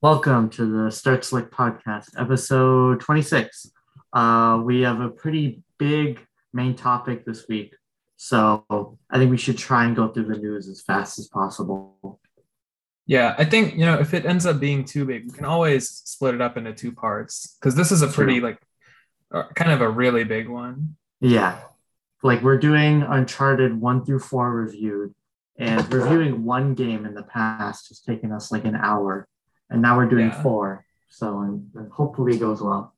Welcome to the Start Slick podcast, episode 26. Uh, we have a pretty big main topic this week. So I think we should try and go through the news as fast as possible. Yeah, I think you know if it ends up being too big, we can always split it up into two parts because this is a pretty like uh, kind of a really big one. Yeah. Like we're doing Uncharted 1 through 4 reviewed, and reviewing one game in the past has taken us like an hour. And now we're doing Yeah. four. So and, and hopefully it goes well.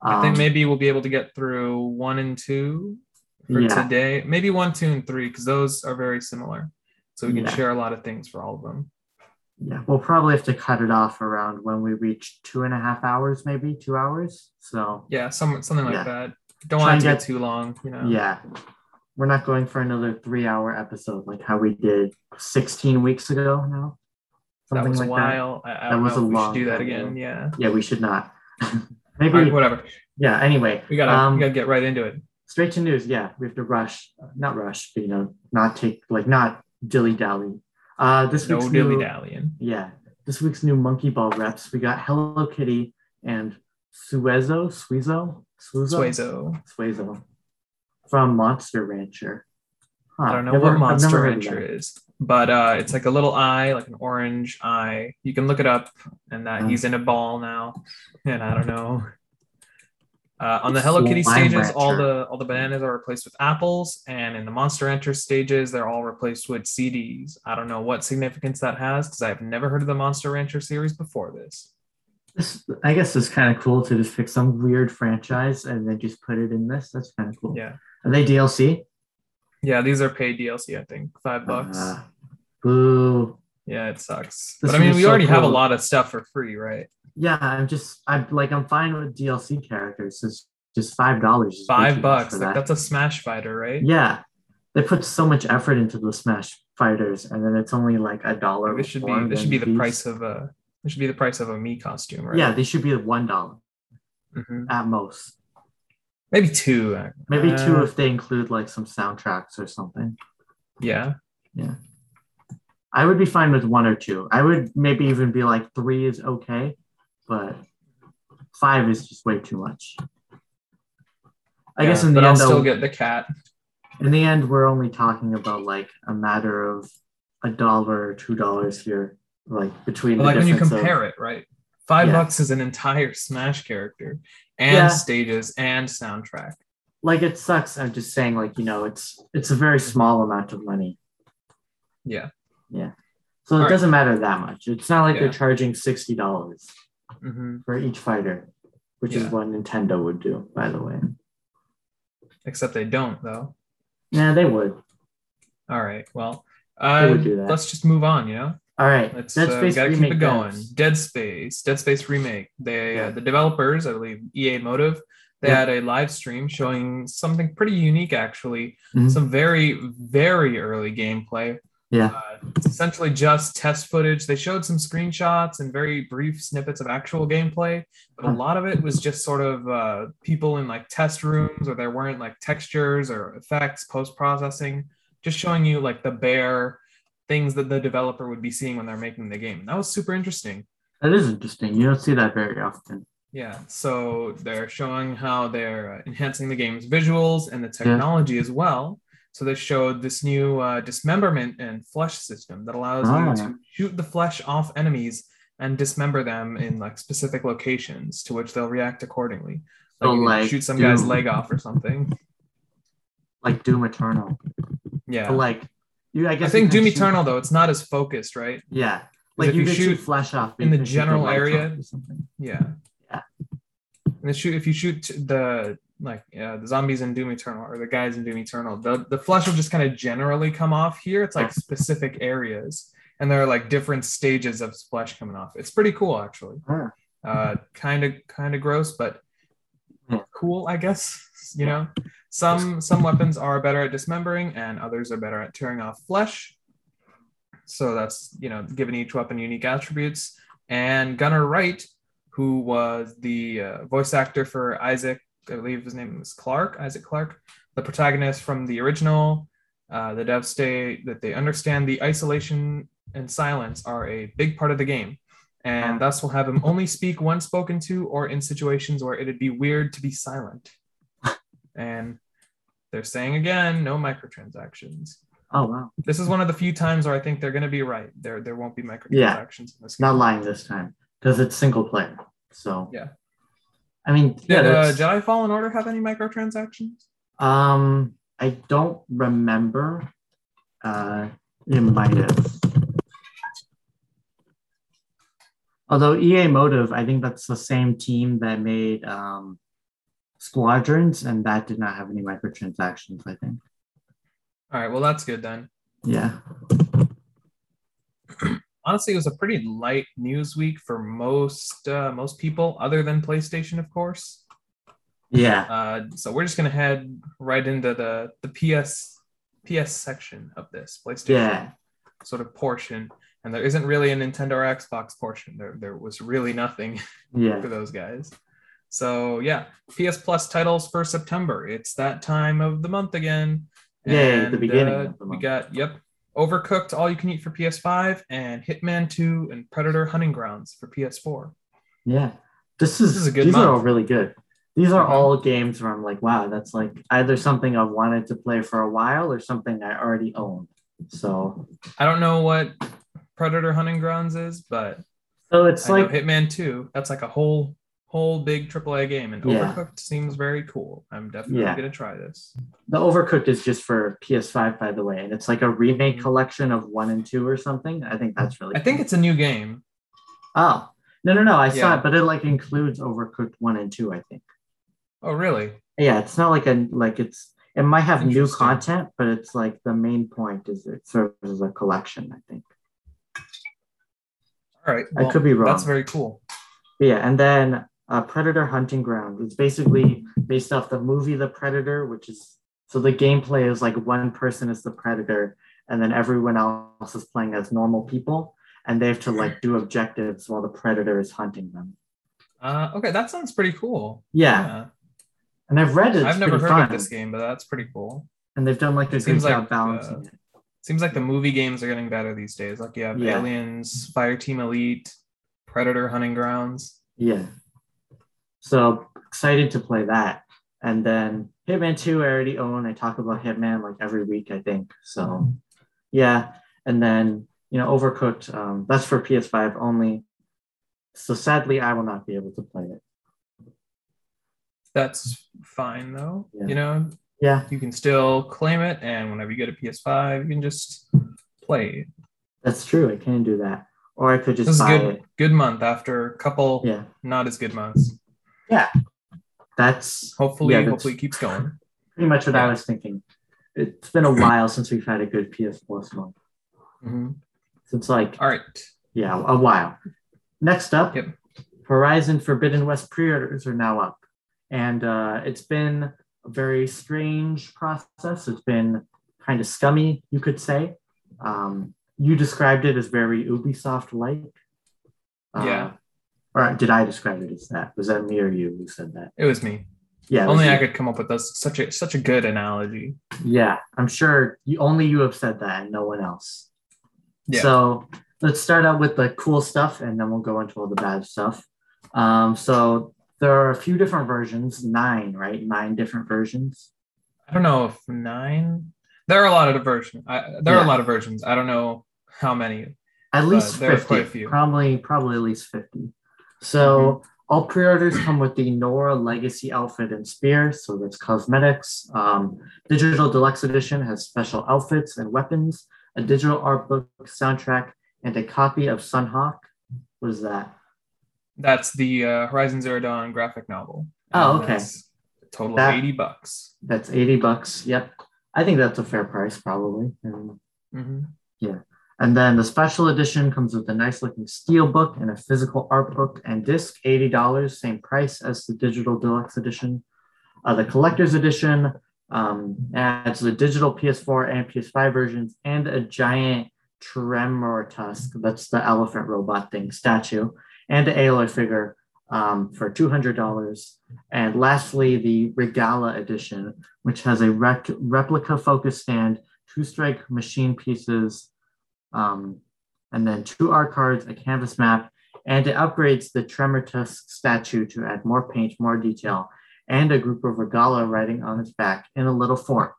I think Um, maybe we'll be able to get through one and two for Yeah. today. Maybe one, two, and three because those are very similar, so we can Yeah. share a lot of things for all of them. Yeah, we'll probably have to cut it off around when we reach two and a half hours, maybe two hours. So Yeah, some something like Yeah. that. Don't Try want and it to get- get too long, you know. yeah, we're not going for another three-hour episode like how we did 16 weeks ago now. that was a that. while. I, I That don't was know a if we long should do that time ago. again. Yeah. Yeah, we should not. All right, maybe. whatever. Yeah. Anyway, We gotta Um, we gotta get right into it. straight to news. Yeah, we have to rush, uh, not rush, but you know, not take like not dilly dally. Uh, this No week's dilly new, dallying. Yeah. This week's new monkey ball reps, we got Hello Kitty and Suezo, Suizo, Suizo, Suezo. Suezo from Monster Rancher. Huh, I don't know never- what I've Monster never heard of Rancher that. is, but uh, it's like a little eye, like an orange eye. You can look it up, and that Mm. he's in a ball now, and I don't know. Uh, on the It's Hello Kitty Slime stages, all Rancher. the all the bananas are replaced with apples, and in the Monster Rancher stages, they're all replaced with CDs. I don't know what significance that has because I've never heard of the Monster Rancher series before this. This, I guess it's kind of cool to just pick some weird franchise and then just put it in this. That's kind of cool. Yeah, Are they DLC? yeah, these are paid DLC. I think five bucks. Uh, boo. yeah, it sucks. This But I mean, one's we so already have a cool. lot of stuff for free, right? Yeah, I'm just, I'm like, I'm fine with DLC characters. It's just five dollars. Five bucks. Like that's a Smash Fighter, right? Yeah, they put so much effort into the Smash fighters, and then it's only like a dollar. This should more be this than should be the these. price of a this should be the price of a me costume, right? Yeah, they should be one dollar Mhm. at most. Maybe two. uh, Maybe two Uh, if they include like some soundtracks or something. Yeah. I would be fine with one or two. I would maybe even be like three is okay, but five is just way too much. I guess Yeah, in the but I'll end, still though, get the cat. in the end, we're only talking about like a matter of a dollar or two dollars here, like between But the like when you difference of- compare it, right? Five Yeah. bucks is an entire Smash character and Yeah. stages and soundtrack. like it sucks. I'm just saying, like you know, it's it's a very small amount of money, Yeah. so it Alright. doesn't matter that much. It's not like they're Yeah. charging sixty dollars hmm for each fighter, which is Yeah. what Nintendo would do, by the way. Except they don't though. Yeah, they would. All right. Well, They would um, do that. let's just move on. You know. All right, Let's Dead uh, we Space gotta keep remake it going. devs. Dead Space, Dead Space remake. They Yeah. uh, the developers, I believe, EA Motive. They Yeah. had a live stream showing something pretty unique, actually. Mhm. Some very very early gameplay. Yeah. Uh, it's essentially just test footage. They showed some screenshots and very brief snippets of actual gameplay, but a Huh. lot of it was just sort of uh, people in like test rooms, or there weren't like textures or effects, post processing. Just showing you like the bare things that the developer would be seeing when they're making the game. And that was super interesting. That is interesting. You don't see that very often. Yeah. So they're showing how they're uh, enhancing the game's visuals and the technology as well. So they showed this new uh, dismemberment and flesh system that allows Ah. you to shoot the flesh off enemies and dismember them in like specific locations to which they'll react accordingly. Like, So, you can like, shoot some guy's do- leg off or something. Like Doom Eternal, Yeah. but like you, I I guess you think can Doom shoot- Eternal though it's not as focused, right? Yeah, like if you, you could shoot, shoot flash off but in you the could shoot general lights area- off or something. Yeah. Yeah. And the shoot if you shoot the like uh, the zombies in Doom Eternal or the guys in Doom Eternal, the the flesh will just kind of generally come off. Here it's like specific areas, and there are like different stages of flesh coming off. It's pretty cool actually. Huh. Uh, kind of kind of gross, but Yeah. cool I guess. You know, some some weapons are better at dismembering, and others are better at tearing off flesh. So that's you know giving each weapon unique attributes. And Gunnar Wright, who was the uh, voice actor for Isaac, I believe his name was Clark, Isaac Clark, the protagonist from the original. Uh, the devs say that they understand the isolation and silence are a big part of the game, and thus will have him only speak when spoken to or in situations where it'd be weird to be silent. and they're saying again, no microtransactions. Oh wow, This is one of the few times where I think they're going to be right. There, there won't be microtransactions Yeah. in this. not game. lying this time because it's single player. So Yeah. I mean, yeah, Did uh, that's- Jedi Fallen Order have any microtransactions? Um, I don't remember. Uh, it might have. Although EA Motive, I think that's the same team that made um, Squadrons, and that did not have any microtransactions. I think. All right, well that's good then. Yeah. honestly, it was a pretty light news week for most uh, most people, other than PlayStation, of course. Yeah. Uh, so we're just gonna head right into the the PS PS section of this PlayStation Yeah. sort of portion, and there isn't really a Nintendo or Xbox portion. There there was really nothing Yeah. for those guys. So yeah, PS Plus titles for September. It's that time of the month again. uh, Yay, the beginning of the we month. got yep, Overcooked, all you can eat for PS5, and Hitman 2 and Predator Hunting Grounds for PS4. Yeah. This is, This is a good these are all month. really good. These are Mhm. all games where I'm like, wow, that's like either something I've wanted to play for a while or something I already own. So I don't know what Predator Hunting Grounds is, but so it's I like know Hitman 2. That's like a whole whole big AAA game, and Yeah. Overcooked seems very cool. I'm definitely Yeah. gonna try this. The Overcooked is just for PS5, by the way, and it's like a remake Mhm. collection of one and two or something. I think that's really. I think it's a new game. Oh no no no! I saw Yeah. it, but it like includes Overcooked one and two. I think. Oh really? Yeah, it's not like a like it's it might have new Interesting. content, but it's like the main point is it serves as a collection. I think. All right. I could be wrong. That's very cool. But yeah, and then uh, Predator Hunting Ground is basically based off the movie The Predator, which is so the gameplay is like one person is the predator, and then everyone else is playing as normal people, and they have to like do objectives while the predator is hunting them. Uh, okay, that sounds pretty cool. Yeah, and I've read it. It's I've never pretty heard fun, of this game, but that's pretty cool. and they've done like a It good seems like, job balancing uh, it. Seems like the movie games are getting better these days. Like you have Yeah. Aliens, Fireteam Elite, Predator Hunting Grounds. Yeah. So excited to play that. And then Hitman 2, I already own. I talk about Hitman like every week, I think. So yeah. And then, you know, Overcooked, um, that's for PS5 only. So sadly, I will not be able to play it. That's fine though. Yeah. You know, Yeah, you can still claim it, and whenever you get a PS5, you can just play. that's true. I can do that. Or I could just This is buy good. it. Good month after a couple Yeah. not as good months. That's Hopefully, Yeah, that's- hopefully it keeps going. pretty much what I Yeah. was thinking. It's been a while since we've had a good PS Plus month. Mm-hmm. Mhm. Since like All right. Yeah, a while. Next up, Yep. Horizon Forbidden West pre-orders are now up, and uh, it's been a very strange process. It's been kind of scummy, you could say. Um, you described it as very Ubisoft-like. Uh, Yeah. Or did I describe it as that? Was that me or you who said that? It was me. Yeah. it was Only you. I could come up with this, such a such a good analogy. Yeah, I'm sure you, only you have said that and no one else. Yeah. So let's start out with the cool stuff and then we'll go into all the bad stuff. Um, so there are a few different versions, nine, right? Nine different versions. I don't know if nine. There are a lot of versions. I, there are Yeah. a lot of versions. I don't know how many. At least there are 50. quite a few. Probably, probably at least 50. So Mm-hmm. all pre orders come with the Nora Legacy outfit and spear. So that's cosmetics. Um, digital Deluxe Edition has special outfits and weapons, a digital art book, soundtrack, and a copy of Sunhawk. What is that? That's the uh, Horizon Zero Dawn graphic novel. Oh, And okay. that's a total That- of eighty bucks. That's 80 bucks. Yep. I think that's a fair price, probably. And, Mm-hmm. hmm and then the special edition comes with a nice looking steel book and a physical art book and disc, $80, same price as the digital deluxe edition. Uh, the collector's edition um, adds the digital PS4 and PS5 versions and a giant Tremor Tusk, that's the elephant robot thing, statue, and the Aloy figure um, for $200. And lastly, the Regala edition, which has a rec- replica focus stand, two strike machine pieces, um, and then two art cards, a canvas map, and it upgrades the Tremor Tusk statue to add more paint, more detail, and a group of Regala writing on its back in a little form,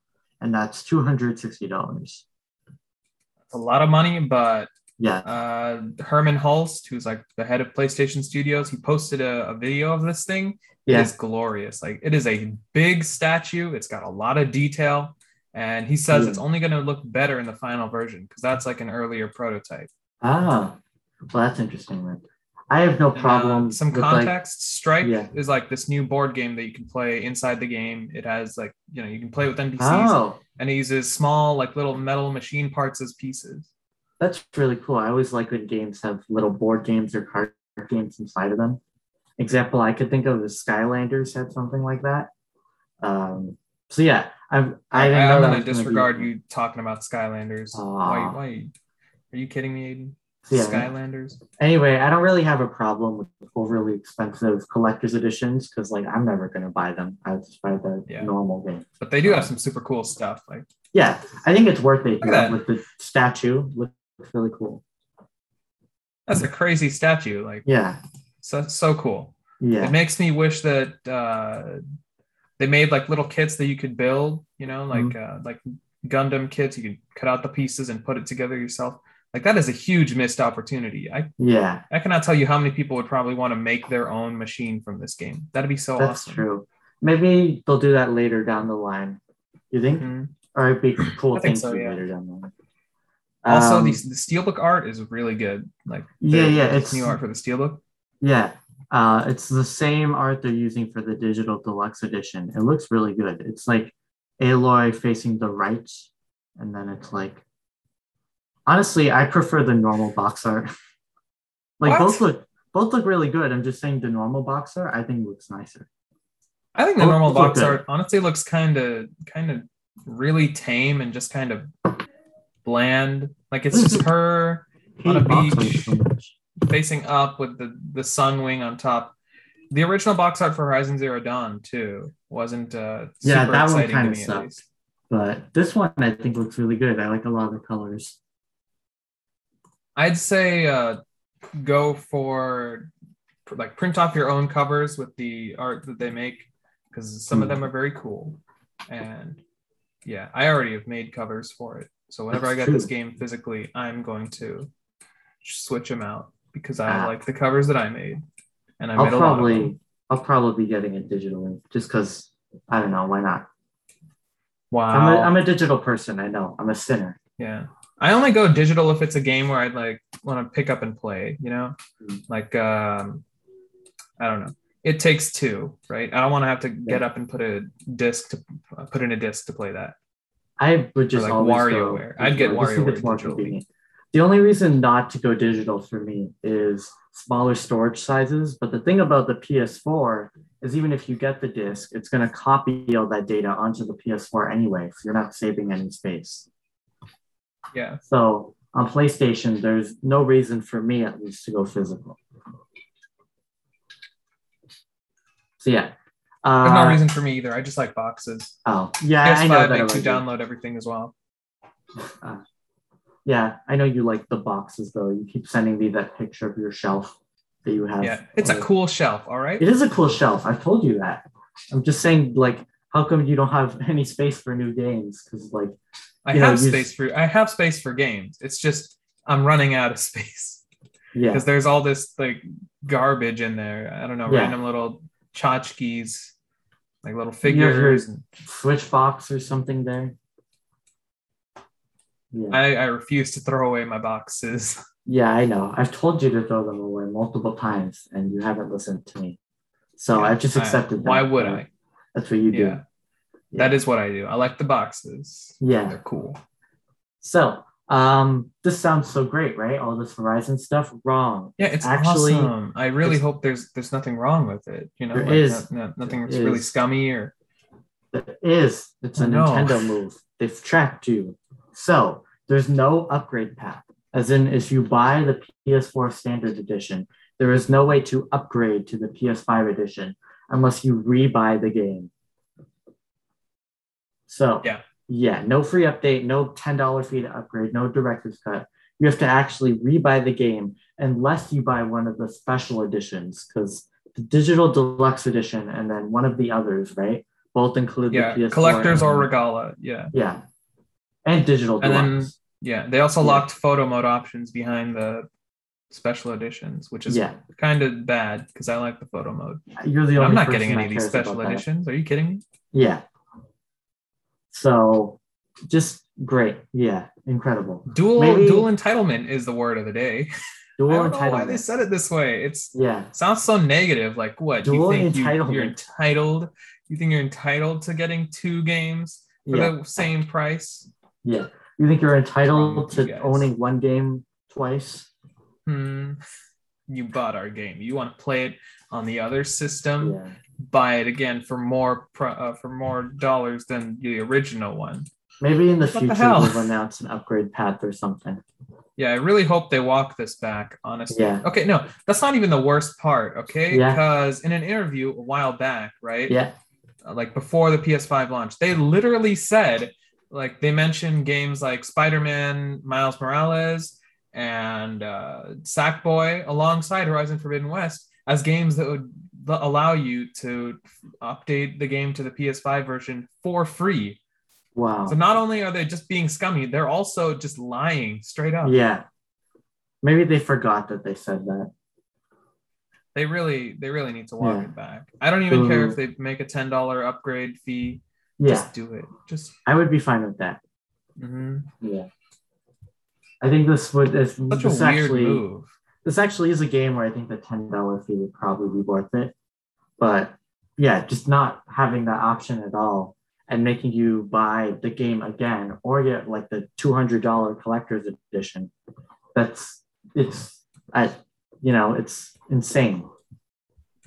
and that's two hundred sixty dollars. It's a lot of money, but Yeah, uh, Herman Hulst, who's like the head of PlayStation Studios, he posted a, a video of this thing. It yeah, is glorious. Like it is a big statue. It's got a lot of detail, and he says Yeah. it's only going to look better in the final version because that's like an earlier prototype. ah, well, that's interesting. Then I have no And, uh, problem. some with, like- context. Strike Yeah. is like this new board game that you can play inside the game. It has like you know you can play with NPCs, oh, and it uses small like little metal machine parts as pieces. that's really cool. I always like when games have little board games or card games inside of them. Example I could think of is Skylanders had something like that. Um, so yeah, I've, I didn't know that was am going to gonna be- disregard you talking about Skylanders. Why? Aw. Why? Are you kidding me, Aiden? So, yeah, Skylanders. anyway, I don't really have a problem with overly expensive collector's editions because like I'm never gonna buy them. I just buy the Yeah. normal game. But they do have some super cool stuff. Like Yeah, I think it's worth it at that. with the statue. Looks really cool. that's a crazy statue. Like Yeah, so so cool. It yeah, makes me wish that uh, they made like little kits that you could build. You know, like Mm-hmm. uh, like Gundam kits. You could cut out the pieces and put it together yourself. Like that is a huge missed opportunity. I, yeah. I cannot tell you how many people would probably want to make their own machine from this game. That'd be so That's awesome. true. Maybe they'll do that later down the line. You think? Mhm. Or it'd be a cool I thing think so, to do yeah. later down the line. Also, Um, the, the steelbook art is really good. Like yeah, the- yeah, this it's new art for the steelbook. yeah, uh, it's the same art they're using for the digital deluxe edition. It looks really good. It's like Aloy facing the right, and then it's like. Honestly, I prefer the normal box art. like What? both look both look really good. I'm just saying the normal box art I think looks nicer. I think the Oh, normal those look box good. art honestly looks kind of kind of really tame and just kind of bland. Like it's just her On a Hate box art beach. so much. facing up with the the sun wing on top. The original box art for Horizon Zero Dawn too wasn't uh, super Yeah, that one exciting to kinda me at sucked. least. But this one I think looks really good. I like a lot of the colors. I'd say uh, go for like print off your own covers with the art that they make because some of Hmm. them are very cool. And yeah, I already have made covers for it. So whenever That's I get true. this game physically, I'm going to switch them out because I Ah. like the covers that I made. And I I'll made a lot of them. probably I'll probably be getting it digitally just because I don't know why not. Wow. I'm, a, I'm a digital person. I know I'm a sinner. Yeah. I only go digital if it's a game where I'd like want to pick up and play, you know? Mm. Like um I don't know. It takes two, right? I don't want to have to get up and put a disc to uh, put in a disc to play that. I would just like always WarioWare. go I'd get digital. I just think WarioWare it's more digitally. convenient. The only reason not to go digital for me is smaller storage sizes. But the thing about the PS4 is even if you get the disc, it's going to copy all that data onto the PS4 anyway. So you're not saving any space. Yeah. So on PlayStation, there's no reason for me at least to go physical. So yeah. There's no Uh, reason for me either. I just like boxes. oh, yeah, I know that PS5 makes about you you. download everything as well. Yeah, I know you like the boxes though. You keep sending me that picture of your shelf that you have. Oh, Yeah. It's a cool shelf, all right? It is a cool shelf. I've told you that. I'm just saying, like, how come you don't have any space for new games? Because like, I yeah, have you- space for I have space for games. It's just I'm running out of space. yeah, because there's all this like garbage in there. I don't know, Yeah. random little tchotchkes, like little You have your figures. Switch box or something there. Yeah, I, I refuse to throw away my boxes. yeah, I know. I've told you to throw them away multiple times, and you haven't listened to me. So I've just I- accepted. that. why would Uh, I? That's what you do. Yeah. That is what I do. I like the boxes. Yeah. They're cool. So um, this sounds so great, right? All this Horizon stuff. Wrong. Yeah, it's Actually, awesome. I really it's- hope there's there's nothing wrong with it. You know, There like, is. no- no- nothing There that's really is. scummy or It is. It's a No. Nintendo move. They've tracked you. So there's no upgrade path. As in, if you buy the PS4 Standard Edition, there is no way to upgrade to the PS5 Edition unless you rebuy the game. So Yeah. yeah, no free update, no ten dollar fee to upgrade, no director's cut. you have to actually rebuy the game unless you buy one of the special editions because the digital deluxe edition and then one of the others, right? Both include yeah, the PS4 collectors and- or regala. Yeah, yeah, and digital And then- deluxe. yeah. They also Yeah. locked photo mode options behind the special editions, which is yeah, kind of bad because I like the photo mode. you're the only. I'm not person getting any that of these cares special about that. editions. Are you kidding me? Yeah. So, just great. Yeah, incredible. Dual Maybe- dual entitlement is the word of the day. I Dual don't know why they entitlement. said it this way. It's Yeah, sounds so negative. Like what? Dual you think You, you're entitlement. entitled. You think you're entitled to getting two games for yeah, the same price? yeah. You think you're wrong entitled with you to guys? owning one game twice? Hmm. You bought our game. You want to play it on the other system? Yeah, Buy it again for more pro, uh, for more dollars than the original one. maybe in the What the future hell? we'll announce an upgrade path or something. Yeah, I really hope they walk this back, honestly. Yeah. Okay, no, that's not even the worst part, okay? Yeah. Because in an interview a while back, right? Yeah, uh, Like before the PS5 launch, they literally said, like, they mentioned games like Spider Man, Miles Morales, and uh, Sackboy alongside Horizon Forbidden West as games that would l- allow you to update the game to the PS5 version for free. wow. So not only are they just being scummy, they're also just lying straight up. Yeah. Maybe they forgot that they said that. they really they really need to walk Yeah. it back i don't even care if So- they make a $10 upgrade fee Yeah, just do it just I would be fine with that. mhm. Yeah. I think this would this, such this a weird actually move this actually is a game where I think the ten dollar fee would probably be worth it. But yeah, just not having that option at all and making you buy the game again or get like the two hundred dollar collector's edition. That's it's I you know, it's insane.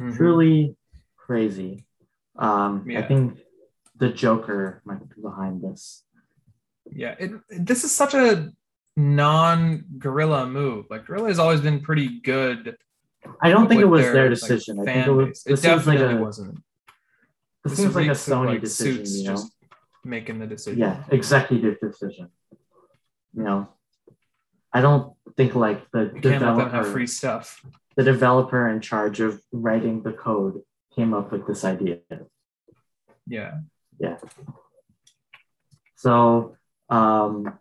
Mhm. truly crazy. Um, I Yeah. think the Joker might be behind this. yeah it, this is such a non gorilla move like gorilla has always been pretty good I don't think it with was their like, decision. I think fan it was. base. This seems like definitely a. wasn't This This seems is like a sort of, Sony like, decision. Suits You know. just making the decision Yeah, executive decision. You know, I don't think like the you can't let them have developer, free stuff the developer in charge of writing the code came up with this idea. yeah So um,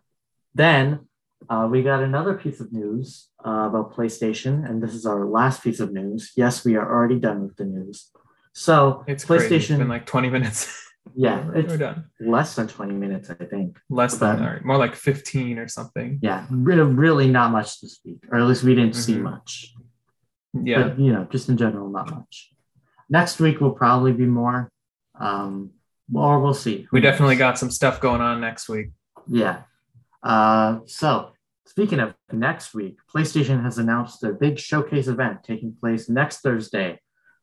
then uh, we got another piece of news uh, about PlayStation, and this is our last piece of news. Yes, we are already done with the news. So it's crazy. It's PlayStation, been like 20 minutes yeah, we're, we're it's done less than twenty minutes, I think. less than done. all right, more like 15 or something Yeah, really, really not much this week, or at least we didn't see Mhm. much. yeah But, you know, just in general, not much. Next week will probably be more, um, or we'll see. Who We definitely knows? got some stuff going on next week. Yeah. Uh, so, speaking of next week, PlayStation has announced their big showcase event taking place next Thursday.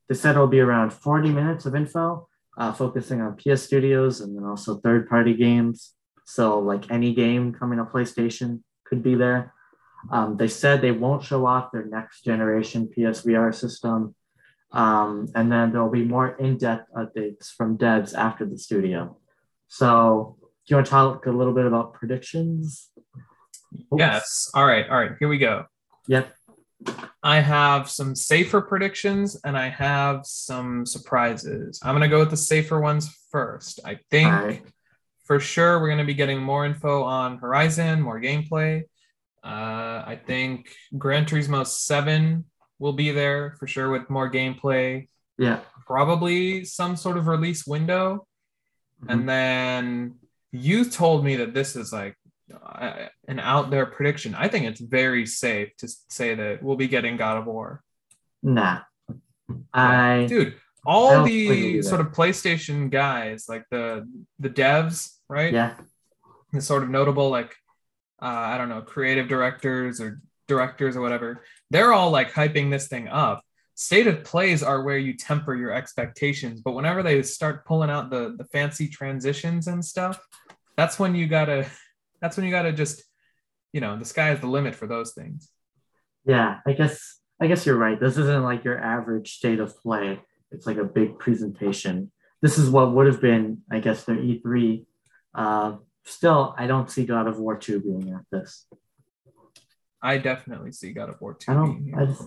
They said it'll be around 40 minutes of info, uh, focusing on PS Studios and then also third party games. So, like any game coming to PlayStation could be there. Um, they said they won't show off their next generation PSVR system. Um, and then there'll be more in depth updates from devs after the studio. So, do you want to talk a little bit about predictions? Oops. Yes. All right. All right. Here we go. Yep. I have some safer predictions and I have some surprises. I'm going to go with the safer ones first. I think All right. for sure we're going to be getting more info on Horizon, more gameplay. Uh, I think Gran Turismo 7 will be there for sure with more gameplay, Yeah. probably some sort of release window. Mm-hmm. And then you told me that this is like uh, an out there prediction. I think it's very safe to say that we'll be getting God of War. Nah. Mm-hmm. I Dude, I all don't think we'll the do that. sort of PlayStation guys, like the the devs, right? yeah. The sort of notable like uh, I don't know, creative directors or directors or whatever. They're all like hyping this thing up. State of plays are where you temper your expectations, but whenever they start pulling out the the fancy transitions and stuff, that's when you gotta that's when you gotta just you know the sky is the limit for those things. Yeah. I guess I guess you're right. This isn't like your average state of play. It's like a big presentation. This is what would have been, I guess, their E E3. Uh, still, I don't see God of War 2 being at this. I definitely see God of War 2. I don't. being I here. just,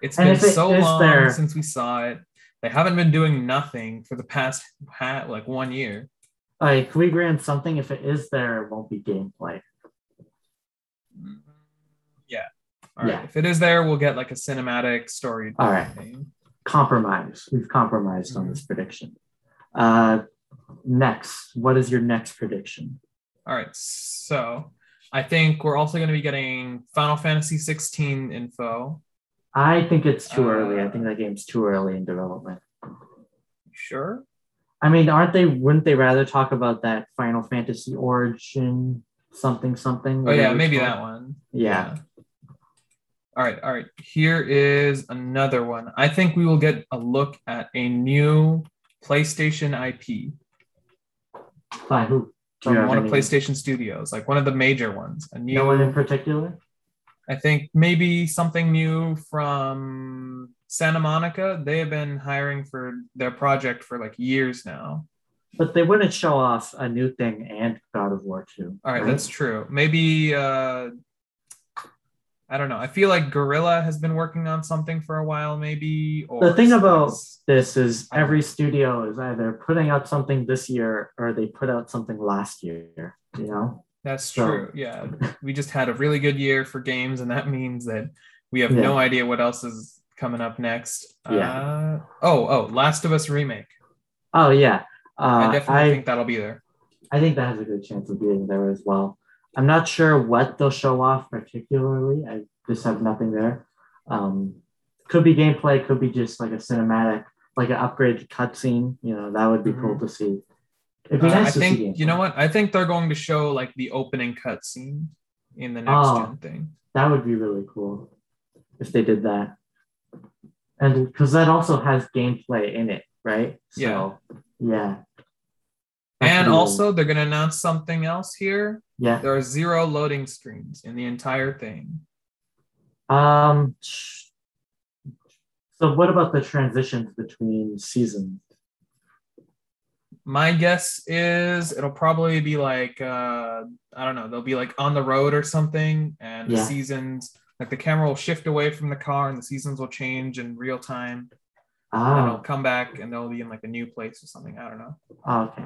it's and been if it so is long there- since we saw it. They haven't been doing nothing for the past ha- like one year. like, can we grant something? If it is there, it won't be gameplay. Yeah. All right. Yeah. If it is there, we'll get like a cinematic story. All right. thing. Compromise. We've compromised on this prediction. Uh, next, what is your next prediction? All right. So I think we're also going to be getting Final Fantasy 16 info. I think it's too early. I Uh, think that game's too early in development. Sure. I mean, aren't they? Wouldn't they rather talk about that Final Fantasy Origin something something? Oh whatever yeah, it's maybe called? that one. Yeah. All right, all right. Here is another one. I think we will get a look at a new PlayStation IP By who? Do you from have one of any- PlayStation Studios, like one of the major ones. A new, No one in particular. I think maybe something new from Santa Monica. They have been hiring for their project for like years now. But they wouldn't show off a new thing and God of War 2. All right, that's Mm-hmm. true. Maybe uh I don't know. I feel like Gorilla has been working on something for a while, maybe. Or The thing about- Slice. this is every studio is either putting out something this year or they put out something last year, you know? That's So- true. Yeah. We just had a really good year for games, and that means that we have Yeah. no idea what else is coming up next. Yeah. Uh, oh, oh, Last of Us Remake. Oh yeah. Uh, I definitely I, think that'll be there. I think that has a good chance of being there as well. I'm not sure what they'll show off particularly. I just have nothing there. Um, could be gameplay, could be just like a cinematic, like an upgraded cutscene. You know, that would be cool to see. It'd be Mm-hmm. Uh, nice I to see. think, you know gameplay. what? I think they're going to show like the opening cutscene in the next Oh. gen thing. That would be really cool if they did that. And because that also has gameplay in it, right? So, yeah. That could And be- also, they're going to announce something else here. yeah. There are zero loading screens in the entire thing. Um, sh- so, what about the transitions between seasons? My guess is it'll probably be like uh, I don't know. They'll be like on the road or something, and the Yeah. seasons like the camera will shift away from the car, and the seasons will change in real time. And then it'll Oh, come back, and they'll be in like a new place or something. I don't know. ah, okay.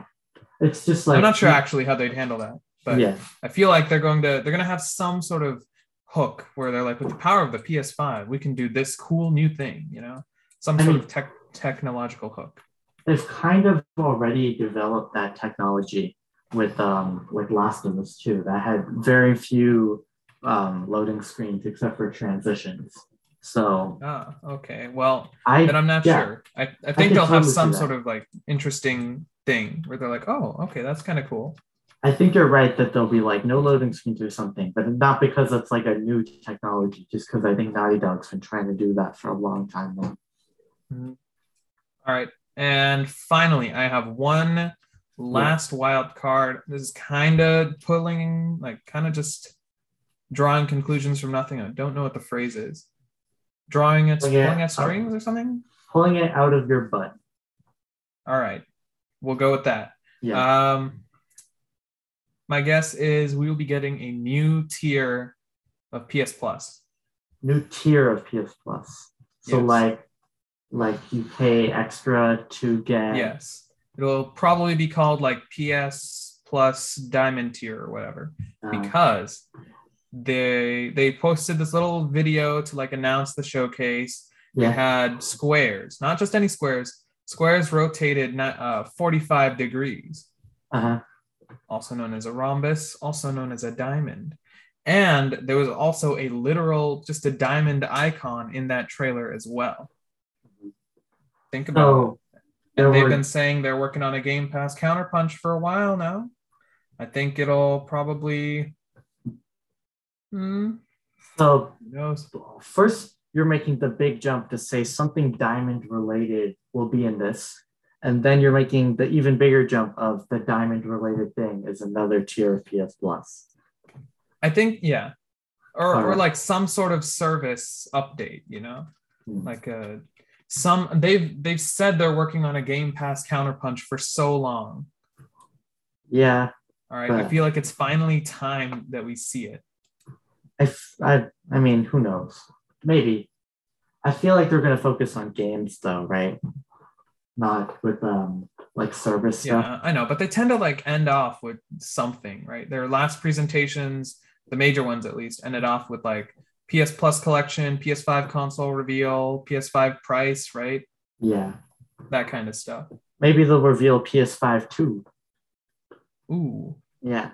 It's just like I'm not sure actually how they'd handle that, but yeah, I feel like they're going to they're going to have some sort of hook where they're like, with the power of the PS5, we can do this cool new thing. You know, some I sort mean- of tech technological hook. they've kind of already developed that technology with um with Last of Us Two. That had very few um loading screens except for transitions. So Ah, okay. Well, I But I'm not Yeah. sure. I, I think can they'll have totally see some that. sort of like interesting thing where they're like, oh, okay, that's kind of cool. I think you're right that there'll be like no loading screens or something, but not because it's like a new technology, just because I think Naughty Dog's been trying to do that for a long time now. All right. And finally, I have one last wild card. This is kind of pulling, like, kind of just drawing conclusions from nothing. I don't know what the phrase is. Drawing at, Yeah. pulling at strings or something? Pulling it out of your butt. All right. We'll go with that. Yeah. Um, my guess is we will be getting a new tier of PS Plus. new tier of PS Plus. So Yes. like like you pay extra to get Yes. It'll probably be called like PS plus diamond tier or whatever uh, because they they posted this little video to like announce the showcase. It yeah. had squares, not just any squares. Squares rotated not, uh, 45 degrees, Uh-huh. also known as a rhombus, also known as a diamond. And there was also a literal, just a diamond icon in that trailer as well. Think about it. So there And they've were been saying they're working on a Game Pass counterpunch for a while now. I think it'll probably. Hmm, so who knows? first you're making the big jump to say something diamond related will be in this. And then you're making the even bigger jump of the diamond related thing is another tier of PS Plus. I think yeah, or or Alright. like some sort of service update. You know, Hmm. like a some they've they've said they're working on a Game Pass counterpunch for so long. Yeah. All right, I Right. feel like it's finally time that we see it. I, f- I, I mean, who knows? Maybe. I feel like they're going to focus on games, though, right? Not with um like service stuff. Yeah, I know, but they tend to like end off with something, right? Their last presentations, the major ones at least, ended off with like PS Plus collection, PS5 console reveal, PS5 price, right? Yeah. That kind of stuff. Maybe they'll reveal PS5 too. Ooh. Yeah.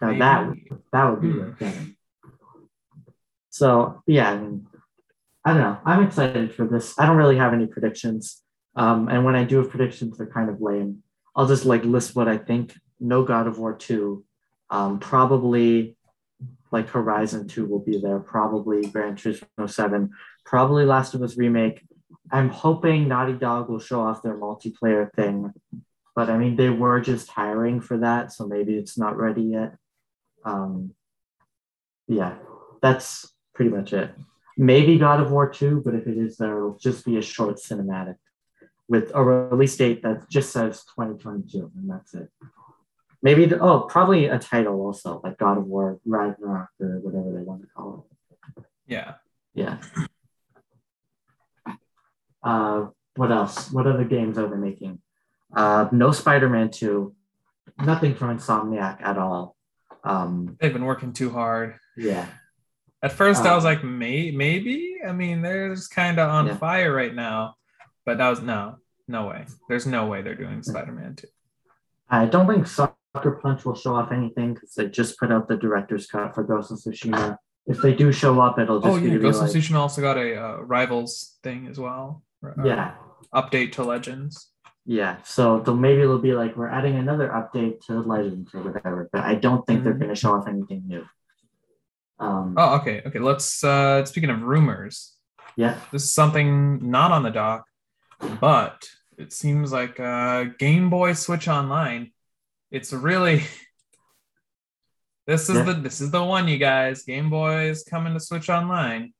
Now that maybe. that would be Hmm. the thing. So yeah, I, mean, I don't know. I'm excited for this. I don't really have any predictions, um, and when I do have predictions, they're kind of lame. I'll just like list what I think. No God of War two, um, probably like Horizon two will be there. Probably Gran Turismo seven. Probably Last of Us remake. I'm hoping Naughty Dog will show off their multiplayer thing, but I mean they were just hiring for that, so maybe it's not ready yet um, yeah, that's pretty much it. Maybe God of War 2, but if it is there, it'll just be a short cinematic with a release date that just says 2022, and that's it. Maybe, the, oh, probably a title also, like God of War Ragnarok or whatever they want to call Yeah. it. Yeah. Uh, what else? What other games are they making? Uh, no Spider Man 2, nothing from Insomniac at all. Um, They've been working too hard. yeah. At first, I Um, was like, May- maybe. I mean, they're just kind of on Yeah. fire right now. But that was no, no way. There's no way they're doing Spider Man 2. I don't think Sucker Punch will show off anything because they just put out the director's cut for Ghost of Tsushima. If they do show up, it'll just Oh, be yeah. to be Ghost like, of Tsushima also got a uh, Rivals thing as well. or, uh, yeah, Update to Legends. yeah. So they'll, maybe it'll be like we're adding another update to Legends or whatever. But I don't think they're Mhm. going to show off anything new. Um, Oh, okay. Okay. Let's, uh, speaking of rumors, yeah, this is something not on the dock, but it seems like uh, Game Boy Switch Online. It's really this is Yeah. the this is the one, you guys. Game Boy is coming to Switch Online.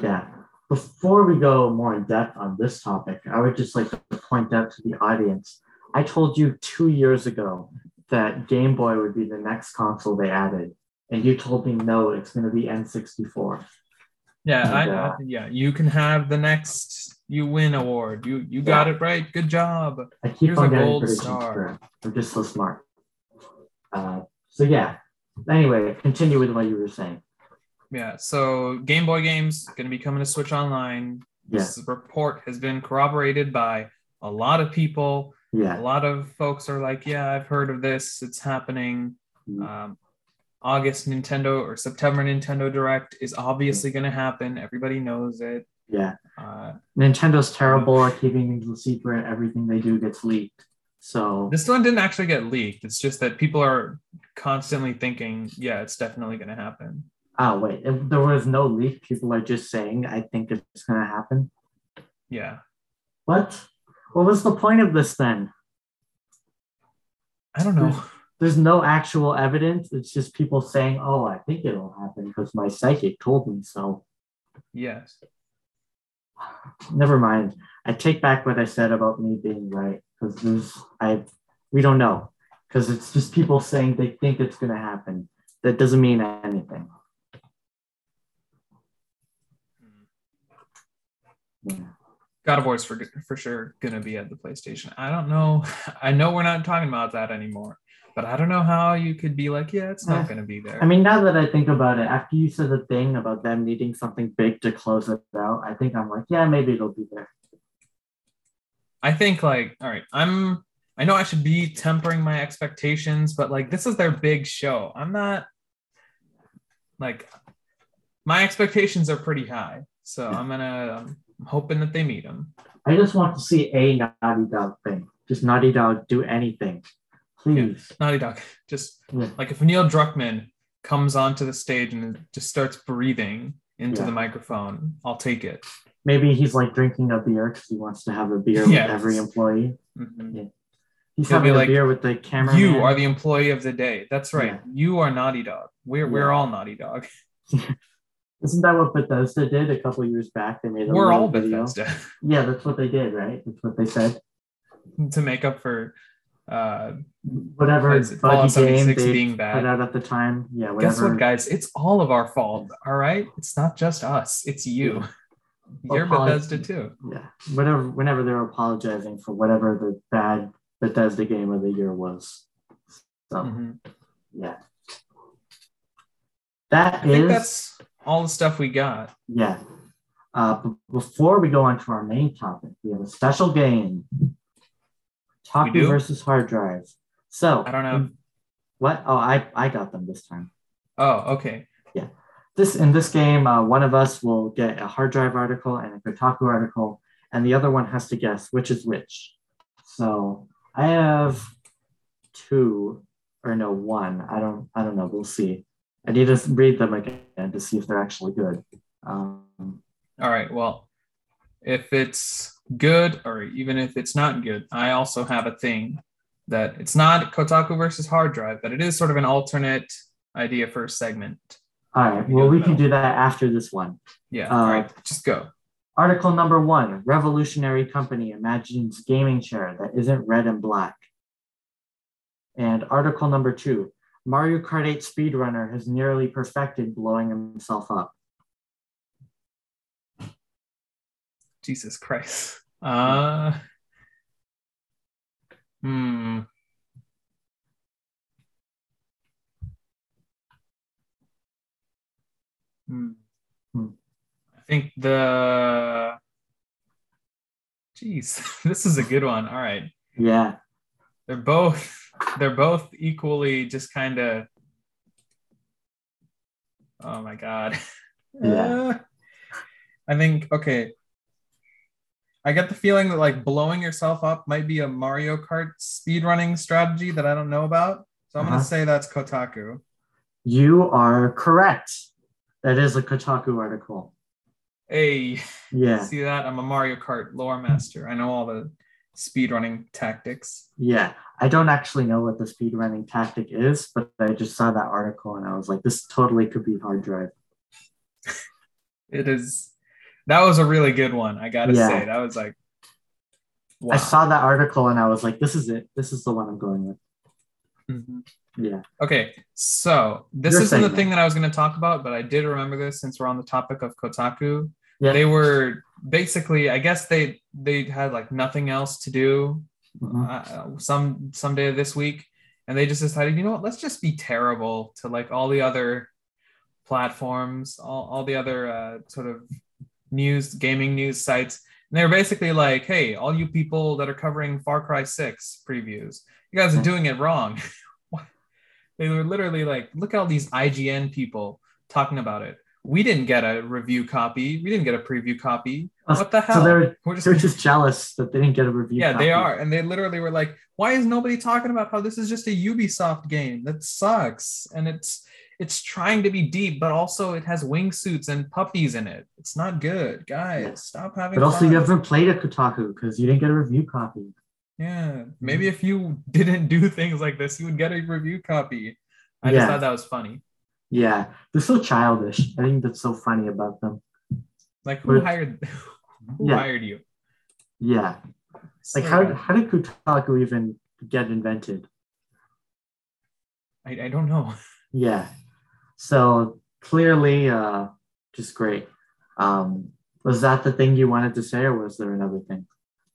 yeah. Before we go more in depth on this topic, I would just like to point out to the audience. I told you two years ago that Game Boy would be the next console they added, and you told me no, it's going to be N64. Yeah, I Yeah. know. Yeah, you can have the next you win award. You you got it right. Good job. I keep Here's on a getting gold predictions star. correct. I'm just so smart. Uh, so yeah. Anyway, continue with what you were saying. Yeah. So Game Boy games gonna be coming to Switch Online. Yeah, This report has been corroborated by a lot of people. a yeah, lot of folks are like, yeah, I've heard of this. It's happening. Mhm. Um, August Nintendo or September Nintendo Direct is obviously going to happen. Everybody knows it. yeah. Uh, Nintendo's terrible at keeping things a secret. Everything they do gets leaked. So this one didn't actually get leaked. It's just that people are constantly thinking, yeah, it's definitely going to happen. oh wait, if there was no leak. People are just saying, I think it's gonna happen. Yeah. What? What was the point of this then? I don't know. There's no actual evidence. It's just people saying, "Oh, I think it'll happen because my psychic told me so." yes. never mind. I take back what I said about me being right because there's I we don't know because it's just people saying they think it's gonna happen. That doesn't mean anything. Yeah. God of War is for, for sure going to be at the PlayStation. I don't know. I know we're not talking about that anymore, but I don't know how you could be like, yeah, it's not going to be there. I mean, now that I think about it, after you said the thing about them needing something big to close it out, I think I'm like, yeah, maybe it'll be there. I think like all right, I'm I know I should be tempering my expectations, but like this is their big show. I'm not like my expectations are pretty high. So I'm gonna I'm hoping that they meet them. I just want to see a Naughty Dog thing. Just Naughty Dog do anything, please. Naughty Dog, just Yeah. like if Neil Druckmann comes onto the stage and just starts breathing into Yeah. the microphone, I'll take it. Maybe he's like drinking a beer because he wants to have a beer Yes. with every employee. Mm-hmm. Mhm. He's He'll be having a like, beer with the camera. You are the employee of the day. That's right. Yeah. You are Naughty Dog. We're we're all Naughty Dog. Isn't that what Bethesda did a couple years back? They made a We're little all video. Bethesda. Yeah, that's what they did, right? That's what they said. to make up for uh, whatever Is it buggy Fallout game they 76 being bad? put out at the time. Yeah, whatever. guess what, guys? It's all of our fault. All right, it's not just us. It's you. Well, You're probably- Bethesda too. yeah, whenever whenever they're apologizing for whatever the bad Bethesda game of the year was. So Mhm. yeah, that I think is- that's all the stuff we got. yeah. Uh, b- before we go on to our main topic, we have a special game: We Taku do? versus Hard Drive. So I don't know. Mm. what. Oh, I I got them this time. Oh, okay. this in this game, uh, one of us will get a hard drive article and a Kotaku article, and the other one has to guess which is which. So I have two, or no, one. I don't. I don't know. We'll see. I need to s- read them again to see if they're actually good. Um, All right. Well, if it's good or even if it's not good, I also have a thing that it's not Kotaku versus Hard Drive, but it is sort of an alternate idea for a segment. all right. You Well, go we can now. do that after this one. Yeah. Uh, all right. Just go. Article number one: Revolutionary company imagines gaming chair that isn't red and black. And article number two: Mario Kart 8 speedrunner has nearly perfected blowing himself up. Jesus Christ. Uh, hmm. Hmm. Hmm. I think the. Jeez, this is a good one. All right, Yeah, they're both they're both equally just kind of. Oh my god. Yeah. I think okay. I get the feeling that like blowing yourself up might be a Mario Kart speedrunning strategy that I don't know about. So I'm Uh-huh. gonna say that's Kotaku. you are correct. That is a Kotaku article. Hey, Yeah, see that? I'm a Mario Kart lore master. I know all the speedrunning tactics. yeah. I don't actually know what the speedrunning tactic is, but I just saw that article and I was like, this totally could be hard drive. It is that was a really good one. I gotta Yeah. say. That was like I wow. saw that article and I was like, this is it. This is the one I'm going with. Mhm. Yeah. Okay, so this Your isn't segment. the thing that I was going to talk about, but I did remember this since we're on the topic of Kotaku. Yeah. They were basically, I guess they they had like nothing else to do Mhm. uh, some some day this week, and they just decided, you know what, let's just be terrible to like all the other platforms, all all the other uh, sort of news gaming news sites. And they were basically like, hey, all you people that are covering Far Cry Six previews, you guys are doing it wrong. they were literally like, look at all these IGN people talking about it. We didn't get a review copy. We didn't get a preview copy. What the hell? So they're We're just they're just jealous that they didn't get a review. yeah, copy. they are. And they literally were like, why is nobody talking about how this is just a Ubisoft game? That sucks. And it's it's trying to be deep, but also it has wingsuits and puppies in it. It's not good. Guys, Yeah. stop having But also, fun. you haven't played a Kotaku because you didn't get a review copy. Yeah. Mm-hmm. Maybe if you didn't do things like this, you would get a review copy. I Yeah. just thought that was funny. Yeah, they're so childish. I think that's so funny about them. Like who But- hired who Yeah. hired you? Yeah, like So how bad. how did Kotaku even get invented? I, I don't know. Yeah, so clearly, uh, just great. Um, was that the thing you wanted to say, or was there another thing?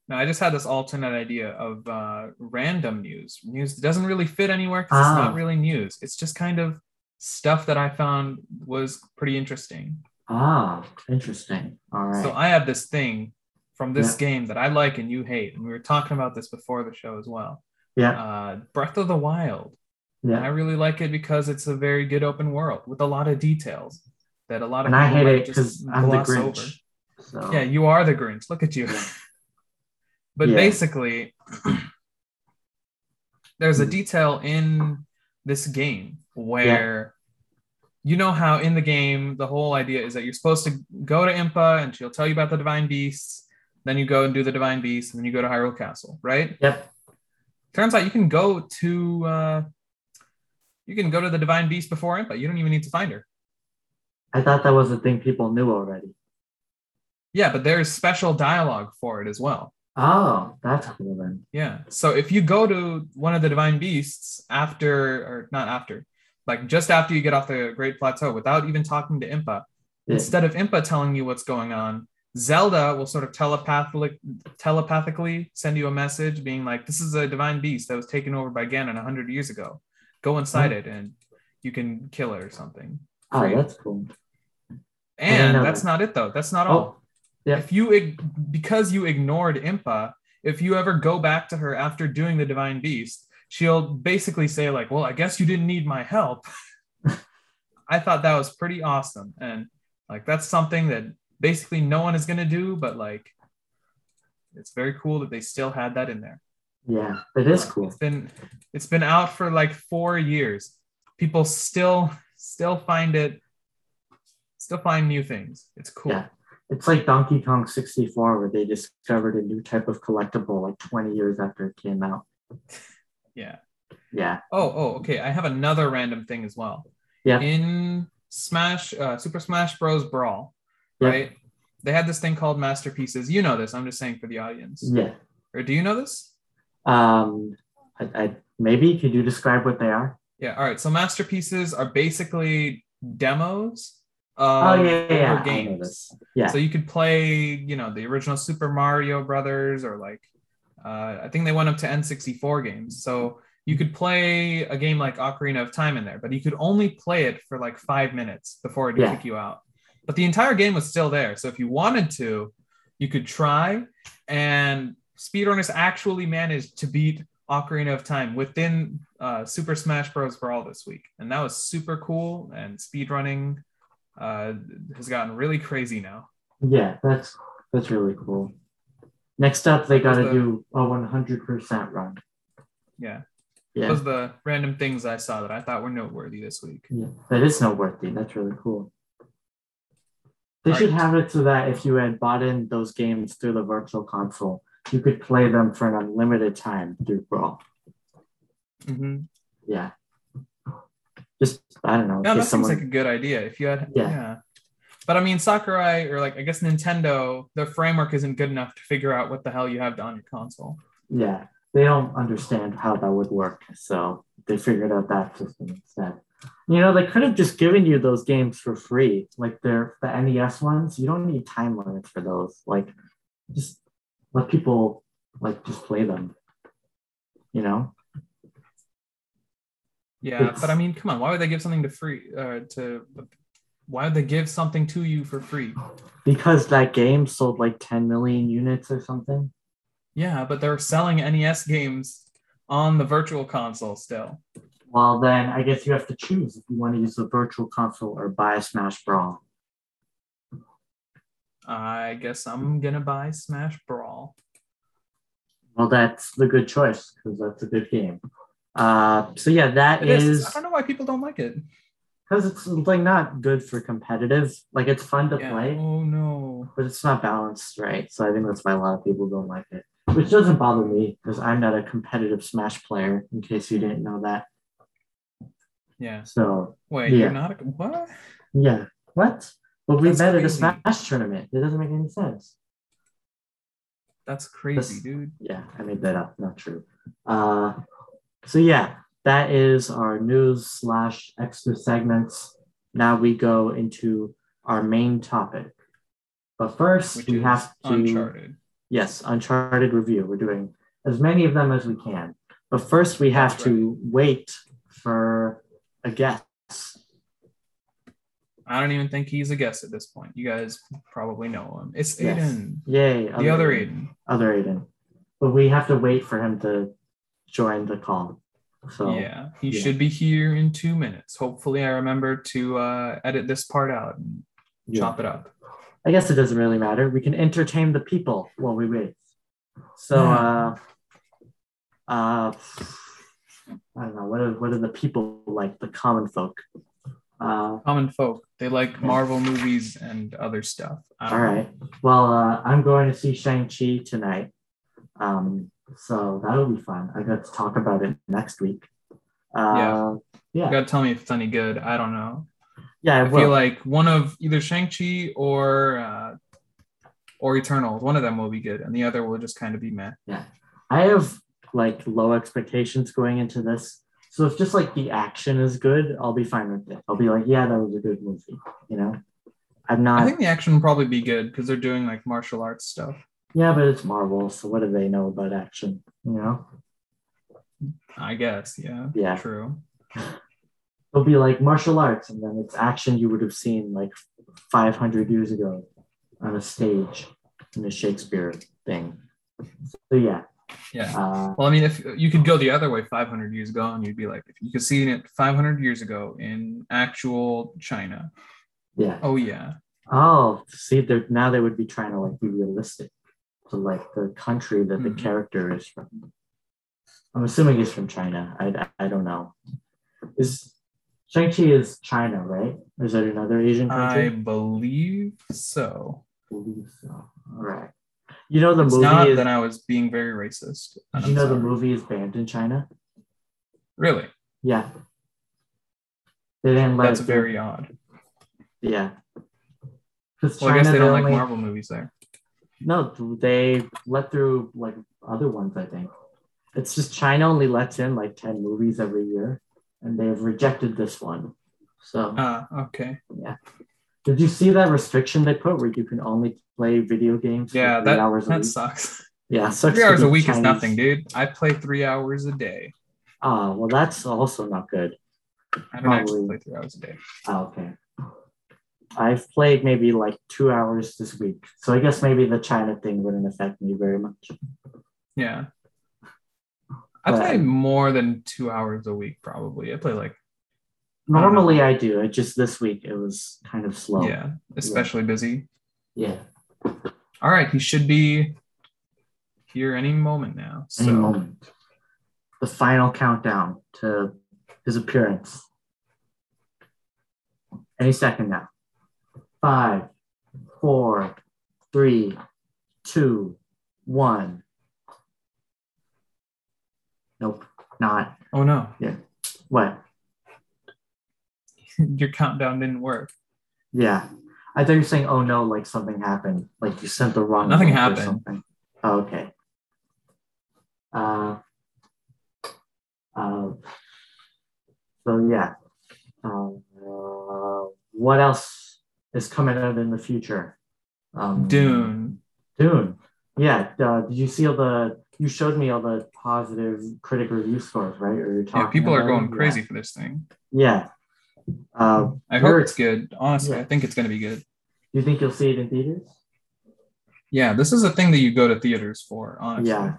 No, I just had this alternate idea of uh, random news, news that doesn't really fit anywhere 'cause it's Ah. not really news. It's just kind of stuff that I found was pretty interesting. Ah, interesting. All right. So I have this thing from this game that I like and you hate, and we were talking about this before the show as well. yeah, Uh, Breath of the Wild. And I yeah. really like it because it's a very good open world with a lot of details that a lot of And I people hate might it just 'cause I'm the gloss Grinch. over. So Yeah, you are the Grinch. Look at you. Oh. Yeah. but Yeah. basically, there's a Hmm. detail in this game where you know how in the game the whole idea is that you're supposed to go to Impa and she'll tell you about the divine beasts. Then you go and do the divine beasts, and then you go to Hyrule Castle, right? Yep. Turns out you can go to uh, you can go to the divine beast before Impa. You don't even need to find her. I thought that was a thing people knew already. Yeah, but there's special dialogue for it as well. Oh, that's cool then. Yeah. So if you go to one of the divine beasts after, or not after, like just after you get off the Great Plateau without even talking to Impa, Yeah. instead of Impa telling you what's going on, Zelda will sort of telepathically, telepathically send you a message being like, this is a divine beast that was taken over by Ganon 100 years ago. Go inside it and you can kill it or something. Oh, that's cool. And know that's not it though. That's not all. Oh, yeah. If you ig- because you ignored Impa, if you ever go back to her after doing the divine beast, she'll basically say like, "Well, I guess you didn't need my help." I thought that was pretty awesome and like that's something that basically no one is going to do, but like it's very cool that they still had that in there. yeah, it is cool. It's been it's been out for like four years. People still still find it, still find new things. It's cool. Yeah. It's like Donkey Kong 64, where they discovered a new type of collectible like 20 years after it came out. Yeah. Yeah. Oh, oh, okay. I have another random thing as well. Yeah. In Smash, uh, Super Smash Bros. Brawl, Yeah. right? They had this thing called masterpieces. You know this. I'm just saying for the audience. Yeah. Or do you know this? Um, I, I, maybe could you describe what they are? Yeah. All right. So masterpieces are basically demos of Oh, yeah, yeah, yeah. I know older games. this. Yeah. So you could play, you know, the original Super Mario Brothers, or like, uh, I think they went up to N64 games. So you could play a game like Ocarina of Time in there, but you could only play it for like five minutes before it would Yeah. kick you out. But the entire game was still there. So if you wanted to, you could try. And speedrunners actually managed to beat Ocarina of Time within uh, Super Smash Bros. Brawl this week, and that was super cool. And speedrunning uh, has gotten really crazy now. Yeah, that's that's really cool. Next up, they got to the- do a 100% run. Yeah. Yeah, Those are the random things I saw that I thought were noteworthy this week. yeah, that is noteworthy. That's really cool. They All should right. have it so that if you had bought in those games through the virtual console, you could play them for an unlimited time through Brawl. Mm-hmm. Yeah. Just, I don't know. Yeah, that just seems someone, like a good idea. If you had, yeah. Yeah. But I mean, Sakurai or like I guess Nintendo, their framework isn't good enough to figure out what the hell you have on your console. yeah, they don't understand how that would work. So they figured out that system instead. You know, they could have just given you those games for free, like they're the NES ones. You don't need time limits for those. Like, just let people like just play them. You know? Yeah, It's- but I mean, come on, why would they give something to free? Uh, to why would they give something to you for free? Because that game sold like 10 million units or something. Yeah, but they're selling NES games on the virtual console still. Well, then I guess you have to choose if you want to use the virtual console or buy a Smash Brawl. I guess I'm gonna buy Smash Brawl. Well, that's the good choice because that's a good game. Uh, so yeah, that It is. is I don't know why people don't like it. because it's like not good for competitive. Like it's fun to Yeah. play, Oh no. but it's not balanced right. So I think that's why a lot of people don't like it, which doesn't bother me because I'm not a competitive Smash player. In case you didn't know that, Yeah. so Wait, Yeah. you're not a what? yeah, what? But we That's met at a crazy. Smash tournament. It doesn't make any sense. That's crazy, That's- dude. Yeah, I made that up. Not true. Uh, so yeah, that is our news slash extra segments. Now we go into our main topic. But first, Which we is have to Uncharted. yes, Uncharted review. We're doing as many of them as we can. But first, we have That's to wait for a guest. I don't even think he's a guest at this point. You guys probably know him. It's Yes. Aiden, Yay! the other Aiden. Other Aiden. But we have to wait for him to join the call. So yeah, he yeah. should be here in two minutes. Hopefully, I remember to uh, edit this part out and yeah. chop it up. I guess it doesn't really matter. We can entertain the people while we wait. So, Yeah. uh, uh, I don't know. What are, what are the people like, the common folk? Uh, Common folk, they like Marvel movies and other stuff. I don't all know. right. Well, uh, I'm going to see Shang-Chi tonight. Um, so that'll be fun. I got to talk about it next week. Uh, yeah. You Yeah. gotta tell me if it's any good. I don't know. Yeah, I I feel will. like one of either Shang Chi or uh, or Eternals. One of them will be good, and the other will just kind of be meh. Yeah. I have like low expectations going into this. So if just like the action is good, I'll be fine with it. I'll be like, yeah, that was a good movie. You know, I'm I not. think the action will probably be good because they're doing like martial arts stuff. yeah, but it's Marvel, so what do they know about action? You know, I guess. Yeah. Yeah. True. it'll be like martial arts, and then it's action you would have seen like 500 years ago on a stage in a Shakespeare thing. So yeah, Yeah. uh, Well, I mean, if you could go the other way 500 years ago and you'd be like, if you could see it 500 years ago in actual China, yeah. oh, yeah. Oh, see, they're, now they would be trying to like be realistic to like the country that Mhm. the character is from. I'm assuming it's from China. I, I, I don't know. Is Shang Chi is China, right? Or is it another Asian I country? believe so. believe so. All right. You know the It's movie not is. that I was being very racist. did and I'm you know sorry. the movie is banned in China? Really? Yeah. They didn't let That's it. very odd. Yeah. Because Well, I guess they don't like Marvel movies there. No, they let through like other ones, I think. It's just China only lets in like 10 movies every year, and they've rejected this one. So, Ah, okay. did you see that restriction they put where you can only play video games Yeah, for three that, hours a that week? sucks. Yeah, sucks Three to hours be a week is Chinese. nothing, dude. I play three hours a day. Ah, well, that's also not good. I don't actually Probably. play three hours a day. Ah, okay. I've played maybe like two hours this week. So, I guess maybe the China thing wouldn't affect me very much. Yeah. I But- play more than two hours a week, probably. I play like don't know. Normally, I do. It just this week it was kind of slow. Yeah, especially busy. Yeah. All right, he should be here any moment now. So any moment. Mm. The final countdown to his appearance. Any second now. Five, four, three, two, one. Nope, not. oh no, What? your countdown didn't work. Yeah. I thought you were saying, oh no, like something happened. Like you sent the wrong. Nothing link or happened. something. Oh, okay. Uh, uh, so, yeah. Um, Uh, what else is coming out in the future? Um, Dune. Dune. Yeah. Uh, did you see all the, you showed me all the positive critic review scores, right? Or you're Yeah, talking people are about going it? Oh, Yeah. crazy for this thing. Yeah. Uh, I hope Sure. it's good. Honestly, Yeah. I think it's gonna be good. do you think you'll see it in theaters? Yeah, this is a thing that you go to theaters for. Honestly, Yeah.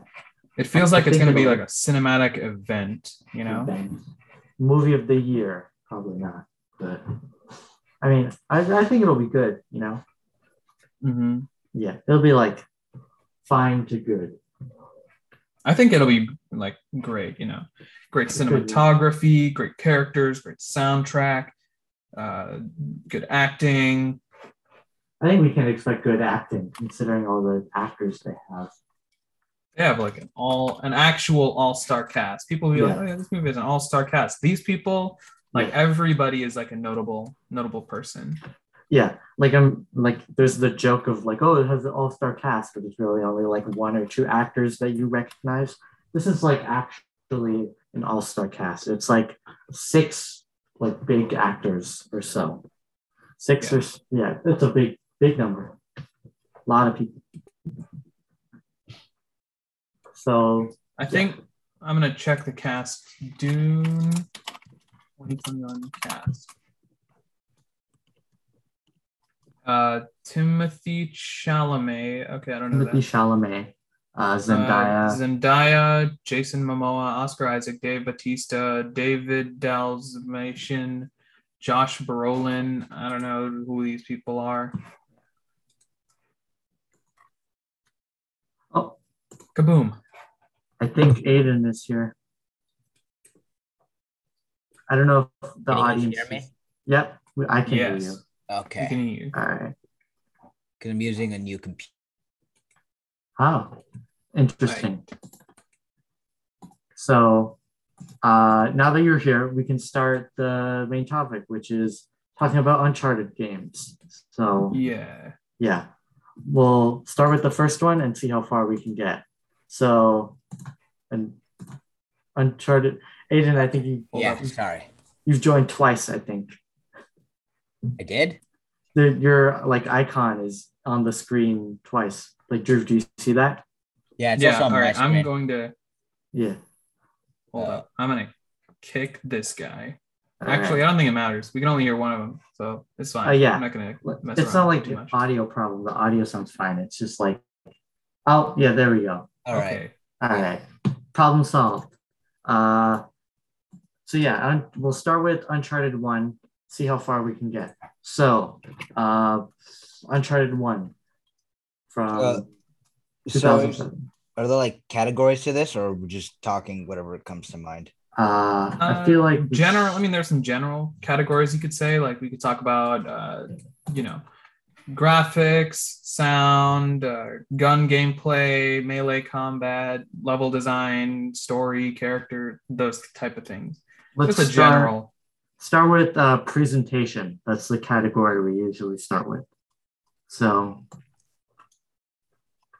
it feels like I it's think gonna be it'll- like a cinematic event. You know, things. Movie of the year, probably not, but I mean, I, I think it'll be good. You know, hmm yeah, it'll be like fine to good. I think it'll be like great. You know, great It could be. cinematography, great characters, great soundtrack, uh, good acting. I think we can expect good acting considering all the actors they have. They have like an all an actual all star cast. People will be like, Yeah. oh yeah, this movie is an all star cast. These people, like everybody, is like a notable notable person. Yeah, like I'm like there's the joke of like oh it has an all star cast, but it's really only like one or two actors that you recognize. This is like actually an all star cast. It's like six like big actors or so, six Yeah. or s- yeah, it's a big big number, a lot of people. So I think I'm gonna check the cast. Dune 2021 cast. Uh, Timothy Chalamet. Okay, I don't know Timothy that. Chalamet, uh, Uh, Zendaya, Zendaya, Jason Momoa, Oscar Isaac, Dave Batista, David Dalmatian, Josh Brolin. I don't know who these people are. Oh. Kaboom. I think Aiden is here. I don't know if the Can you guys audience. hear me? is- Yep, we- I can Yes. hear you. You Okay, can eat. All right. because I'm using a new computer. Oh, interesting. So, uh, now that you're here, we can start the main topic, which is talking about Uncharted games. So, Yeah. yeah, we'll start with the first one and see how far we can get. So, and Uncharted, Aiden, I think you yeah, sorry. you've joined twice. I think I did? the, your like icon is on the screen twice. Like Drew, do you see that? Yeah, it's yeah, also all on my right. screen. I'm going to Yeah. hold Uh, up. I'm gonna kick this guy. All right. Actually, I don't think it matters. We can only hear one of them, so it's fine. Uh, yeah. I'm not gonna mess it's around not like too an much. audio problem. The audio sounds fine. It's just like, oh yeah, there we go. All right. Okay. All right, problem solved. Uh, so yeah, un- we'll start with Uncharted One. See how far we can get. So, uh, Uncharted One from Uh, So, is- 2007. are there like categories to this, or we're just talking whatever comes to mind? Uh, I Uh, feel like general i mean there's some general categories you could say like we could talk about uh you know graphics sound uh, gun gameplay melee combat level design story character those type of things let's just a start- general start with uh, presentation. That's the category we usually start with. So,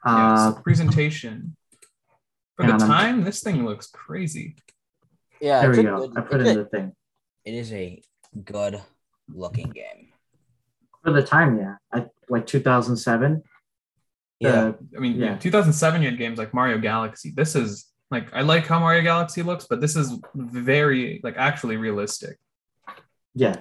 yeah, uh, so presentation for the and I'm- time this thing looks crazy Yeah, there we go. I put in the thing it is a good looking game. for the time. Yeah, I, like 2007. Yeah, the- i mean Yeah. 2007 you had games like mario galaxy this is like i like how mario galaxy looks but this is very like actually realistic yeah.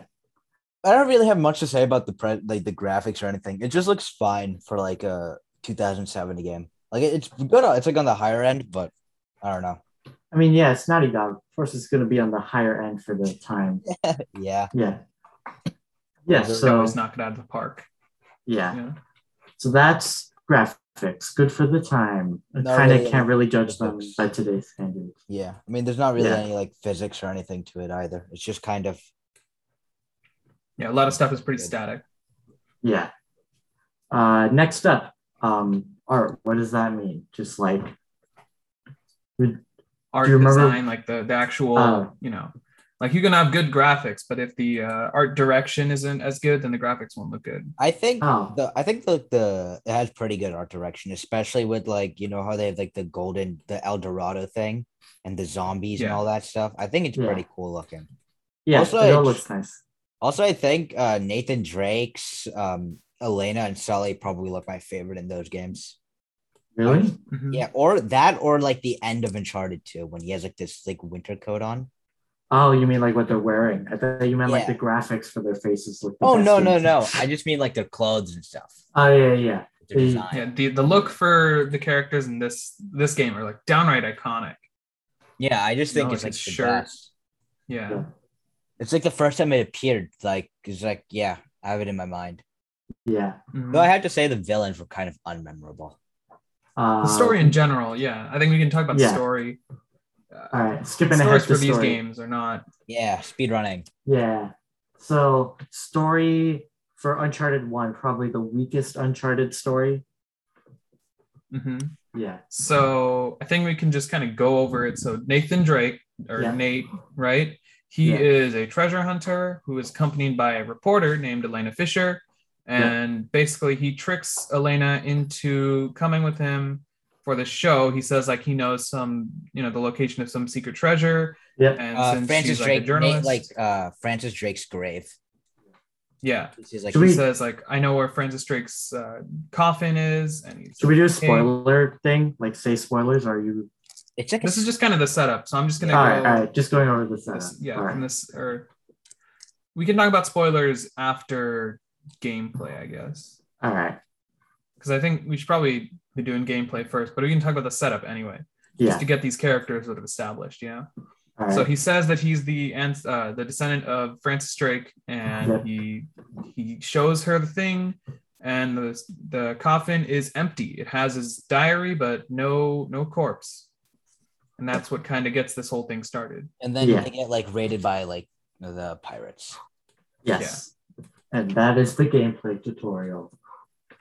I don't really have much to say about the pre- like the graphics or anything. It just looks fine for like a 2070 game. Like it- it's good. It's like on the higher end, but I don't know. I mean, yeah, it's Naughty Dog. Of course, it's going to be on the higher end for the time. Yeah, Yeah. Yeah. They So always knock it out of the park. yeah. Yeah. So that's graphics. Good for the time. I Not kind of really can't any really judge them graphics. by today's standards. yeah. I mean, there's not really Yeah. any like physics or anything to it either. It's just kind of yeah, a lot of stuff is pretty Good. static. Yeah. Uh, next up, um, art. What does that mean? Just like Art you remember- design, like the, the actual, Oh. you know, like you can have good graphics, but if the uh, art direction isn't as good, then the graphics won't look good. I think Oh. the I think the the it has pretty good art direction, especially with like you know how they have like the golden the El Dorado thing and the zombies and Yeah. all that stuff. I think it's Yeah. pretty cool looking. yeah, Also, it all it's- looks nice. Also, I think uh, Nathan Drake's um, Elena and Sully probably look my favorite in those games. Really? Mhm. Yeah, or that, or like the end of Uncharted Two when he has like this like winter coat on. Oh, you mean like what they're wearing? I thought you meant like Yeah. the graphics for their faces. Look the Oh best no in- no no! I just mean like their clothes and stuff. Oh yeah, yeah. Their Yeah. design. Mm, Yeah, the, the look for the characters in this this game are like downright iconic. Yeah, I just think No, it's like like the his shirt. best. Yeah. Yeah. It's like the first time it appeared. Like it's like yeah, I have it in my mind. Yeah. Mhm. Though I have to say the villains were kind of unmemorable. Uh, the story in general, yeah. I think we can talk about yeah. the story. Uh, All right, skipping ahead stories to for these story. games are not Yeah, speedrunning. Yeah. So story for Uncharted One, probably the weakest Uncharted story. Mhm. Yeah. So I think we can just kind of go over it. So Nathan Drake or Yeah. Nate, right? He Yeah. is a treasure hunter who is accompanied by a reporter named Elena Fisher. And basically he tricks Elena into coming with him for the show. He says like he knows some, you know, the location of some secret treasure. Yep. And Uh, since Francis she's like a Drake, journalist, Nate, like uh, Francis Drake's grave. yeah. This is like Should He we- says like I know where Francis Drake's uh, coffin is, and he's Should we do a Okay. spoiler thing? Like say spoilers? Are you? it's like a This is just kind of the setup, so I'm just All gonna right, go. all right. Just going over the setup. this, yeah, All from right. this or we can talk about spoilers after gameplay, I guess, All right. because I think we should probably be doing gameplay first, but we can talk about the setup anyway, Yeah. just to get these characters sort of established, you know. All right. So he says that he's the ans- uh, the descendant of Francis Drake, and Yep. he he shows her the thing, and the the coffin is empty. It has his diary, but no no corpse, and that's what kind of gets this whole thing started. and then Yeah. they get like raided by like the pirates. yes. And that is the gameplay tutorial.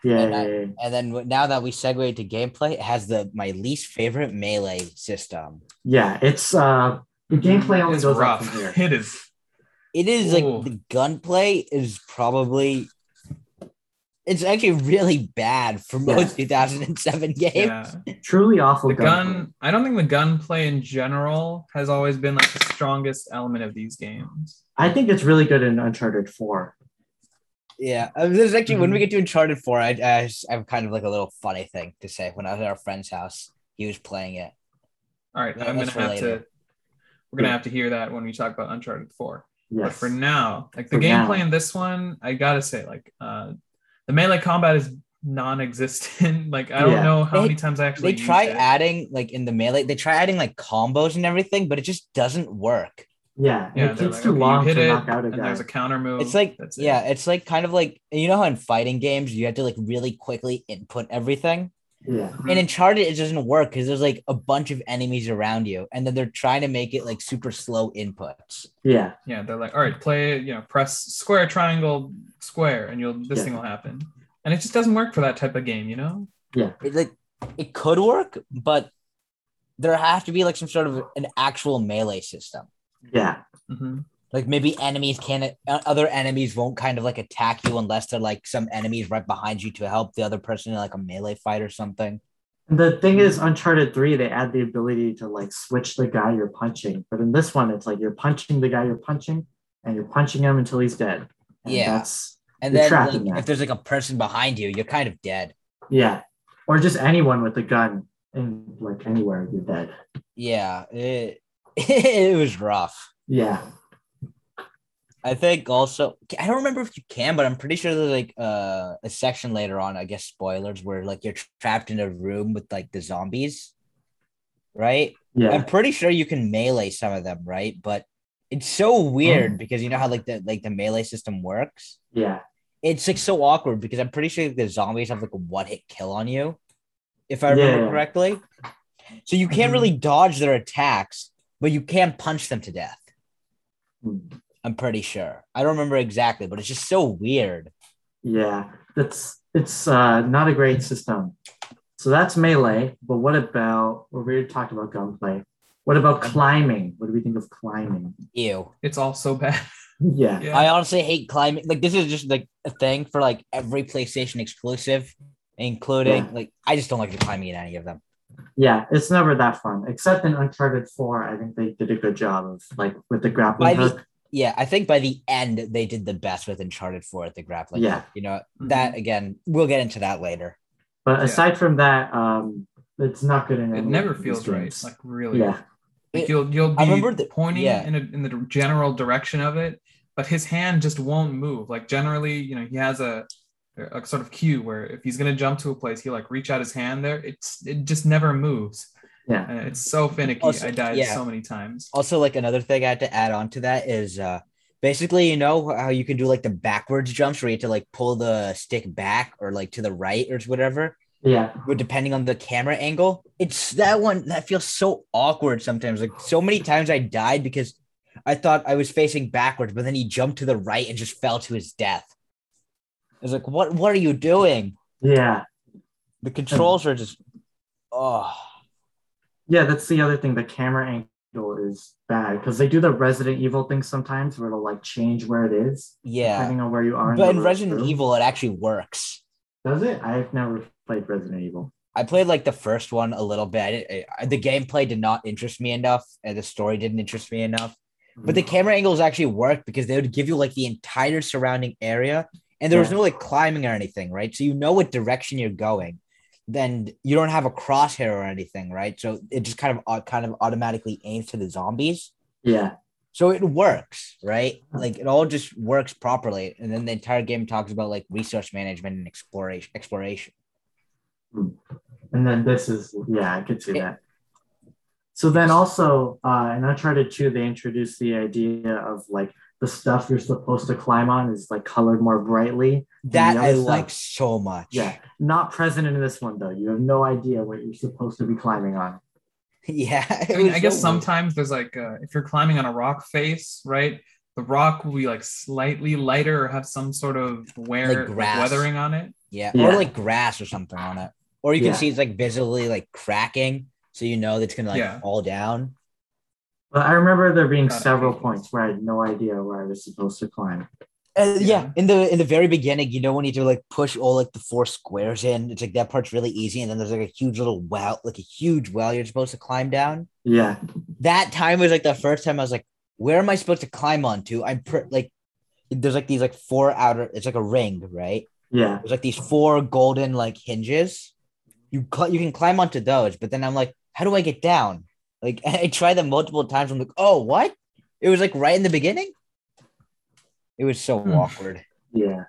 And I- Yay. And then w- now that we segue to gameplay, it has the my least favorite melee system. Yeah. It's uh the gameplay only Mm, It's goes up rough. from here. It is It is like Ooh. the gunplay is probably It's actually really bad for most 2007 games. Yeah. Truly awful The gun. gun, I don't think the gunplay in general has always been like the strongest element of these games. I think it's really good in Uncharted 4. Yeah, uh, this is actually Mm-hmm. when we get to Uncharted Four. I, I s- I have kind of like a little funny thing to say. When I was at our friend's house, he was playing it. All right, Yeah, I'm gonna that's have to. related. We're gonna Yeah. have to hear that when we talk about Uncharted Four. But Yes. for now, like the For gameplay now. in this one, I gotta say, like uh, the melee combat is non-existent. like I don't Yeah. know how They- many times I actually They try used it. adding like in the melee. They try adding like combos and everything, but it just doesn't work. yeah. and Yeah, it they're takes like, too okay, you long hit to it, knock out a and guy. there's a counter move. It's like Oh, That's it. yeah, it's like kind of like you know how in fighting games you have to like really quickly input everything. yeah. Mhm. In Uncharted, it doesn't work because there's like a bunch of enemies around you, and then they're trying to make it like super slow inputs. Yeah. Yeah, they're like, all right, play, you know, press square, triangle, square, and you'll this Yeah. thing will happen. And it just doesn't work for that type of game, you know? It like it could work, but there have to be like some sort of an actual melee system. Yeah. hmm like maybe enemies can't uh, other enemies won't kind of like attack you unless they're like some enemies right behind you to help the other person in like a melee fight or something And the thing is, Uncharted 3, they add the ability to like switch the guy you're punching. But in this one, it's like you're punching the guy you're punching and you're punching him until he's dead. And Yeah. That's, and You're then trapped like, in that. if there's like a person behind you you're kind of dead yeah. Or just anyone with a gun and like anywhere, you're dead. yeah it, it was rough Yeah. i think also i don't remember if you can but i'm pretty sure there's like uh, a section later on i guess spoilers where like you're trapped in a room with like the zombies right I'm Yeah. pretty sure you can melee some of them, right? But it's so Mm. weird because you know how like the like the melee system works. Yeah. It's like so awkward because I'm pretty sure the zombies have like a one hit kill on you, if I Yeah, remember yeah. Mm-hmm. correctly. So you can't Mhm. really dodge their attacks, but you can punch them to death. Mm. I'm pretty sure. I don't remember exactly, but it's just so weird. Yeah. That's, it's uh, not a great system. So that's melee. But what about, well, we already talked about gunplay. What about climbing? What do we think of climbing? Ew. It's all so bad. Yeah. yeah. I honestly hate climbing. Like this is just like a thing for like every PlayStation exclusive, including Yeah. like I just don't like the climbing in any of them. Yeah, it's never that fun. Except in Uncharted 4, I think they did a good job of like with the By grappling the- hook. yeah, I think by the end they did the best with Uncharted 4 at the grappling. Yeah. Mm-hmm. You know, Mm-hmm. that again, we'll get into that later. But Yeah. aside from that, um it's not good in it any um, never of these feels right. games. Like really. Yeah. Like you'll you'll be I remember the- pointing yeah. in a, in the general direction of it, but his hand just won't move. Like generally, you know, he has a a sort of cue where if he's gonna jump to a place, he like reach out his hand there. It's it just never moves. Yeah. And it's so finicky. Also- I died yeah. so many times. Also, like another thing I had to add on to that is uh basically, you know, how you can do like the backwards jumps where you have to like pull the stick back or like to the right or whatever, Yeah. but depending on the camera angle, it's that one that feels so awkward sometimes. Like so many times I died because I thought I was facing backwards, but then he jumped to the right and just fell to his death. I was like, what what are you doing? Yeah. The controls are just oh Yeah, that's the other thing. The camera angle is bad because they do the Resident Evil thing sometimes where it'll like change where it is, yeah. depending on where you are. But the in Resident room. Evil, it actually works. Does it? I've never played Resident Evil. I played like the first one a little bit. I didn't- I- the gameplay did not interest me enough, and the story didn't interest me enough. But the camera angles actually worked because they would give you like the entire surrounding area, and there was Yeah. no like climbing or anything, right? So you know what direction you're going. Then you don't have a crosshair or anything, right? So it just kind of au- kind of automatically aims to the zombies. Yeah. So it works, right? Like it all just works properly. And then the entire game talks about like resource management and exploration exploration. And then this is, yeah, I could see Yeah. that. So then also uh, in Uncharted 2, they introduced the idea of like the stuff you're supposed to climb on is like colored more brightly. That the I other stuff- like so much. Yeah, not present in this one though. You have no idea what you're supposed to be climbing on. yeah. it I mean, was I guess so weird. sometimes there's like uh, if you're climbing on a rock face, right? The rock will be like slightly lighter or have some sort of wear Like grass. weathering on it. yeah. Yeah. Or like grass or something on it. Or you can Yeah. see it's like visibly like cracking. So you know that's gonna like Yeah. fall down. But I remember there being Got it. several points where I had no idea where I was supposed to climb. Uh, yeah. Yeah. in the in the very beginning, you know when you do like push all like the four squares in, it's like that part's really easy, and then there's like a huge little well, like a huge well you're supposed to climb down. Yeah. That time was like the first time I was like, where am I supposed to climb onto? I'm pr- like, there's like these like four outer, it's like a ring, right? Yeah. There's like these four golden like hinges. You cl- you can climb onto those, but then I'm like, how do I get down? Like I tried them multiple times. I'm like, oh what? It was like right in the beginning. It was so Hmm. awkward. Yeah.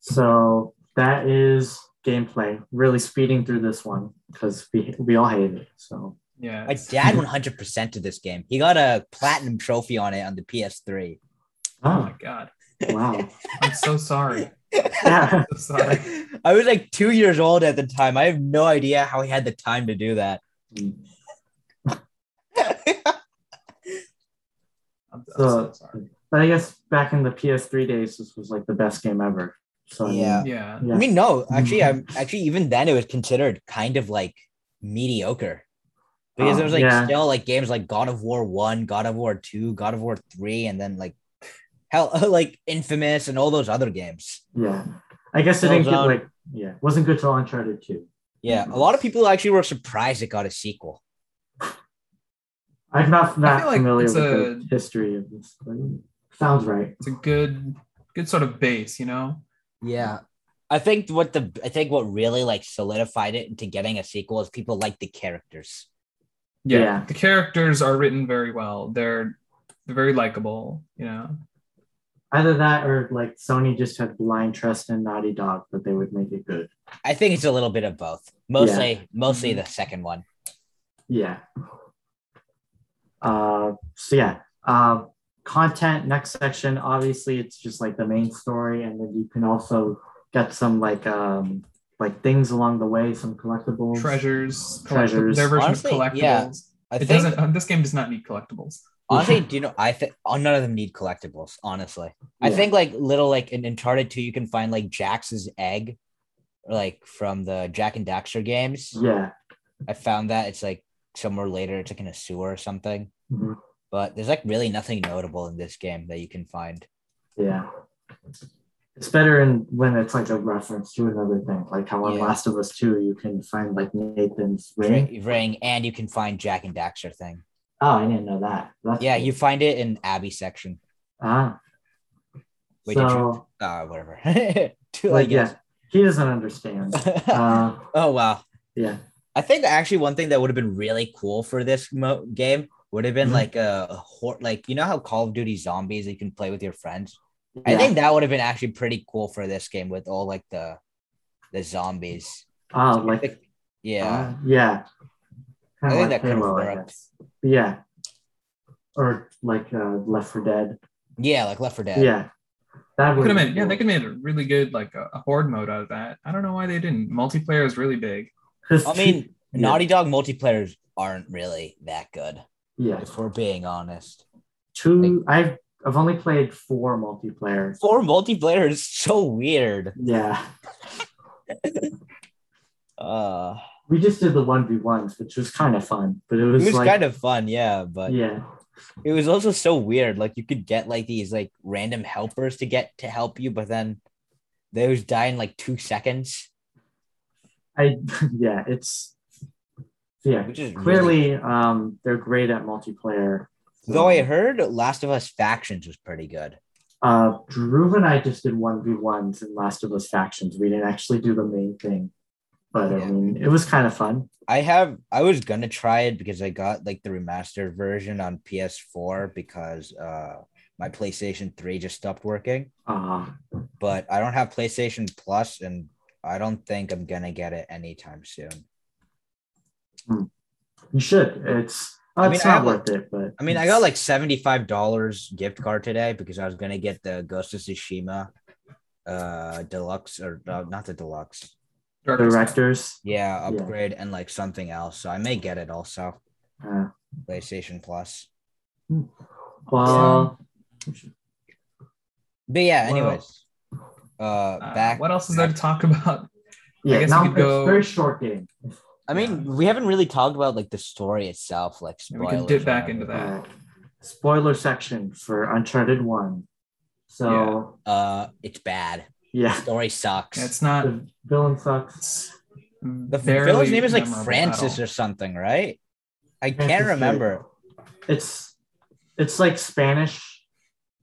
So that is gameplay. Really speeding through this one because we, we all hate it. So Yeah. My dad 100 percent to this game. He got a platinum trophy on it on the PS3. Oh my oh god. wow. I'm so sorry. Yeah. I'm so sorry. I was like two years old at the time. I have no idea how he had the time to do that. I'm, I'm so So- sorry. But I guess back in the PS3 days, this was like the best game ever. So I mean, Yeah. Yeah. yeah. I mean, no, actually, I'm actually even then it was considered kind of like mediocre because Oh, there was like yeah. still like games like God of War One, God of War Two, God of War Three, and then like hell, like Infamous and all those other games. yeah. I guess it Well didn't get done. like yeah, wasn't good till Uncharted 2. Yeah, a lot of people actually were surprised it got a sequel. I'm not not feel like familiar it's with the history of this. but Sounds right. It's a good good sort of base, you know? Yeah. I think what the I think what really like solidified it into getting a sequel is people like the characters. Yeah. Yeah. The characters are written very well. They're they're very likable, you know. Either that or like Sony just had blind trust in Naughty Dog that they would make it good. I think it's a little bit of both. Mostly mostly the second one. Yeah. Uh, so yeah, uh, content next section. Obviously, it's just like the main story, and then you can also get some like um like things along the way, some collectibles. Treasures, collect- Treasures. their version Honestly, of collectibles. yeah. I It think doesn't uh, this game does not need collectibles. honestly, do you know I think oh, none of them need collectibles, honestly. I Yeah. think like little like in Uncharted 2, you can find like Jax's egg, like from the Jack and Daxter games. Yeah. Mm-hmm. I found that it's like somewhere later, it's like in a sewer or something. Mhm. But there's like really nothing notable in this game that you can find. Yeah. It's better in, when it's like a reference to another thing, like how on Yeah. Last of Us Two, you can find like Nathan's ring. Ring, ring and you can find Jack and Daxter thing. Oh, I didn't know that. That's Yeah, cool. you find it in Abby section. ah. Wait, did so Uh, whatever. Two, I like yeah, guess. he doesn't understand. uh, oh wow. yeah. I think actually one thing that would have been really cool for this mo- game would have been Mhm. like a, a hor- like you know how Call of Duty Zombies you can play with your friends. I Yeah. think that would have been actually pretty cool for this game with all like the the zombies. Oh, like Yeah. Uh, yeah. I Kinda think like that could've Halo, I worked. guess. Yeah. Or like uh, Left for Dead. yeah, like Left 4 Yeah. Dead. That They could would've have been made yeah, they could have made a really good like a, a horde mode out of that. I don't know why they didn't. Multiplayer is really big. cool. 'Cause I mean, Yeah. Naughty Dog multiplayers aren't really that good yeah. if we're being honest. Two I've I've only played four multiplayer. Four multiplayer is so weird. Yeah. Uh We just did the one v ones, which was kind of fun, but it it was, was like kind of fun, yeah, but yeah, it was also so weird. Like you could get like these like random helpers to get to help you, but then those die in like two seconds. I yeah, it's yeah. Which is really- Clearly, um, they're great at multiplayer. Though I heard Last of Us Factions was pretty good. Uh, Drew and I just did one v ones in Last of Us factions. We didn't actually do the main thing, but I Yeah. mean, it was kind of fun. I have I was gonna try it because I got like the remastered version on PS4 because uh my PlayStation 3 just stopped working, Uh, but I don't have PlayStation Plus and I don't think I'm gonna get it anytime soon. you should. It's uh, I mean, it's I not have, worth it, but I mean, I got like $75 gift card today because I was going to get the Ghost of Tsushima uh deluxe or uh, not the deluxe. directors. Yeah, upgrade and like something else. So I may get it also. Uh, Uh-huh. PlayStation Plus. well, But yeah, Well, anyways. Uh Uh, back what else is there to talk about? yeah, guess now we could it's go- very short game. I mean, we haven't really talked about like the story itself like Yeah, we can spoilers dip or back whatever. into that. Uh, spoiler section for Uncharted One. So Uh, it's bad. yeah, Story sucks. It's not. the villain sucks. It's the barely villain's name is like memorable Francis at all. or something, right? I Francis can't Drake. remember. It's it's like Spanish.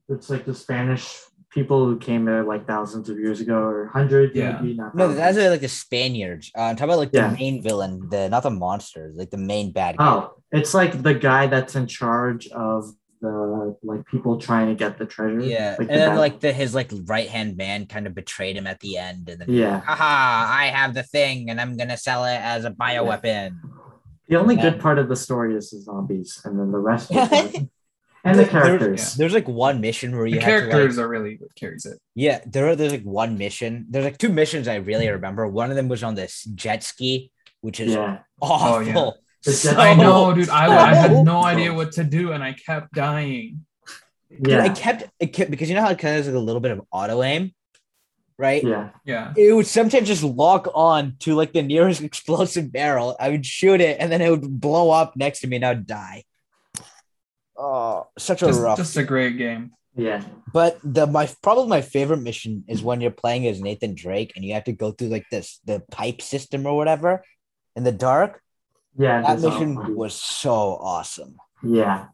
It's like the Spanish people who came there like thousands of years ago or hundreds. Yeah. Maybe, not No, that's thousands. like the Spaniards. Uh, I'm talking about like the Um, Yeah. main villain, the not the monster, like the main bad guy. Oh, it's like the guy that's in charge of the like people trying to get the treasure. yeah, Like and the then bad- like the his like right hand man kind of betrayed him at the end, and then yeah. haha, I have the thing, and I'm gonna sell it as a bioweapon. The only Yeah. good part of the story is the zombies, and then the rest of it. and the characters. There's like one mission where you The have to like, characters are really what carries it. Yeah, there are, there's like one mission. There's like two missions I really remember. One of them was on this jet ski, which is Mm. Yeah. awful. yeah. The jet- So- I know, dude. I, I had no Oh. idea what to do, and I kept dying. Dude, I Yeah. kept I kept because you know how it kind of has like a little bit of auto aim, right? Yeah. Yeah. It would sometimes just lock on to like the nearest explosive barrel. I would shoot it, and then it would blow up next to me, and I would die. Oh, such a Just, rough. just a great game. Yeah. But the my probably my favorite mission is when you're playing as Nathan Drake and you have to go through like this the pipe system or whatever in the dark. Yeah. That the mission zombies. was so awesome. Yeah.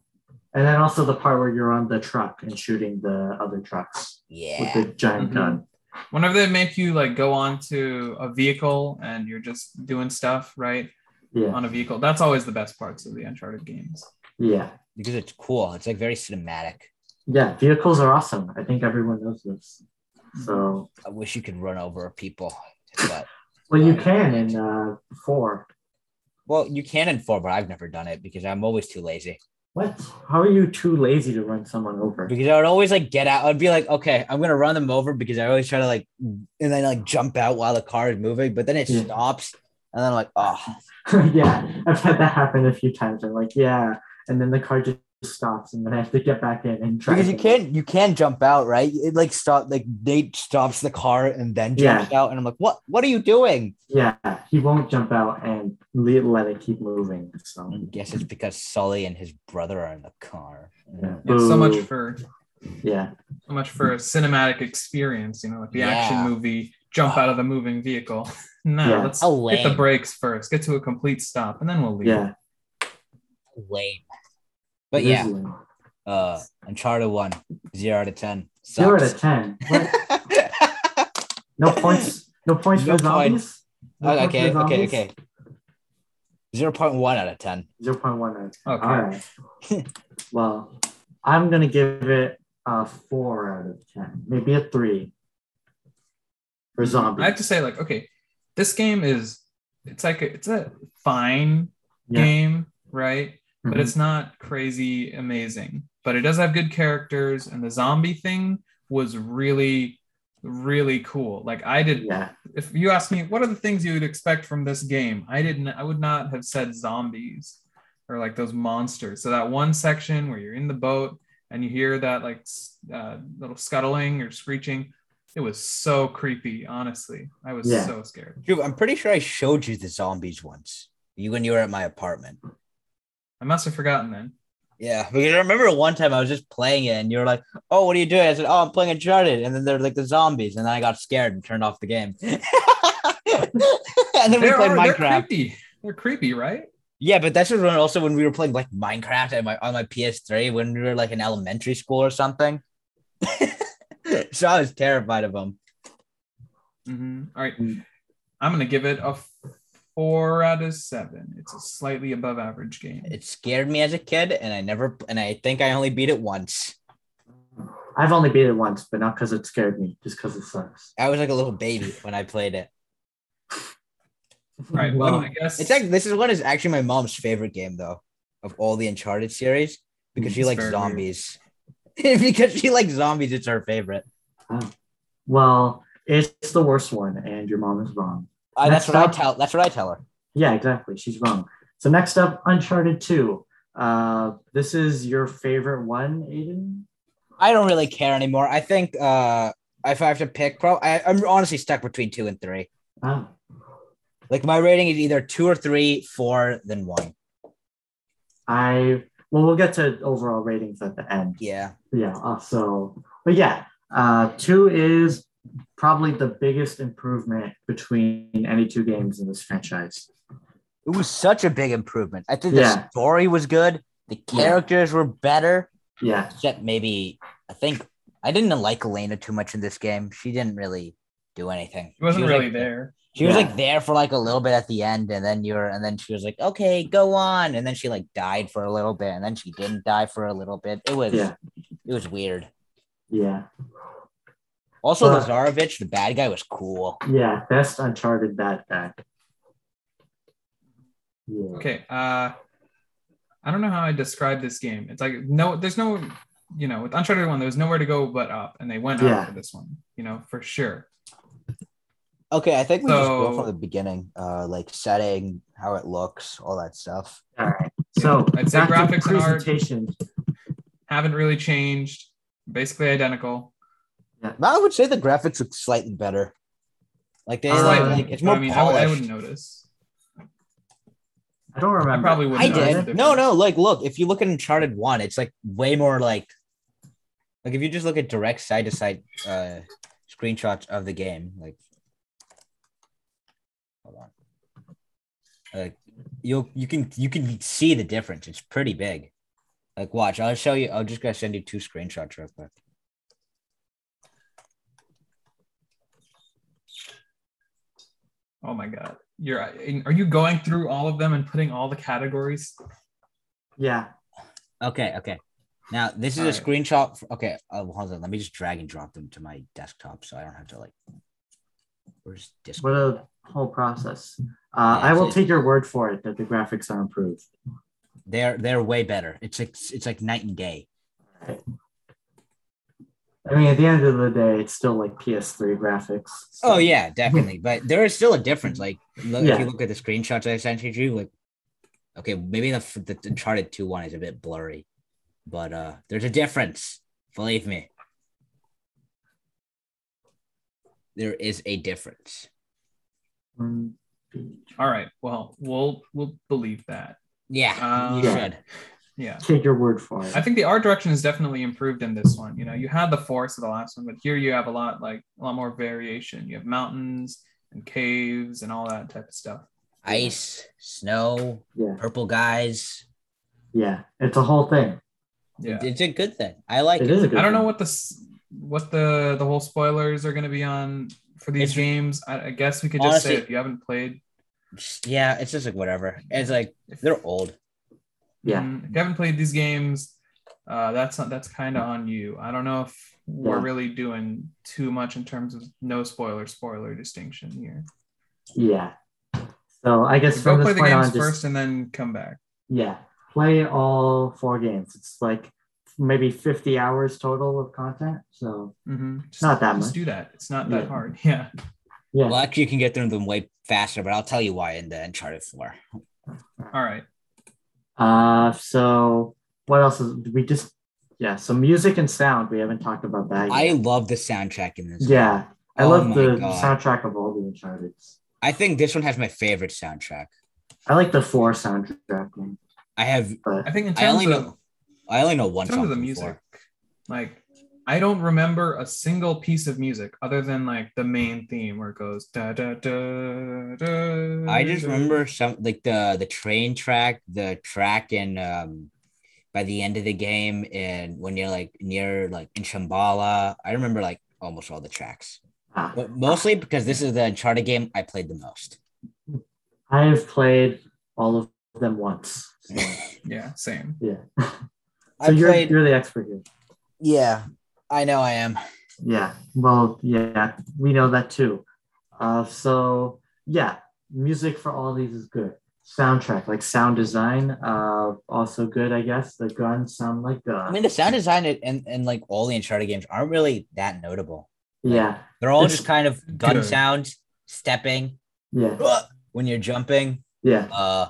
And then also the part where you're on the truck and shooting the other trucks with Yeah. Mm-hmm. the giant Mhm. gun. Whenever they make you like go onto a vehicle and you're just doing stuff, right? Yeah. On a vehicle. That's always the best parts of the Uncharted games. Yeah. Because it's cool. It's like very cinematic. Yeah. Vehicles are awesome. I think everyone knows this. Mm-hmm. So, I wish you could run over people. But well, you can in uh, four. well, you can in four, but I've never done it because I'm always too lazy. What? How are you too lazy to run someone over? Because I would always like get out. I'd be like, okay, I'm gonna run them over because I always try to like and then like jump out while the car is moving, but then it Yeah. stops and then I'm like, oh yeah. I've had that happen a few times. I'm like, yeah. And then the car just stops and then I have to get back in and try. because you to- can't you can jump out right it like stop like nate stops the car and then jumps out and i'm like what what are you doing Yeah. He won't jump out and le- let it keep moving. So, i guess it's because sully and his brother are in the car yeah. It's so much Boo. for Yeah. so much for a cinematic experience, you know, like the Yeah. action movie, jump out of the moving vehicle. no, Yeah. let's Oh, hit the lame. brakes first, get to a complete stop, and then we'll leave. Yeah. lame but It is yeah lame. uh uncharted one zero out of ten Zero out Sucks. of ten. What? No points. No points No for point. zombies. No Oh, points okay for okay zombies? okay 0.1 out of 10 Zero point one. nine. Okay. All right. well, I'm gonna give it a four out of ten, maybe a three for zombies. I have to say, like, okay, this game is it's like a, it's a fine Yeah. game, right? Mhm. But it's not crazy amazing. But it does have good characters, and the zombie thing was really, really cool. Like I did, yeah, if you ask me what are the things you would expect from this game i didn't i would not have said zombies or like those monsters so that one section where you're in the boat and you hear that like s- uh, little scuttling or screeching it was so creepy honestly i was Yeah. so scared Drew, i'm pretty sure i showed you the zombies once you when you were at my apartment i must have forgotten then Yeah, because I remember one time I was just playing it, and you were like, "Oh, what are you doing?" I said, "Oh, I'm playing Uncharted," and then they're like the zombies, and then I got scared and turned off the game. and then we There played are- they're Minecraft. creepy they're creepy right Yeah, but that's just when also when we were playing like Minecraft at my on my PS3 when we were like in elementary school or something. so I was terrified of them. Mm-hmm. Mhm. All right Mm. i'm gonna give it a f- four out of seven it's a slightly above average game It scared me as a kid, and I never and I think I only beat it once. I've only beat it once, but not because it scared me, just because it sucks. I was like a little baby when I played it. all right well i guess It's like this is one is actually my mom's favorite game though of all the Uncharted series because Mm, she It's likes very zombies. because she likes zombies, it's her favorite. Well, it's the worst one, and your mom is wrong. Uh, Next that's what I up- tell. That's what I tell her. Yeah, exactly. She's wrong. So next up, Uncharted Two. Uh, this is your favorite one, Aiden. I don't really care anymore. I think uh, if I have to pick, pro, I, I'm honestly stuck between two and three. Oh, Like my rating is either two or three, four than one. I well, we'll get to overall ratings at the end. Yeah, yeah uh, so but yeah Uh, two is probably the biggest improvement between any two games in this franchise. It was such a big improvement. I think Yeah. the story was good. The Yeah. characters were better. Yeah, Except maybe I think I didn't like Elena too much in this game. She didn't really do anything. He wasn't She was, really like, there. She was Yeah. like there for like a little bit at the end, and then you're and then she was like, okay, go on. And then she like died for a little bit, and then she didn't die for a little bit. It was Yeah. it was weird. yeah, Also, Uh, Lazarevich, the bad guy, was cool. yeah. Best Uncharted bad guy. Yeah. Okay. Uh, I don't know how I describe this game. It's like no, there's no, you know, with Uncharted One, there was nowhere to go but up, and they went Yeah. up for this one. You know, for sure. Okay, I think we just go So- from the beginning, uh, like setting, how it looks, all that stuff. All right. So I'd say back to graphics and art. presentation. Haven't really changed. Basically identical. I would say the graphics look slightly better. Like they Uh, like, like it's But, more I mean, I, would- I polished. wouldn't notice. I don't remember. probably I, wouldn't notice the did. No, difference. no. Like, look, if you look at Uncharted One, it's like way more like, like if you just look at direct side to side uh screenshots of the game, like, hold on, like you'll you can you can see the difference. It's pretty big. Like, watch. I'll show you. I'll just gonna send you two screenshots real quick. Oh my god. You're are you going through all of them and putting all the categories? Yeah. Okay, okay. Now this is a Alright. screenshot. f- okay, uh, hold on. Let me just drag and drop them to my desktop, so I don't have to like. Where's What Discord? a whole process. Uh, Yeah, I will it's- take your word for it that the graphics are improved. They're they're way better. It's like it's like night and day. I mean, at the end of the day, it's still like PS3 graphics. so- Oh yeah, definitely. But there is still a difference. Like look, if Yeah. you look at the screenshots I sent you, like okay, maybe the f- the Uncharted Two one is a bit blurry, but uh, there's a difference. Believe me, there is a difference. Mm, All right. Well, we'll we'll believe that. Yeah, you Um, should. Yeah. Take your word for it. I think the art direction is definitely improved in this one. You know, you had the forest of the last one, but here you have a lot like a lot more variation. You have mountains and caves and all that type of stuff. ice, snow, Yeah. purple guys. Yeah, it's a whole thing. Yeah. It's a good thing. I like It it. is a good. I don't know thing. what the s- what the the whole spoilers are going to be on for these It's- games. I, I guess we could just say Honestly- if you haven't played, Just- Yeah, it's just like whatever. It's like they're old. Yeah. mm, if you haven't played these games, uh, that's not, that's kind of on you. I don't know if we're Yeah. really doing too much in terms of no spoiler spoiler distinction here. Yeah. So I guess Go from play this the point on, games just first and then come back. yeah, play all four games. It's like maybe fifty hours total of content. So Mm-hmm. Just, Not that just much. do that. It's not that Yeah. hard. Yeah. yeah, Well, actually, you can get through them way faster, but I'll tell you why in the Uncharted Four. All right. Uh, so what else is we just yeah? So music and sound. We haven't talked about that. I Yet. love the soundtrack in this. game. yeah, I Oh love my the God. soundtrack of all the Uncharted's. I think this one has my favorite soundtrack. I like the four soundtrack one, I have. I but think in I terms only of know. I only know one in terms song. of the from music, four. like I don't remember a single piece of music other than like the main theme where it goes da da da da. I just da. remember some like the the train track, the track in um by the end of the game, and when you're like near like in Shambhala. I remember like almost all the tracks, uh, but mostly because this is the Uncharted game I played the most. I have played all of them once. So, Yeah, same. yeah, I so you're played, you're the expert here. yeah, I know I am. Yeah, well, yeah, we know that too. Uh, so yeah, music for all these is good. Soundtrack, like sound design, uh, also good, I guess. The guns sound like I guns. mean, the sound design and, and, and like all the Uncharted games aren't really that notable. yeah, They're all It's just kind of gun good. sounds, stepping uh, yeah, when you're jumping. yeah. Uh,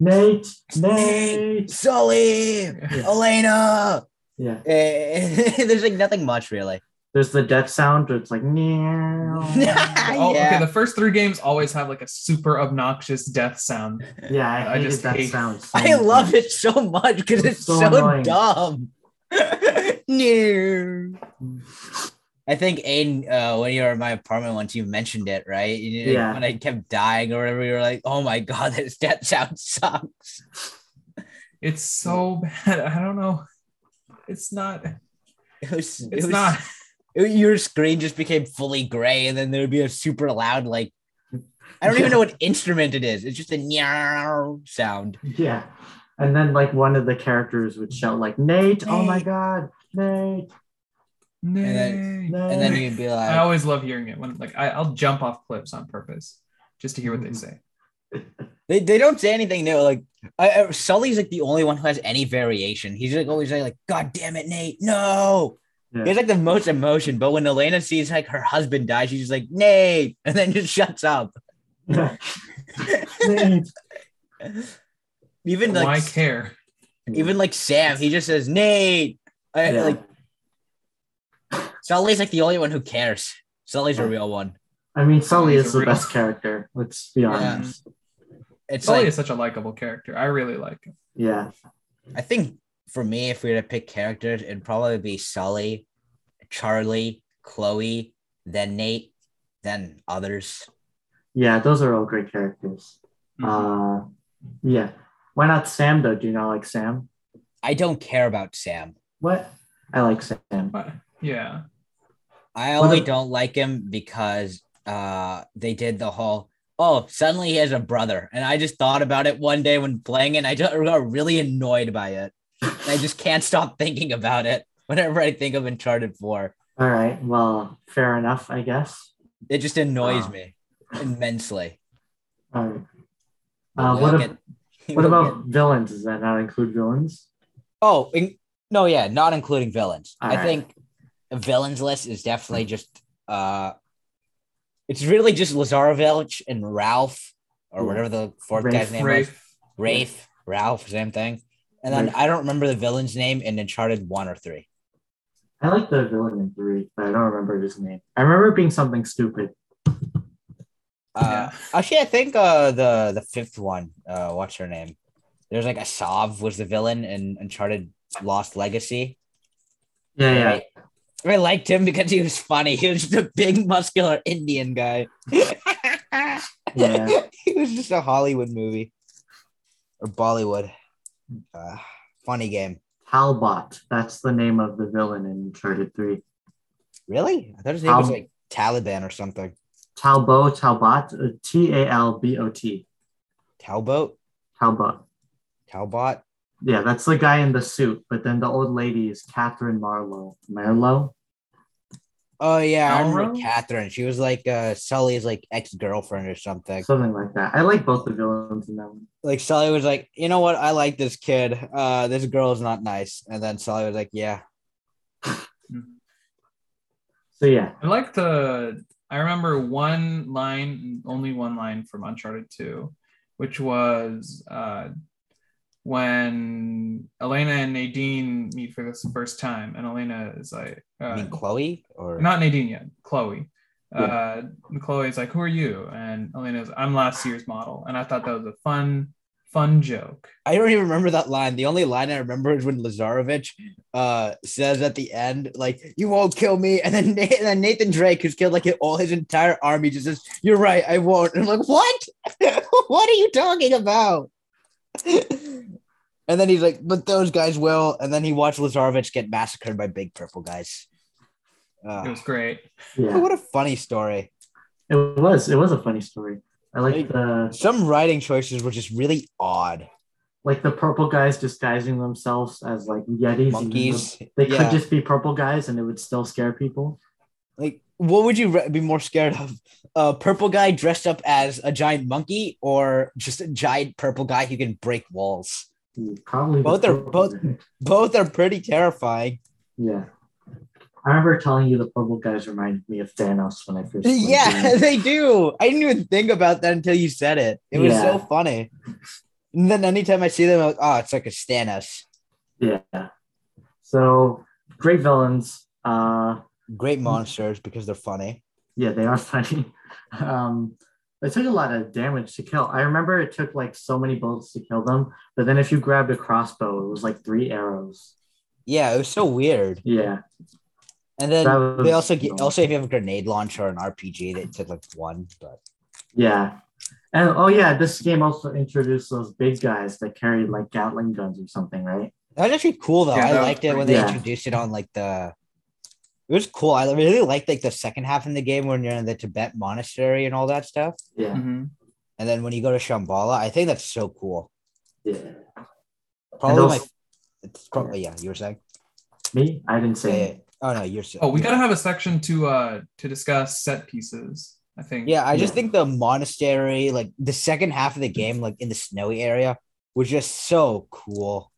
Nate, Nate, Sully, Elena. yeah. Eh, there's like nothing much really. There's the death sound. It's like meow. Oh, Yeah. okay. The first three games always have like a super obnoxious death sound. Yeah, I, I hated just that hate- sound. so I love much. it so much because it's so, So annoying. dumb. no. I think Aiden, uh, when you were in my apartment once, you mentioned it, right? You- Yeah. When I kept dying or whatever, you were like, "Oh my god, that that sound sucks." It's so bad. I don't know. It's not. It was. it It's was- not. it- your screen just became fully gray, and then there would be a super loud like. I don't even know what instrument it is. It's just a meow sound. Yeah. And then like one of the characters would shout like Nate, oh my Nate. god, Nate, Nay. Nay. And then you'd be I like, always love hearing it when like I, I'll jump off cliffs on purpose just to hear what they Mm-hmm. say. they, they don't say anything new. Like I, I- Sully's like the only one who has any variation. He's like always like, God damn it, Nate, no. Yeah. He has like the most emotion, but when Elena sees like her husband die, she's just like, Nate, and then just shuts up. Nate. Even like Why care? even like Sam, he just says, Nate. I, Yeah. Like Sully's like the only one who cares. Sully's a real one. I mean Sully is the Real. best character, let's be honest. It's Sully like is such a likable character. I really like him. Yeah. I think for me, if we were to pick characters, it'd probably be Sully, Charlie, Chloe, then Nate, then others. Yeah, those are all great characters. Mm-hmm. Uh yeah. Why not Sam though? Do you not like Sam? I don't care about Sam. What? I like Sam. But, yeah. I Well, only the- don't like him because uh they did the whole oh suddenly he has a brother and I just thought about it one day when playing it and I just got really annoyed by it. And I just can't stop thinking about it whenever I think of Uncharted 4. All right. Well, fair enough, I guess. It just annoys Ah. me immensely. All right. But Uh, we'll what, ab- get- what we'll get- about villains? Does that not include villains? Oh, in, no, yeah, not including villains. All I right. Mm. think a villains list is definitely just uh it's really just Lazarevich and Ralph or Yeah. whatever the fourth Mm. Rafe. guy's name was. Rafe. Rafe, Ralph, same thing. And then Rafe. I don't remember the villain's name in Uncharted one or three. I like the villain in three, but I don't remember his name. I remember it being something stupid. Uh, Actually, I think uh, the the fifth one. Uh, what's her name? There's like Asav was the villain in Uncharted Lost Legacy. Yeah, yeah. right? I liked him because he was funny. He was just a big, muscular Indian guy. Yeah. he was just a Hollywood movie or Bollywood. Uh, funny game. Talbot. That's the name of the villain in Uncharted 3. Really? I thought his name was Um, like Taliban or something. Talbot, Talbot, uh, T A L B O T. Talbot? Talbot. Talbot? Yeah, that's the guy in the suit. But then the old lady is Catherine Marlowe. Marlowe? Oh yeah, I remember Elro? Catherine. She was like uh Sully's like ex-girlfriend or something. Something like that. I like both the villains in that one. Like Sully was like, you know what? I like this kid. Uh this girl is not nice. And then Sully was like, Yeah. So, yeah. I like the. I remember one line, only one line from Uncharted 2, which was uh, when Elena and Nadine meet for the first time, and Elena is like, I uh, mean Chloe or not Nadine yet, Chloe. Uh, Chloe's like, "Who are you?" And Elena's, "I'm last year's model." And I thought that was a fun, fun joke. I don't even remember that line. The only line I remember is when Lazarevich uh says at the end, like, you won't kill me. And then, Na- and then Nathan Drake, who's killed like all his entire army, just says, You're right, I won't. And I'm like, What? what are you talking about? and then he's like, But those guys will. And then he watched Lazarevich get massacred by big purple guys. It Uh, was great. Yeah. What a funny story. It was. It was a funny story. I like the Some writing choices were just really odd. like the purple guys disguising themselves as like yetis. even Monkeys. though They Yeah. could just be purple guys, and it would still scare people. Like, what would you re- be more scared of? A purple guy dressed up as a giant monkey, or just a giant purple guy who can break walls? Probably the Both are- purple both- guy. Both are pretty terrifying. Yeah, I remember telling you the purple guys reminded me of Thanos when I first. played Yeah, the game. they do. I didn't even think about that until you said it. It was so Yeah. funny. And then anytime I see them, I'm like, oh, it's like a Stannis. yeah. So great villains. Uh, Great monsters because they're funny. yeah, they are funny. Um, it took a lot of damage to kill. I remember it took like so many bullets to kill them, but then if you grabbed a crossbow, it was like three arrows. Yeah, it was so weird. Yeah. And then That was- they also get, also if you have a grenade launcher or an RPG, they took like one. But Yeah. And oh yeah, this game also introduced those big guys that carried like Gatling guns or something, right? that was actually cool though. Yeah, that I was liked it when pretty- they yeah. introduced it on like the. It was cool. I really liked like the second half in the game when you're in the Tibet monastery and all that stuff. Yeah. Mhm. And then when you go to Shambhala, I think that's so cool. Yeah. Probably also- my. It's probably yeah. You were saying. Me? I didn't Yeah, say yeah. Oh no, you're. Oh, we gotta have a section to uh to discuss set pieces. I think. Yeah, I just Yeah. think the monastery, like the second half of the game, like in the snowy area, was just so cool.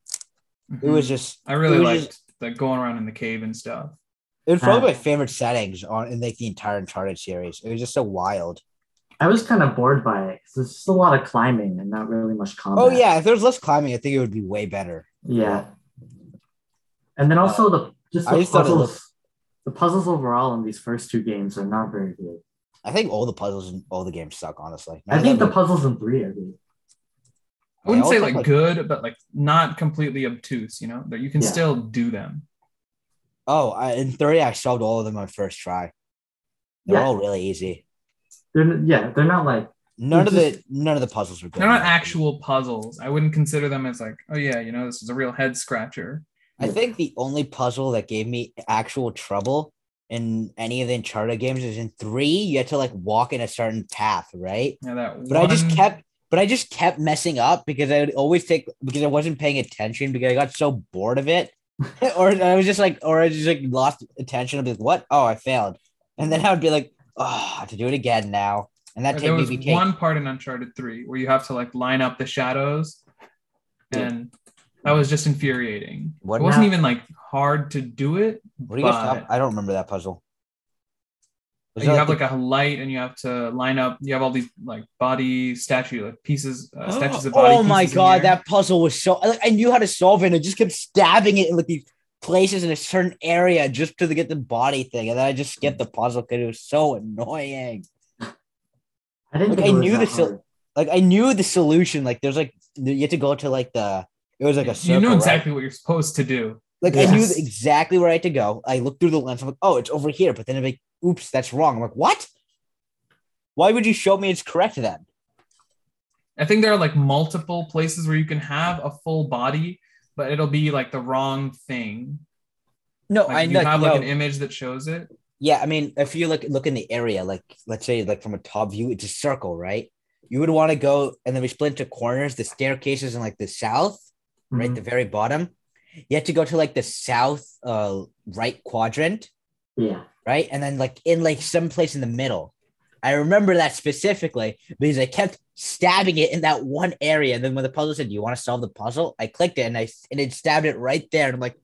It was Mhm. just I really it was liked the going around in the cave and stuff. it was probably my Yeah. favorite settings on in like the entire Uncharted series. It was just so wild. I was kind of bored by it because it's just a lot of climbing and not really much combat. Oh yeah, if there was less climbing, I think it would be way better. Yeah. And then also the just I the just thought it puzzles. looked- The puzzles overall in these first two games are not very good. I think all the puzzles in all the games suck, honestly. I think the None of them- puzzles in three are good. I wouldn't Yeah, say also, like like- good, but like not completely obtuse. You know that you can Yeah. still do them. oh, I, in three, I solved all of them on first try. They're Yeah. all really easy. They're yeah, they're not like None It's of the none of the puzzles were good. They're not enough. actual puzzles. I wouldn't consider them as like, oh yeah, you know, this is a real head scratcher. I think the only puzzle that gave me actual trouble in any of the Uncharted games is in three. You had to like walk in a certain path, right? Yeah, that. But I just one- kept, but I just kept messing up because I would always take because I wasn't paying attention because I got so bored of it, or I was just like, or I just like lost attention. I'd be like, what? Oh, I failed, and then I would be like, oh, I have to do it again now, and that there take was me take. one part in Uncharted Three where you have to like line up the shadows, Yeah. and that was just infuriating. What it wasn't now? even like hard to do it. What do you guys? but- talk- I don't remember that puzzle. Was you that, have the- like a light, and you have to line up. You have all these like body statue, like pieces, uh, statues of body. oh my pieces in the air. god, that puzzle was so. I, I knew how to solve it, and I just kept stabbing it in like these places in a certain area just to get the body thing, and then I just skipped the puzzle because it was so annoying. I didn't Like, think I it was knew that this- hard. Like I knew the solution. Like there's like you had to go to like the. It was like a circle, you know right? exactly what you're supposed to do. Like I Yes. knew exactly where I had to go. I looked through the lens. I'm like, oh, it's over here. But then I'm like, oops, that's wrong. I'm like, what? Why would you show me it's correct then? I think there are like multiple places where you can have a full body, but it'll be like the wrong thing. No, Like, Oh, I you know. have no. like an image that shows it. Yeah, I mean, if you look look in the area, like let's say like from a top view, it's a circle, right? You would want to go and then we split into corners. The staircases in like the south, right, Mhm. Mm-hmm. the very bottom. You have to go to like the south uh right quadrant, Yeah. right? And then like in like some place in the middle. I remember that specifically because I kept stabbing it in that one area. And then when the puzzle said, "Do you want to solve the puzzle?" I clicked it and I and it stabbed it right there. And I'm like,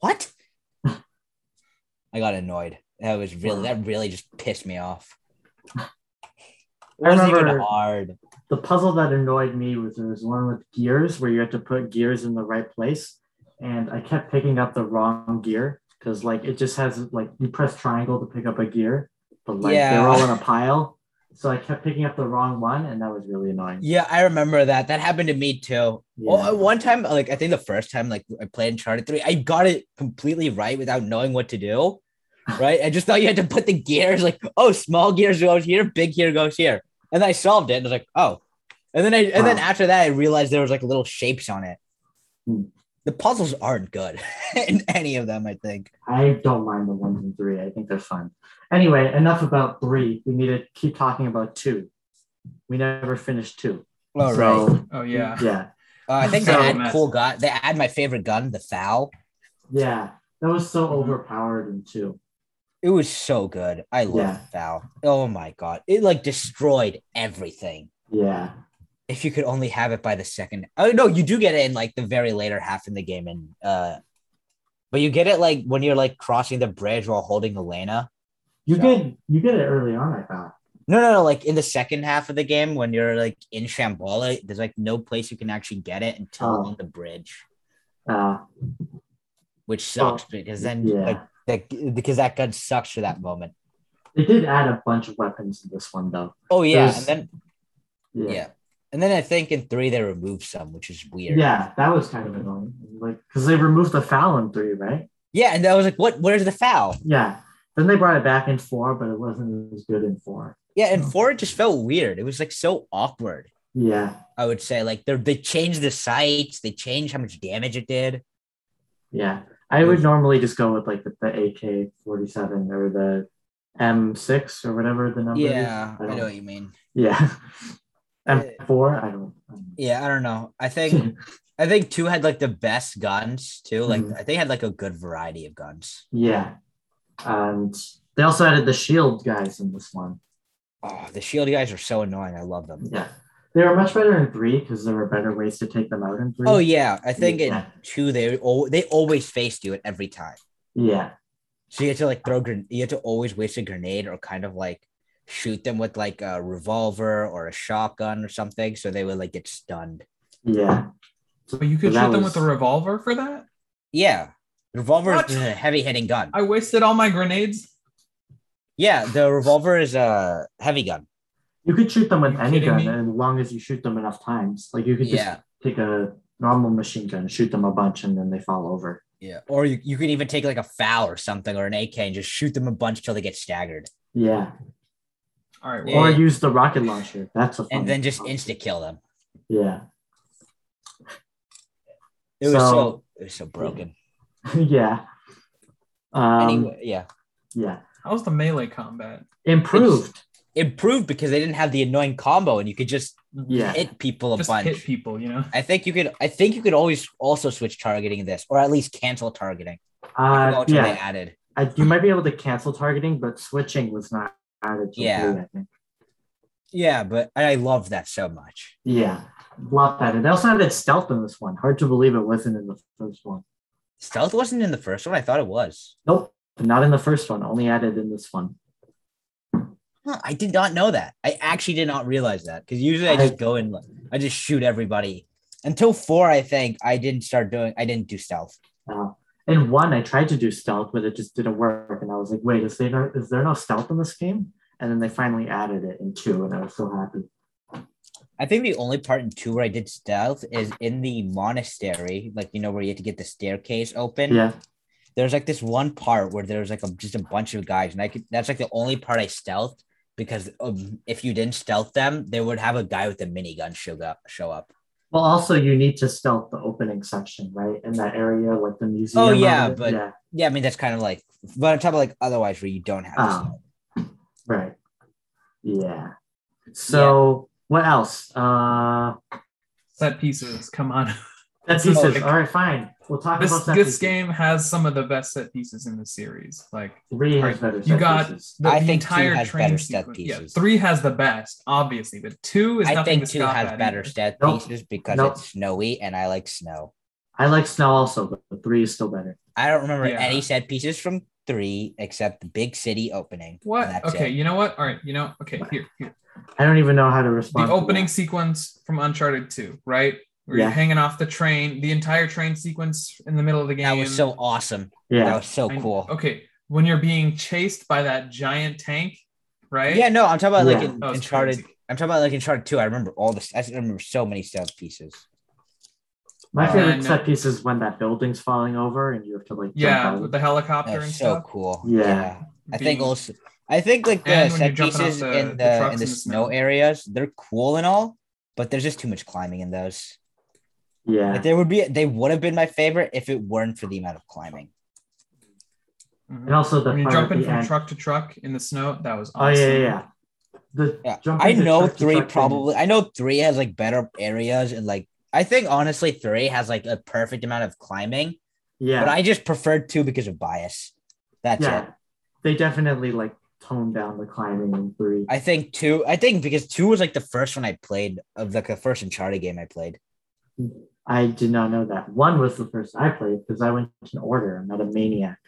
"What?" I got annoyed. That was really that really just pissed me off. It I wasn't even remember- hard. The puzzle that annoyed me was there was one with gears where you had to put gears in the right place, and I kept picking up the wrong gear because like it just has like you press triangle to pick up a gear, but like they're Yeah. all in a pile. So I kept picking up the wrong one, and that was really annoying. Yeah, I remember that. That happened to me too. Well, Yeah. uh, one time, like I think the first time, like I played Uncharted Three, I got it completely right without knowing what to do. Right, I just thought you had to put the gears like, oh, small gears goes here, big gear goes here, and I solved it. And I was like, oh, and then I and then Wow. after that, I realized there was like little shapes on it. Hmm. The puzzles aren't good in any of them. I think. I don't mind the ones and three. I think they're fun. Anyway, enough about three. We need to keep talking about two. We never finished two. All right. so, Oh yeah. Yeah. Uh, I think So they add messed. cool gun. They add my favorite gun, the foul. Yeah. That was so Mhm. Mm-hmm. overpowered in two. It was so good. I love Yeah. the foul. Oh my god, it like destroyed everything. Yeah. if you could only have it by the second. Oh no, you do get it in like the very later half in the game, and uh, but you get it like when you're like crossing the bridge while holding Elena. You Yeah. get you get it early on, I thought. No, no, no, like in the second half of the game when you're like in Shambhala, there's like no place you can actually get it until Oh. on the bridge, Uh, which sucks because then Oh, yeah. like that because that gun sucks for that moment. They did add a bunch of weapons to this one, though. Oh yeah, There's- and then yeah. And then I think in three they removed some, which is weird. Yeah, that was kind of annoying. Like, because they removed the foul in three, right? Yeah, and I was like, what? Where's the foul? Yeah. Then they brought it back in four, but it wasn't as good in four. Yeah, and four it just felt weird. It was like so awkward. Yeah. I would say like they they changed the sights, they changed how much damage it did. Yeah. I would normally just go with like the, the AK 47 or the M6 or whatever the number Yeah, is. I don't- know what you mean. Yeah. M4, I don't. I don't- Yeah, I don't know. I think I think two had like the best guns too. Like Mhm. I think had like a good variety of guns. Yeah. And they also added the shield guys in this one. Oh, the shield guys are so annoying. I love them. Yeah. They were much better in three because there were better ways to take them out in three. Oh yeah, I think in Yeah. two they al- they always faced you at every time. Yeah. So you had to like throw gren- you had to always waste a grenade or kind of like shoot them with like a revolver or a shotgun or something, so they would like get stunned. Yeah. But you could That shoot them was- with a revolver for that? Yeah, revolver What? is a heavy hitting gun. I wasted all my grenades. Yeah, the revolver is a heavy gun. You could shoot them with You any kidding gun me? as long as you shoot them enough times. Like you could just Yeah, take a normal machine gun, shoot them a bunch, and then they fall over. yeah. Or you, you can even take like a foul or something or an AK and just shoot them a bunch till they get staggered, Yeah. All right. Yeah. Well, Or use the rocket launcher. That's a fun and then just one. insta kill them. Yeah. It was so, So- it was so broken. yeah. Um, anyway, yeah, Yeah. how's the melee combat? Improved. improved because they didn't have the annoying combo and you could just Yeah. hit people a Just bunch. hit people, you know? I think you could. I think you could always also switch targeting in this, or at least cancel targeting. I forgot Uh, which one they yeah. added. I, you might be able to cancel targeting, but switching was not added. to Yeah. blue, I think. Yeah, but I love that so much. Yeah. Love that. And they also added stealth in this one. Hard to believe it wasn't in the first one. Stealth wasn't in the first one. I thought it was. Nope. Not in the first one. Only added in this one. Huh, I did not know that. I actually did not realize that because usually I just go and like, I just shoot everybody. Until four, I think I didn't start doing. I didn't do stealth. Uh, In one, I tried to do stealth, but it just didn't work. And I was like, wait, is there no, is there no stealth in this game? And then they finally added it in two, and I was so happy. I think the only part in two where I did stealth is in the monastery, like you know where you had to get the staircase open. Yeah. there's like this one part where there's like a, just a bunch of guys, and I could that's like the only part I stealthed because um, if you didn't stealth them, they would have a guy with a minigun show up. Show up. Well, also, you need to stealth the opening section, right? In that area, like the museum. Oh, yeah, area. but- yeah, Yeah, I mean that's kind of like, but on top of like otherwise where you don't have. to Oh. stealth. right. Yeah. So what else? Uh, Set pieces. Come on. set This is pieces. like- All right, fine. We'll talk This about set this pieces. game has some of the best set pieces in the series. Like Three has Right. better. You set got- pieces. the I the think two entire has train better set sequence- pieces. Yeah, three has the best, obviously, but two is I nothing think to two scoff has at better either. stat Nope. pieces because Nope. it's snowy and I like snow. I like snow also, but the three is still better. I don't remember Yeah. any set pieces from three except the big city opening. What? and that's Okay, it. you know what? All right, you know, okay, here, here. I don't even know how to respond. the to opening that. sequence from Uncharted 2, right? Where Yeah. you're hanging off the train, the entire train sequence in the middle of the game. That was so awesome. That Yeah. was so And- cool. Okay, when you're being chased by that giant tank, right? Yeah, no, I'm talking about like Yeah. in, That was Uncharted crazy. I'm talking about like in Charter 2. I remember all this. I remember so many stuff pieces. My Uh, favorite and- set piece is when that building's falling over and you have to like. jump Yeah, out. with the helicopter and That's so stuff. cool. Yeah. I think being- also I think like the And when set you're jumping off pieces the- in the the, trucks in in the the snow snow. areas, they're cool and all, but there's just too much climbing in those. Yeah. Like, they would be they would have been my favorite if it weren't for the amount of climbing. Mhm. And also the When you're part at jumping the from end. truck to truck in the snow, that was Oh awesome. yeah, yeah, yeah. The Yeah. jumping I to know truck to three truck thing. probably I know three has like better areas and like I think honestly three has like a perfect amount of climbing, Yeah. but I just preferred two because of bias. That's it. yeah. They definitely like toned down the climbing in three. I think two. I think because two was like the first one I played of like the first Uncharted game I played. I did not know that. One was the first I played because I went in order. I'm not a maniac.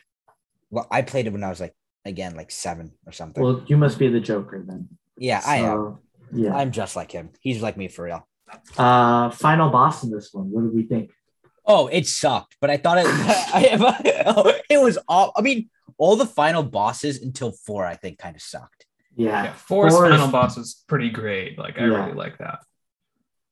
Well, I played it when I was like again like seven or something. Well, you must be the Joker then. yeah, I am. So, Yeah. I'm just like him. He's like me for real. Uh, final boss in this one. What did we think? Oh, it sucked, but I thought it. I, it was all. I mean, all the final bosses until four, I think, kind of sucked. Yeah. Yeah, Forest Forest- final boss was pretty great. Like I Yeah. really like that.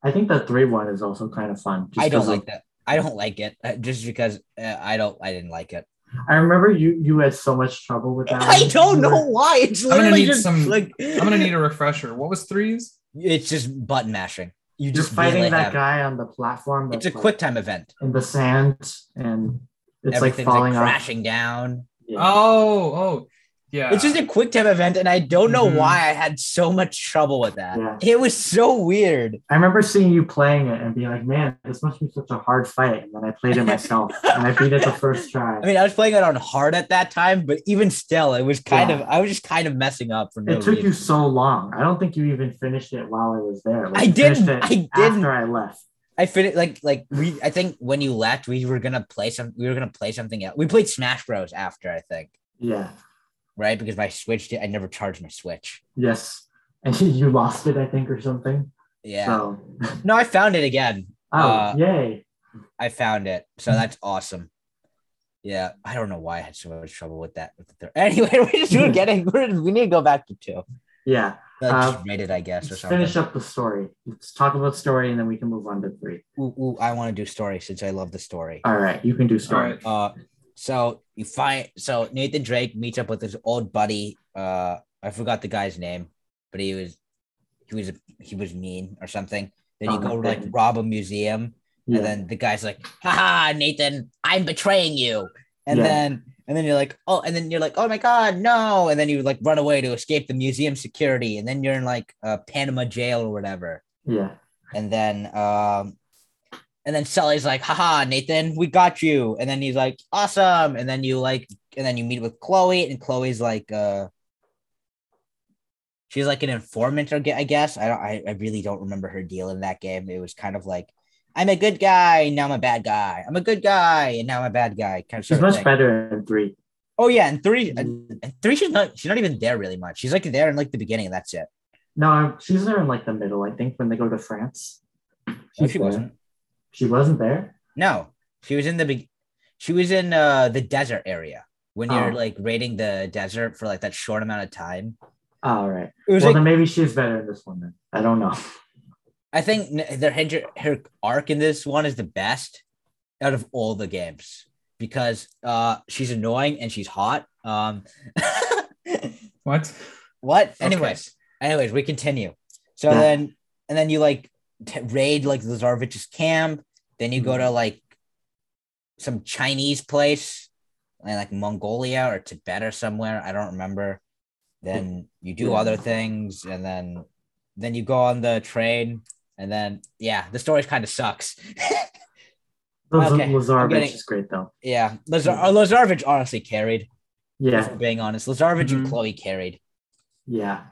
I think the three one is also kind of fun. just I don't 'cause of- like that. I don't like it uh, just because uh, I don't. I didn't like it. I remember you you had so much trouble with that. I one. don't know why. It's I'm gonna literally need just some- like I'm gonna need a refresher. What was threes? It's just button mashing. You You're just fighting really that have- guy on the platform. It's a that's, like, quick time event. in the sand, and it's like Everything's like, falling off. crashing down. Yeah. Oh, oh, yeah. It's just a quick time event, and I don't know Mhm. why I had so much trouble with that. Mm-hmm. Yeah. It was so weird. I remember seeing you playing it and being like, "Man, this must be such a hard fight." And then I played it myself, and I beat it the first try. I mean, I was playing it on hard at that time, but even still, it was kind Yeah. of I was just kind of messing up for no it took reason. you so long. I don't think you even finished it while I was there. Like, I you finished didn't. it I didn't. After I left, I finished like like we. I think when you left, we were gonna play some. We were gonna play something else. We played Smash Bros. After I think, yeah, right? Because my Switch, did, I never charged my Switch. yes, and you lost it, I think, or something. Yeah. So, No, I found it again. oh, Uh, yay! I found it. So that's awesome. Yeah, I don't know why I had so much trouble with that. With the third. Anyway, we're just we're getting we're, we need to go back to two. Yeah, Uh, Uh, just rate it, I guess, or let's something. finish up the story. Let's talk about story, and then we can move on to three. Ooh, ooh, I want to do story since I love the story. All right, you can do all story. right. Uh, so you find so Nathan Drake meets up with his old buddy. Uh, I forgot the guy's name, but he was he was he was mean or something. Then you Oh, go okay. like rob a museum, Yeah. and then the guy's like, "Haha, Nathan, I'm betraying you." And Yeah. then and then you're like, "Oh," and then you're like, "Oh my god, no!" And then you like run away to escape the museum security, and then you're in like uh, Panama jail or whatever. yeah. And then um, and then Sully's like, "Haha, Nathan, we got you." And then he's like, "Awesome!" And then you like, and then you meet with Chloe, and Chloe's like, uh. She's like an informant, or ge- I guess I don't. I, I really don't remember her deal in that game. It was kind of like, I'm a good guy, and now I'm a bad guy. I'm a good guy, and now I'm a bad guy. Kind of She's sort of much thing. better in three. Oh yeah, and three, and, No, and three. She's not. She's not even there really much. She's like there in like the beginning. And that's it. I'm- she's there in like the middle, I think, when they go to France. No, She's Oh, she there. wasn't. She wasn't there? No, she was in the be- she was in uh the desert area when you're Oh. like raiding the desert for like that short amount of time. Oh, all right. It was Well, like then maybe she's better in this one then. I don't know. I think n- their hinder- her arc in this one is the best out of all the games because uh she's annoying and she's hot. Um What? What? Okay. Anyways, anyways, we continue. So Yeah. then, and then you like t- raid like Lazarevich's camp. Then you Mm-hmm. go to like some Chinese place, eh, like, like Mongolia or Tibet or somewhere. I don't remember. Then you do Yeah. other things, and then then you go on the train, and then yeah, the story kind of sucks. Those Okay, I'm Lazarevich getting- is great though. yeah, Lazar- Lazarevich honestly carried. If Yeah. Mm-hmm. we're being honest, Lazarevich and Mhm. Chloe carried. Yeah.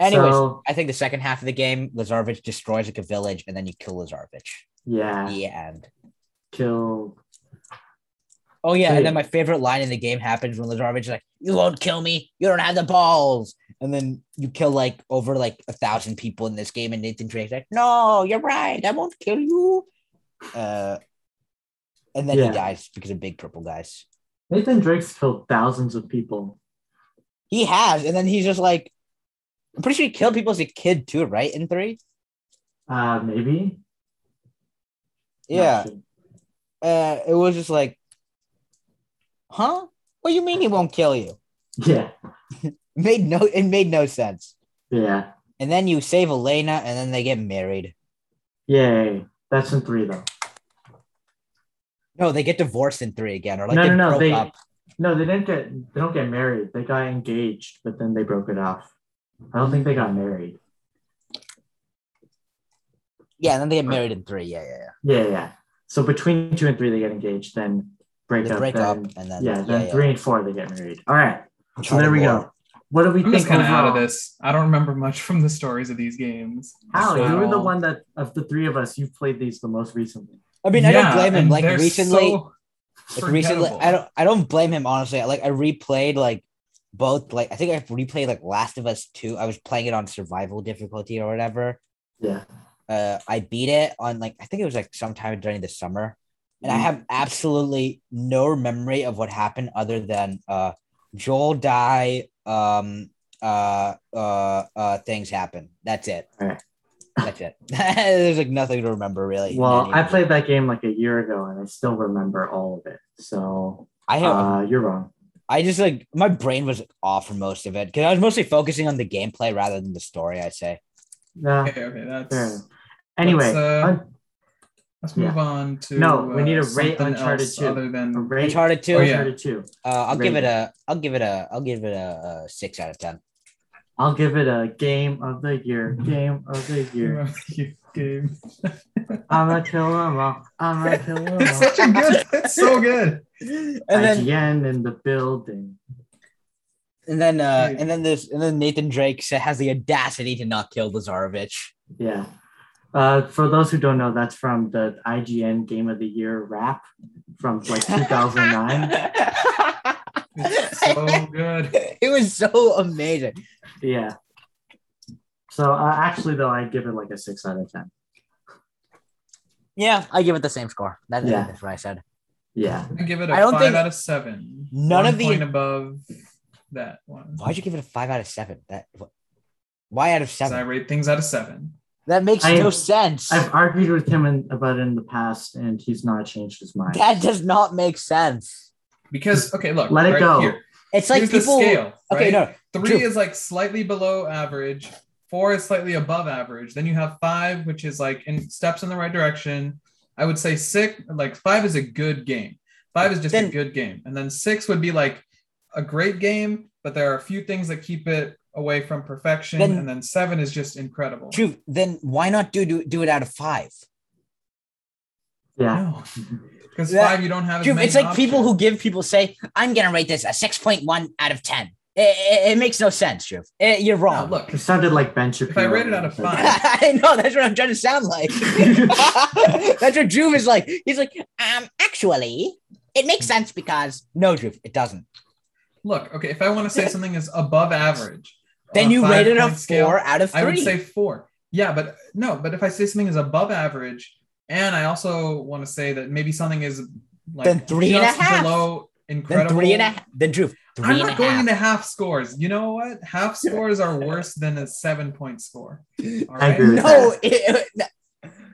Anyways, So, I think the second half of the game, Lazarevich destroys like a village, and then you kill Lazarevich. yeah. The end. Kill. Oh yeah, and then Hey. my favorite line in the game happens when Lazarevich is like, "You won't kill me. You don't have the balls." And then you kill like over like a thousand people in this game, and Nathan Drake's like, "No, you're right. I won't kill you." Uh, and then Yeah. he dies because of big purple guys. Nathan Drake's killed thousands of people. He has, and then he's just like, I'm pretty sure he killed people as a kid too, right? In three, Uh maybe. Not yeah. sure. uh, it was just like, huh? What do you mean he won't kill you? Yeah. Made no, it made no sense. Yeah. And then you save Elena, and then they get married. Yay. That's in three though. No, they get divorced in three again, or like no, they no, no. broke They up. no, they didn't get they don't get married. They got engaged, but then they broke it off. I don't think they got married. Yeah, and then they get married in three. Yeah, yeah, yeah. Yeah, yeah. So between two and three, they get engaged, then break They up. break then, up, and then yeah, then three and four, they get married. All right. I'm So trying there to we remember. go. What do we I'm think uh, just kind of out of overall? this. I don't remember much from the stories of these games. Al, you were the So- one that of the three of us, you've played these the most recently. I mean, I Yeah, don't blame him. and Like they're recently, so like recently, forgettable. I don't, I don't blame him honestly. I, Like I replayed like both. Like I think I replayed like Last of Us two. I was playing it on survival difficulty or whatever. Yeah. uh, I beat it on like I think it was like sometime during the summer, and Mm. I have absolutely no memory of what happened other than uh, Joel die, um, uh, uh, uh, things happen. That's it. Alright. That's it. There's like nothing to remember really. Well, I played that game like a year ago and I still remember all of it. So I have. uh, you're wrong. I just like my brain was off for most of it because I was mostly focusing on the gameplay rather than the story. I say. No, Okay, okay, fair. that's enough. Anyway, uh, un- let's move on to uh, No, we need to rate something Uncharted else 2. Other than Array- Uncharted two. Oh, yeah. Uncharted 2. Uh, I'll give it Rated. a. I'll give it a. I'll give it a, a six out of ten. I'll give it a game of the year. Game of the year. You game. I'm gonna kill 'em all. I'm gonna kill 'em It's all. such a good. It's so good. And then IGN in the building. and then uh Dude. and then this and then Nathan Drake sa- has the audacity to not kill Lazarevich. Yeah. Uh, for those who don't know, that's from the IGN Game of the Year rap from like 2009. It's so good. it was so amazing. yeah. So uh, actually, though, I give it like a six out of ten. Yeah, I give it the same score. That, Yeah. That's what I said. Yeah. I give it a I don't five think- out of seven. None One of the- point above that one. Why'd you give it a five out of seven? That wh- why out of 'Cause I seven? rate things out of seven. That makes I- no sense. I've argued with him in, about it in the past, and he's not changed his mind. that does not make sense. Because okay, look, Let it right go. Here. It's like Here's people. the scale. okay, right? no, Three True. is like slightly below average. Four is slightly above average. Then you have five, which is like in steps in the right direction. I would say six, like five is a good game. Five is just a Then- good game. And then six would be like a great game, but there are a few things that keep it away from perfection. Then- and then seven is just incredible. true. Then why not do do, do it out of five? Yeah. No. Because That- five, you don't have as True. many It's like people who options. give people say, "I'm gonna rate this a six point one out of 10. It, it, it makes no sense, Drew. Eh, you're No, wrong. look, It sounded like Ben Shapiro. I rate it out of five- I know that's what I'm trying to sound like. that's what Drew is like. He's like, um, actually, it makes sense because no, Drew, it doesn't. look, okay, if I want to say something is above average, on Then you five rated a point four scale, out of three. I would say four. Yeah, but no, but if I say something is above average, and I also want to say that maybe something is like Then three and a just half. below then incredible. three and a half. Then Drew, three I'm and a not going half. into half scores. You know what? Half scores are worse than a seven point score. All I agree with no, it- it-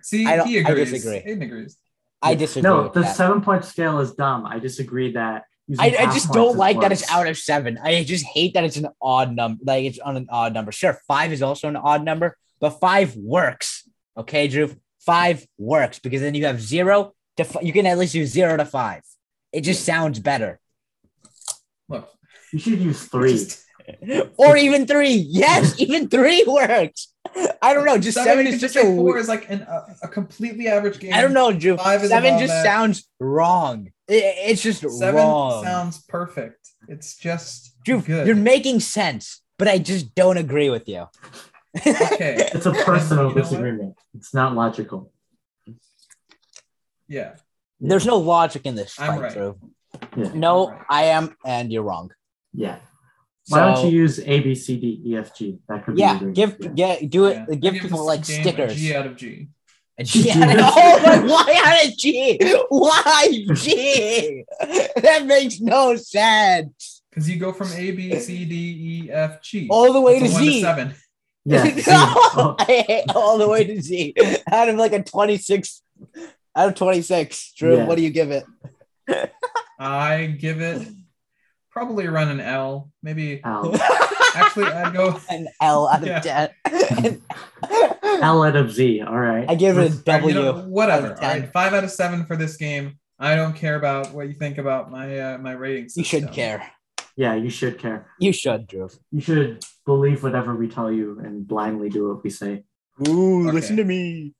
See, I don't- he I agrees. disagree. Aiden agrees. I disagree. No, with the that. seven point scale is dumb. I disagree that. using I, I half just points don't is like that it's worse. out of seven. I just hate that it's an odd number. Like it's on an odd number. Sure, five is also an odd number, but five works. Okay, Drew, five works because then you have zero to. F- you can at least do zero to five. It just sounds better, Look, You should use three. just- or even three. Yes, even three works. I don't know. Just seven, seven, you is could just just say a. four we- is like an, a, a completely average game. I don't know, Drew. Five is seven above just that. sounds wrong. It- it's just Seven wrong. sounds perfect. It's just Drew, good. you're making sense, but I just don't agree with you. okay. It's a personal You know what? disagreement. It's not logical. Yeah. There's no logic in this I'm fight, right. Drew. Yeah. No, I'm right. I am, and you're wrong. Yeah. So, Why don't you use A B C D E F G? That could be yeah, your- give yeah, do it. yeah. I Give this people like game a stickers. G out of G. A G out of- oh, but why out of G? Why G? that makes no sense. Because you go from A, B, C, D, E, F, G. All the way It's a to one Z. seven. yeah. no, Z. Oh, I hate all the way to Z. Out of like a 26, out of 26. Drew, Yeah. what do you give it? I give it probably around an L. Maybe L. Oh. actually I'd go An L out of Yeah. 10. L out of Z. All right. I give it a you W. know, whatever. out of All right, 10. five out of seven for this game. I don't care about what you think about my uh, my ratings. You should system. care. Yeah, you should care. You should, Drew. You should believe whatever we tell you and blindly do what we say. Ooh, Okay. listen to me.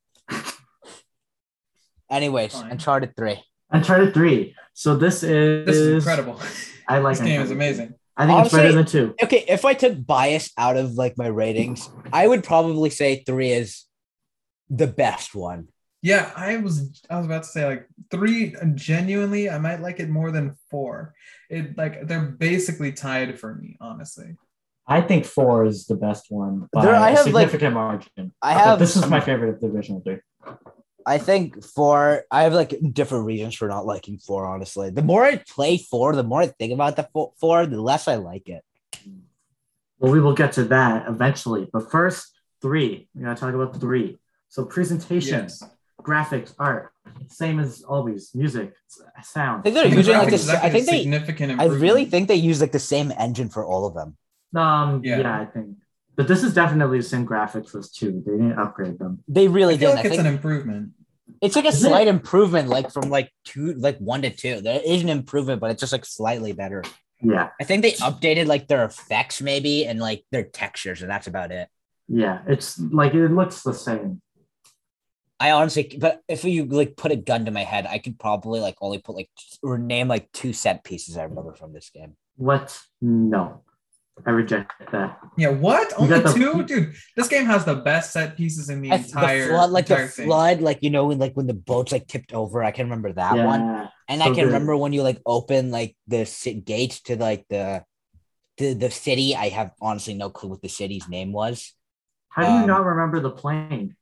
Anyways, Fine. Uncharted 3. Uncharted three. So this is This is incredible. I like This game is Uncharted. amazing. I think it's better than two. Okay, if I took bias out of like my ratings, I would probably say 3 is the best one. Yeah, I was I was about to say like three genuinely, I might like it more than four. It like they're basically tied for me, honestly. I think four is the best one by There- I a have, like- margin. I have is my favorite of the original three. I think 4 I have like different reasons for not liking 4 honestly. The more I play 4, the more I think about the fo- 4, the less I like it. Well, we will get to that eventually. But first, Three. We gotta talk about three. So presentation, Yes. graphics, art, same as always. Music, s- sound. I think they're The using like graphics is this. I actually think they. significant I really improvement. think they use like the same engine for all of them. Um, Yeah. yeah. I think. But this is definitely the same graphics as two. They didn't upgrade them. They really I feel did. like I it's think an improvement. it's like a Isn't it- slight improvement, like from like two, like one to two. There is an improvement, but it's just like slightly better. Yeah, I think they updated like their effects maybe and like their textures, and that's about it. yeah. It's like it looks the same. I honestly, but if you like put a gun to my head, I could probably like only put like t- or name like two set pieces I remember from this game. What? No, I reject that. Yeah, what? Only got the- two? Dude, this game has the best set pieces in the I- entire, the flood, like entire the thing. flood, like you know when like when the boats like tipped over. I can remember that yeah. one, and I so can good. remember when you like open like the ci- gate to like the the the city. I have honestly no clue what the city's name was. How do you Um, not remember the plane?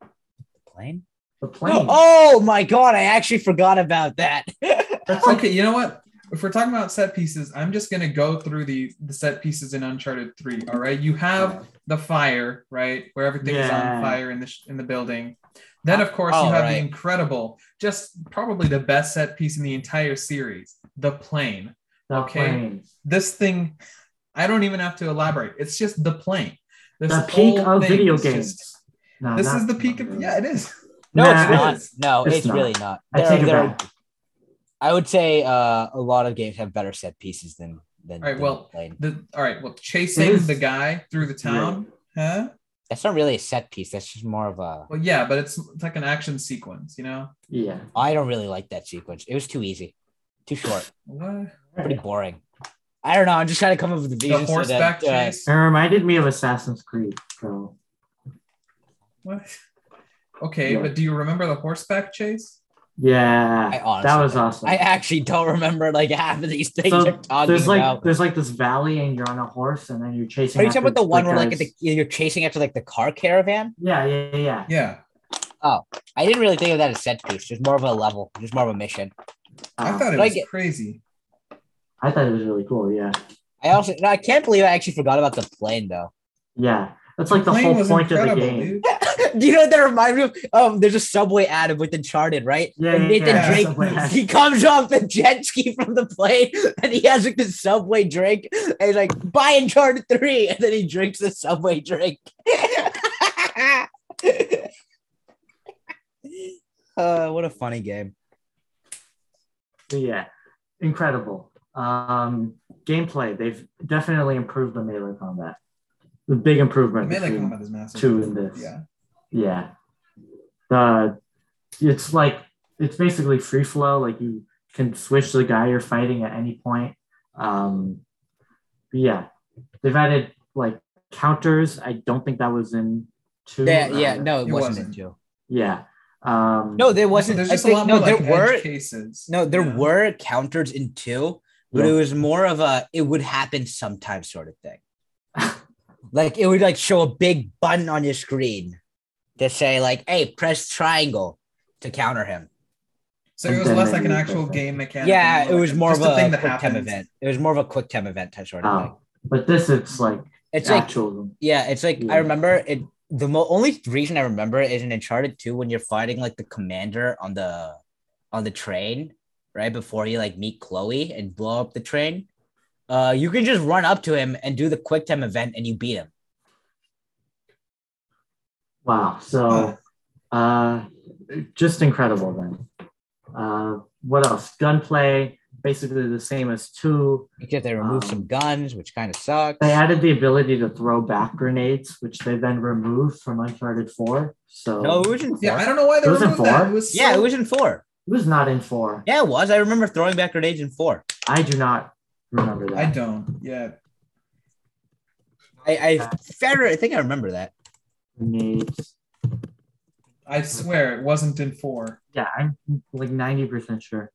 The plane. The plane. Oh my god! I actually forgot about that. That's like Okay, you know what? If we're talking about set pieces, I'm just gonna go through the the set pieces in Uncharted Three. All right, you have the fire, right, where everything is on Yeah. fire in the sh- in the building. Then, of course, Oh, you have the right. incredible, just probably the best set piece in the entire series, the plane. the okay. plane. This thing, I don't even have to elaborate. It's just the plane. This The peak whole of thing video is games. just- No, this not- is the peak of yeah, it is. No, Nah, it's it not. is. No, it's, It's not. really not. I There- take it there are- back. I would say uh, a lot of games have better set pieces than than. All right, than well, Blade. The, all right, well, chasing is- the guy through the town, huh? that's not really a set piece. That's just more of a. Well, yeah, but it's, it's like an action sequence, you know? Yeah. I don't really like that sequence. It was too easy, too short, What? pretty boring. I don't know. I'm just trying to come up with The a vision. so that, horseback uh, chase. It reminded me of Assassin's Creed. So What? Okay, Yeah. but do you remember the horseback chase? yeah, I honestly that was awesome. I actually don't remember like half of these things so you're talking there's like about. there's like this valley and you're on a horse and then you're chasing. Are you after talking about the one where like guys. the, you're chasing after like the car caravan? Yeah, yeah, yeah, yeah. Yeah, I didn't really think of that as set piece. Just more of a level. Just more of a mission. I Uh, thought it Like was it- crazy. I thought it was really cool. Yeah, I also no, I can't believe I actually forgot about the plane though. yeah. That's like the plane whole was point of the incredible, game. dude. Do you know what that reminds me of? Um, there's a subway ad with Uncharted, right? Yeah, and yeah, Nathan yeah. Drake, Subway ad. he comes off the jet ski from the plane, and he has like the subway drink, and he's like, "Buy Uncharted 3, and then he drinks the subway drink. uh, what a funny game! But yeah, incredible. Um, gameplay. They've definitely improved the melee combat. The big improvement. Melee between- combat is massive. two in this. Yeah. Yeah. Uh, it's like it's basically free flow. Like you can switch the guy you're fighting at any point. Um, but yeah, they've added like counters. I don't think that was in two. Yeah, Uh, yeah, no, it, It wasn't, wasn't. in two. yeah. Um, No, there wasn't. There's I just think- a lot no, more there like were edge cases. no, there Yeah. were counters in two, but it Yeah. was more of a it would happen sometime sort of thing. like it would like show a big button on your screen to say like, "Hey, press triangle to counter him." So it was less like an Identity actual different. game mechanic. yeah, it like was more of just a, thing that quick time happens. event. It was more of a quick time event type sort of thing. Oh, but this it's like It's like actual. yeah, it's like I Yeah. remember it. The mo- only reason I remember it is in Uncharted Two when you're fighting like the commander on the on the train right before you like meet Chloe and blow up the train. Uh, you can just run up to him and do the quick time event and you beat him. Wow. So, uh, just incredible then. Uh, what else? Gunplay, basically the same as two. Except they removed some Um, guns, which kind of sucks. They added the ability to throw back grenades, which they then removed from Uncharted 4. So no, it it was in Yeah, four. I don't know why they It was in removed that. four? It was Yeah, so- it was in four. was not in 4. Yeah, it was. I remember throwing back grenades in four. I do not remember that. I don't. Yeah. I, I, fair, I think I remember that. Grenades. I swear it wasn't in four. Yeah, I'm like 90% sure.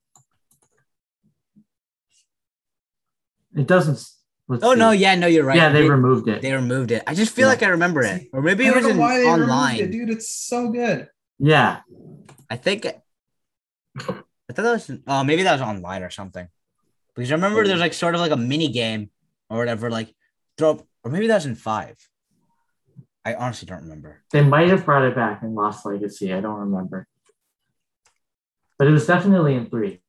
It doesn't. Let's Oh see. no, yeah, no, you're right. Yeah, they they, removed it. they removed it. I just feel Yeah. like I remember it, or maybe I it don't was know in, why they removed online. it, dude. It's so good. yeah. I think. I thought that was. Oh, maybe that was online or something. Because I remember there's like sort of like a mini game or whatever, like throw, or maybe that was in five. I honestly don't remember. They might have brought it back in Lost Legacy. I don't remember. But it was definitely in three.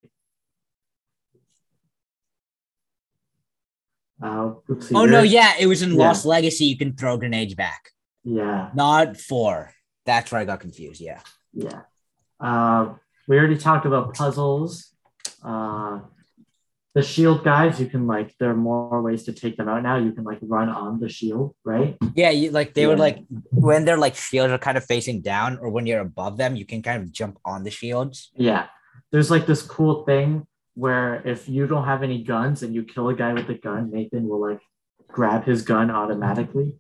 Uh, oopsie, Oh no, there- yeah, it was in Yeah. Lost Legacy. You can throw grenades back, Yeah, not four. That's where I got confused. Yeah, yeah. Uh, we already talked about puzzles. Uh, the shield guys, you can like, there are more ways to take them out now. You can like run on the shield, right? yeah. You like they would Yeah. like when their like shields are kind of facing down, or when you're above them, you can kind of jump on the shields. Yeah. There's like this cool thing where if you don't have any guns and you kill a guy with a gun, Nathan will like grab his gun automatically.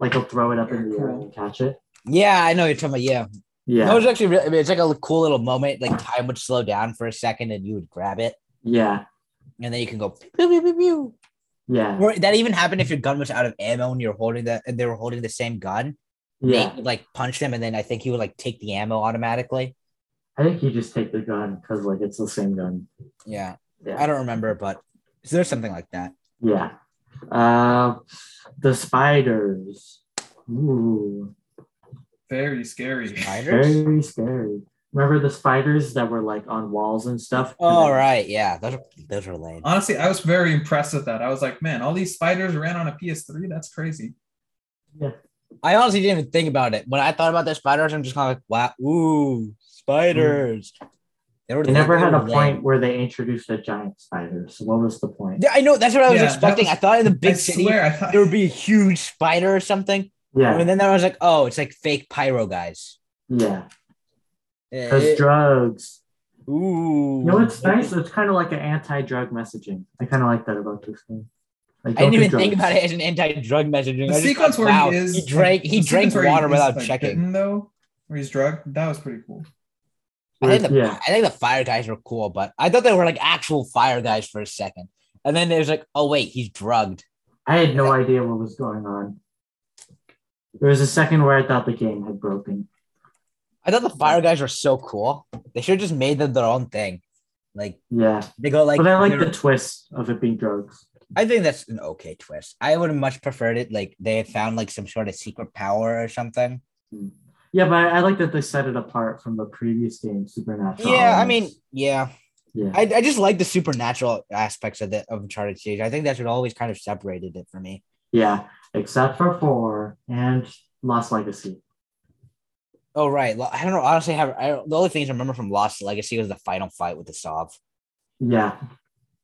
Like he'll throw it up in Very the air cool. and catch it. Yeah, I know you're talking about. Yeah, Yeah. that was actually really. I mean, it's like a cool little moment. Like time would slow down for a second, and you would grab it, Yeah. and then you can go pew pew pew pew. Yeah. Or that even happened if your gun was out of ammo and you're holding the and they were holding the same gun. Yeah. Nate would like punch them, and then I think he would like take the ammo automatically. I think you just take the gun because like it's the same gun. Yeah, Yeah. I don't remember, but there's something like that. Yeah. Uh, the spiders. Ooh, Very scary. Spiders. very scary. Remember the spiders that were like on walls and stuff? All right, yeah, those are those are lame. Honestly, I was very impressed with that. I was like, man, all these spiders ran on a PS3. That's crazy. I honestly didn't even think about it. When I thought about the spiders, I'm just kind of like, wow, ooh, spiders. They, were, They never they had were a lame. point where they introduced a giant spider. So what was the point? Yeah, I know that's what I was Yeah, that expecting. was- I thought in the big I city swear, I thought there would be a huge spider or something, Yeah, and then I was like, oh, it's like fake pyro guys. yeah. Eh, Because drugs. ooh, You know what's Mm-hmm. nice? It's kind of like an anti-drug messaging. I kind of like that about this thing. Like, I didn't don't do even think drugs. about it as an anti-drug messaging. the I just sequence thought, where wow, he is he drank the he sequence drank where he water is, without like, checking. bitten, though, where he's drugged. That was pretty cool. I think the Yeah. I think the fire guys were cool, but I thought they were like actual fire guys for a second, and then there's like, oh wait, he's drugged. I had no idea what was going on. There was a second where I thought the game had broken. I thought the fire guys were so cool. They should have just made them their own thing. Like Yeah. they go like, but I like they're- the twist of it being drugs. I think that's an okay twist. I would have much preferred it like they had found like some sort of secret power or something. Yeah, but I, I like that they set it apart from the previous game, Supernatural. Yeah, I mean, elements. yeah, yeah, I, I just like the supernatural aspects of the of Uncharted series. I think that's what always kind of separated it for me. yeah, except for four and Lost Legacy. Oh right, Lo- I don't know. Honestly, I have I, don't- the only things I remember from Lost Legacy was the final fight with the Sov. Yeah,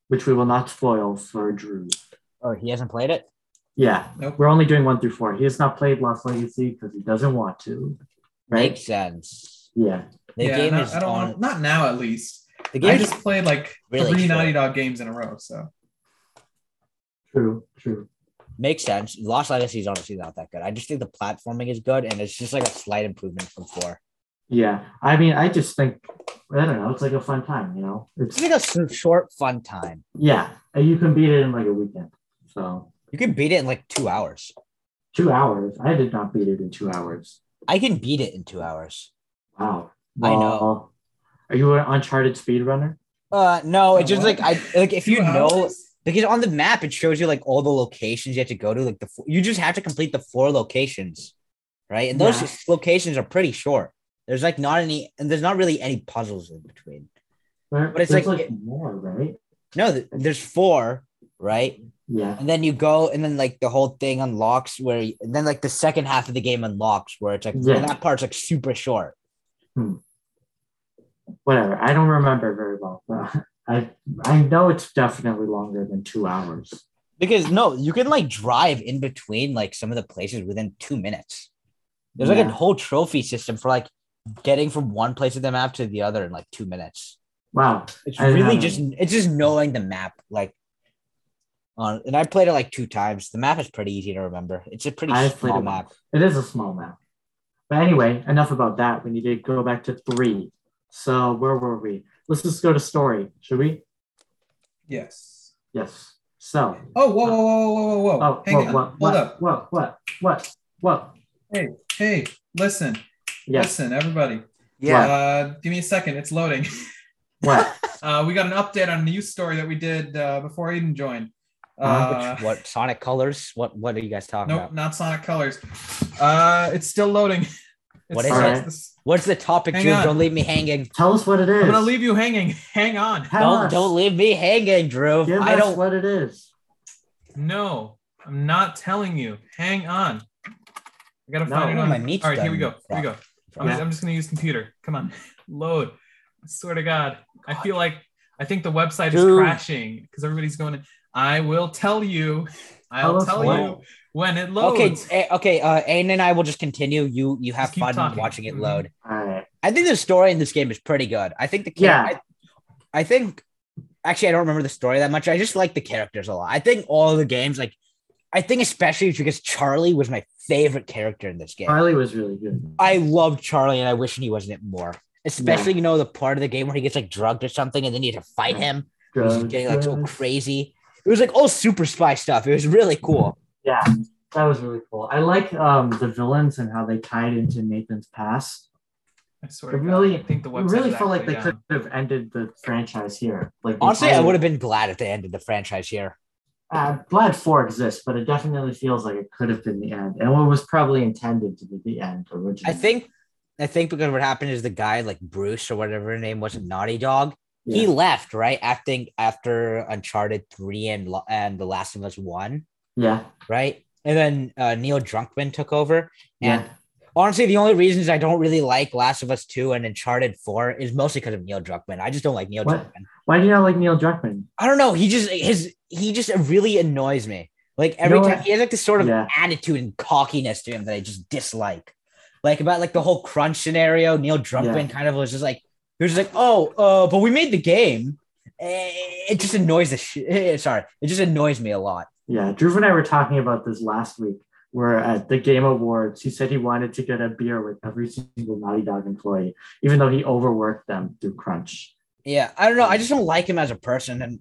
which we will not spoil for Drew. Oh, he hasn't played it. Yeah, Nope. we're only doing one through four. He has not played Lost Legacy because he doesn't want to. Right? Makes sense. Yeah, The yeah, game not, is I don't on. want, not now at least. The game I is just played like really three short. Naughty Dog games in a row. So true, true. makes sense. Lost Legacy is honestly not that good. I just think the platforming is good, and it's just like a slight improvement from four. Yeah, I mean, I just think I don't know. It's like a fun time, you know. It's It's like a s- short, fun time. yeah, and you can beat it in like a weekend. So You can beat it in like two hours. two hours. I did not beat it in two hours. I can beat it in two hours. Wow. I know. Well, Are you an Uncharted speedrunner? Uh, no, it's Oh, just what? like I like if you Two know hours? because on the map it shows you like all the locations you have to go to. Like the four, you just have to complete the four locations, right? And those Yeah. locations are pretty short. There's like not any, and there's not really any puzzles in between. There- But it's there's, like- more, right? No, th- there's four, right? Yeah. And then you go, and then like the whole thing unlocks where, you, and then like the second half of the game unlocks where it's like Yeah. and that part's like super short. Whatever. I don't remember very well. But I I know it's definitely longer than two hours. Because no, you can like drive in between like some of the places within two minutes. There's like a Yeah. whole trophy system for like getting from one place of the map to the other in like two minutes. Wow. It's I really know. just it's just knowing the map like. On and I played it like two times. The map is pretty easy to remember. It's a pretty I've played small it map. It is a small map. But anyway, enough about that. We need to go back to three. So where were we? Let's just go to story. Should we? Yes. Yes. So. Oh, whoa, whoa, whoa, whoa, whoa, whoa. Oh, Hang what, on. what, Hold what, up. what, what, what, what? Hey, listen. Yes. Listen, everybody. Yeah. Uh, give me a second. It's loading. What? Uh, we got an update on a news story that we did uh, before Aiden joined. Uh, what Sonic Colors? What What are you guys talking nope, about? not Sonic Colors. Uh, it's still loading. It's What is Sonic it? the- What's the topic, Hang Drew? on. Don't leave me hanging. Tell us what it is. I'm gonna leave you hanging. Hang on. Tell Don't us. Don't leave me hanging, Drew. Give I us don't. what it is. No, I'm not telling you. Hang on. I gotta No. find it Oh, on. my meat's All right, here we go. done. Here we go. I'm, Yeah. I'm just gonna use computer. Come on, load. I swear to God, I feel like I think the website is Dude. crashing because everybody's going. I will tell you. Tell I'll us tell when. you when it loads. Okay, eh, okay. Uh, Aiden and I will just continue. You you have Just keep fun talking. watching it Mhm. load. All right. I think the story in this game is pretty good. I think the char- Yeah. I, I think actually I don't remember the story that much. I just like the characters a lot. I think all the games like I think especially because Charlie was my favorite character in this game. Harley was really good. I loved Charlie and I wish he wasn't it more. Especially you know the part of the game where he gets like drugged or something and then you have to fight him. He's Drugs, getting like so drugs. crazy. It was like all super spy stuff. It was really cool. Yeah, that was really cool. I like um, the villains and how they tied into Nathan's past. I swear to It God, really- I think the We website. really is felt like actually they down. could have ended the franchise here. Like they Honestly, I tied- would have been glad if they ended the franchise here. Uh, Blood Four exists, but it definitely feels like it could have been the end, and what was probably intended to be the end I originally. think I think because what happened is the guy like Bruce or whatever his name was Naughty Dog. He Yeah. left right acting after Uncharted three and Lo- and The Last of Us one, Yeah. right? And then uh, Neil Drunkman took over. Yeah. And honestly, the only reasons I don't really like Last of Us two and Uncharted four is mostly because of Neil Druckmann. I just don't like Neil What? Druckmann. Why do you not like Neil Druckmann? I don't know. He just his he just really annoys me. Like every know time what? he has like this sort of Yeah. attitude and cockiness to him that I just dislike. Like about like the whole crunch scenario, Neil Druckmann kind of was just like he was just like, oh, uh, but we made the game. Eh, It just annoys the shit. Sorry, it just annoys me a lot. Yeah, Drew and I were talking about this last week. We're at the Game Awards. He said he wanted to get a beer with every single Naughty Dog employee, even though he overworked them through crunch. Yeah, I don't know. I just don't like him as a person. And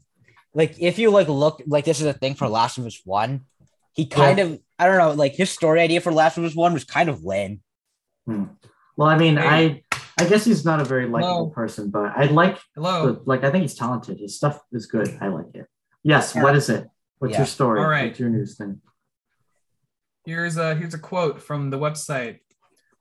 like, if you like look like this is a thing for Last of Us One, he kind of I don't know. Like his story idea for Last of Us One was kind of lame. Well, I mean, I Hey. I guess he's not a very likable No. person, but I like Hello. the, like I think he's talented. His stuff is good. I like it. Yes. What is it? What's Yeah. your story? All right. What's your news thing? Here's a here's a quote from the website.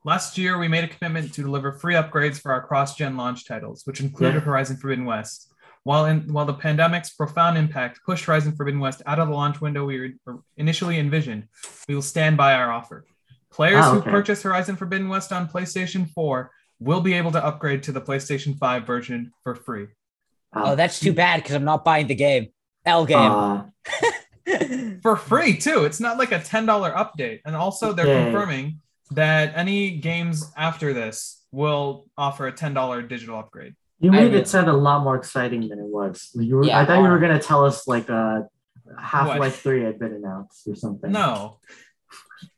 Last year, we made a commitment to deliver free upgrades for our cross-gen launch titles, which included Yeah. Horizon Forbidden West. While in, while the pandemic's profound impact pushed Horizon Forbidden West out of the launch window we were initially envisioned, we will stand by our offer. Players Ah, who okay. purchase Horizon Forbidden West on PlayStation 4 will be able to upgrade to the PlayStation 5 version for free. Oh, that's too bad because I'm not buying the game. L game. Uh, for free too. It's not like a ten dollar update. And also, they're Yeah. confirming that any games after this will offer a ten dollar digital upgrade. you I made really- it sound a lot more exciting than it was. You were, Yeah, I thought you were um, going to tell us like uh, Half Life Three had been announced or something. No,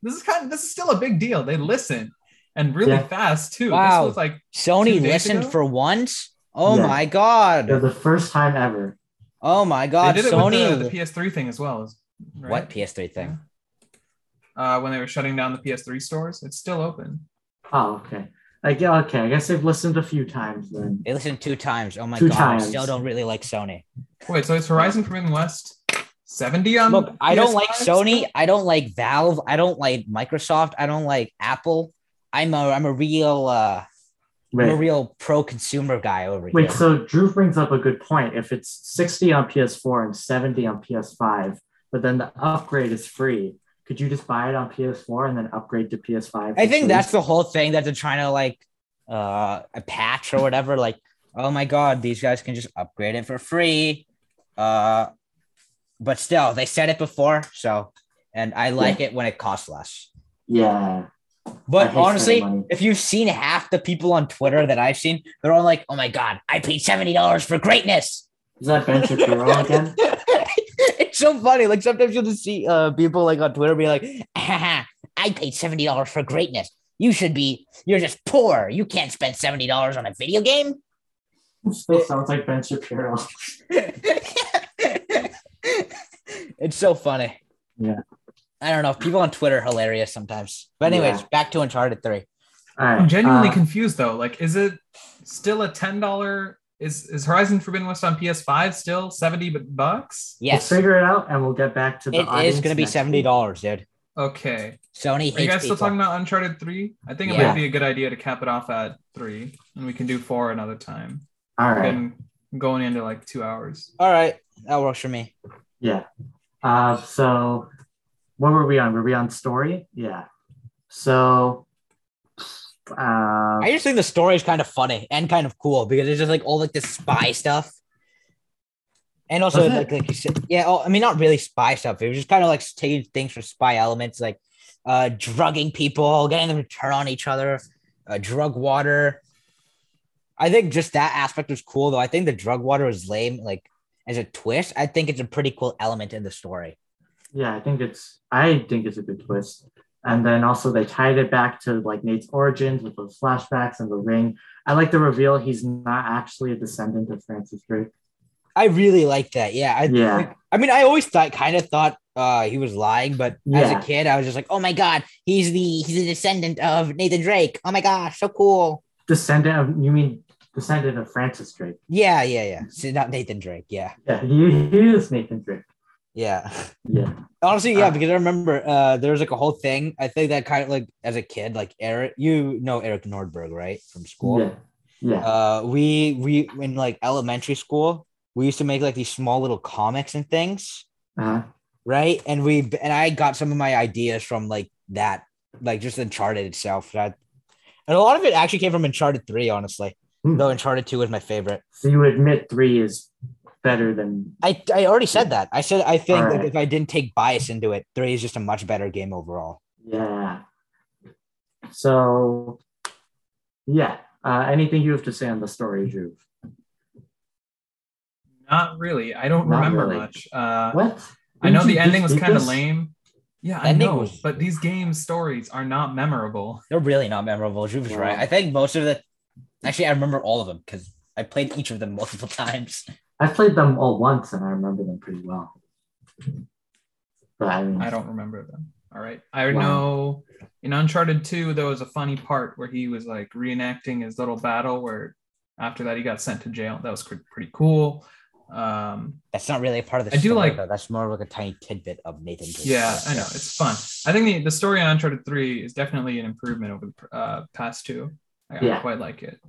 this is kind of this is still a big deal. They listen and really Yeah. fast too. Wow. This was like Sony Two days listened ago? for once. Oh Yeah. my god. For the first time ever. Oh my god. they did it Sony. with uh, the, the PS3 thing as well. is- right? What PS3 thing? Uh, when they were shutting down the PS3 stores, it's still open. Oh, okay. Like, yeah, okay. I guess I've listened a few times then. They listened two times. Oh my Two god. I times. still don't really like Sony. Wait, so it's Horizon Forbidden West seventy on? Look, I don't like PS5? Sony. I don't like Valve. I don't like Microsoft. I don't like Apple. I'm a I'm a real uh I'm a Wait, real pro consumer guy over wait. here. So Drew brings up a good point. If it's 60 on PS4 and 70 on PS5, but then the upgrade is free, could you just buy it on PS4 and then upgrade to PS5? I for free? think that's the whole thing that they're trying to like uh a patch or whatever. Like, oh my god, these guys can just upgrade it for free. Uh but still they said it before, so and I like it when it costs less. yeah. I But hate honestly, spending money. if you've seen half the people on Twitter that I've seen, they're all like, oh my god, I paid $70 for greatness. is that Ben Shapiro again? it's so funny. Like sometimes you'll just see uh, people like on Twitter be like, "Haha, "I paid seventy dollars for greatness. You should be. You're just poor. You can't spend seventy dollars on a video game." Still sounds like Ben Shapiro. it's so funny. Yeah. I don't know. People on Twitter are hilarious sometimes. But anyways, back to Uncharted Three. All right. I'm genuinely uh, confused though. Like, is it still a ten dollar? Is is Horizon Forbidden West on PS5 still seventy bu- bucks? Yes, We'll it figure it out and we'll get back to the audience. is going to be next seventy week. dollars, dude. Okay. Sony hates Are you guys still people. talking about Uncharted three? I think it Yeah. might be a good idea to cap it off at three, and we can do four another time. All We've right. been going into like two hours. All right, that works for me. Yeah. Uh, so what were we on? Were we on story? Yeah. So uh, I just think the story is kind of funny and kind of cool because it's just like all like this spy stuff. And also, Was it? like, like you said, yeah, oh, I mean, not really spy stuff. It was just kind of like taking things from spy elements, like uh, drugging people, getting them to turn on each other, uh, drug water. I think just that aspect was cool, though. I think the drug water was lame, like as a twist. I think it's a pretty cool element in the story. yeah, I think it's I think it's a good twist. And then also they tied it back to like Nate's origins with those flashbacks and the ring. I like the reveal he's not actually a descendant of Francis Drake. I really like that. Yeah, I, Yeah. like, I mean, I always thought, kind of thought uh, he was lying, but as Yeah. a kid, I was just like, "Oh my god, he's the he's a descendant of Nathan Drake. Oh my gosh, so cool." Descendant of you mean descendant of Francis Drake? Yeah, yeah, yeah. So not Nathan Drake. Yeah, Yeah, he, he is Nathan Drake. yeah. Yeah. Honestly, yeah, Uh, because I remember uh, there was like a whole thing. I think that kind of like as a kid, like Eric, you know Eric Nordberg, right, from school. Yeah. Yeah. Uh, we we in like elementary school, we used to make like these small little comics and things. Uh-huh. right? And we and I got some of my ideas from like that, like just Uncharted itself. That and a lot of it actually came from Uncharted Three, honestly. Hmm. Though Uncharted Two was my favorite. So you admit three is better than I I already said that. I said I think Alright. that if I didn't take bias into it, Three is just a much better game overall. yeah. So yeah. Uh, anything you have to say on the story, Drew? Not really. I don't Not remember really. much. Uh, What? I know Didn't the you ending just do was kind of this? lame. Yeah, I Ending know, was- but these game stories are not memorable. They're really not memorable. Drew was Yeah. right. I think most of the actually I remember all of them because I played each of them multiple times. I played them all once and I remember them pretty well. But I, mean, I don't remember them. All right. I Mm. Wow. know in Uncharted 2, there was a funny part where he was like reenacting his little battle where after that he got sent to jail. That was cr- pretty cool. Um, That's not really a part of I the do story, like- though. that's more of like a tiny tidbit of Nathan. Drake. yeah, I know. It's fun. I think the, the story on Uncharted 3 is definitely an improvement over the pr- uh, past two. I, I Yeah. Mm-hmm. quite like it.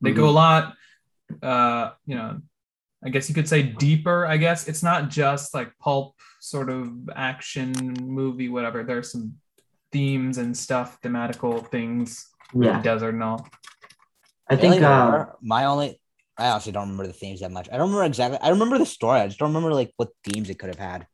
They go a lot, uh, you know, I guess you could say deeper. I guess it's not just like pulp sort of action movie, whatever. There's some themes and stuff, thematical things, yeah. desert and all. I I think think uh, my only I honestly don't remember the themes that much. I don't remember exactly. I remember the story. I just don't remember like what themes it could have had.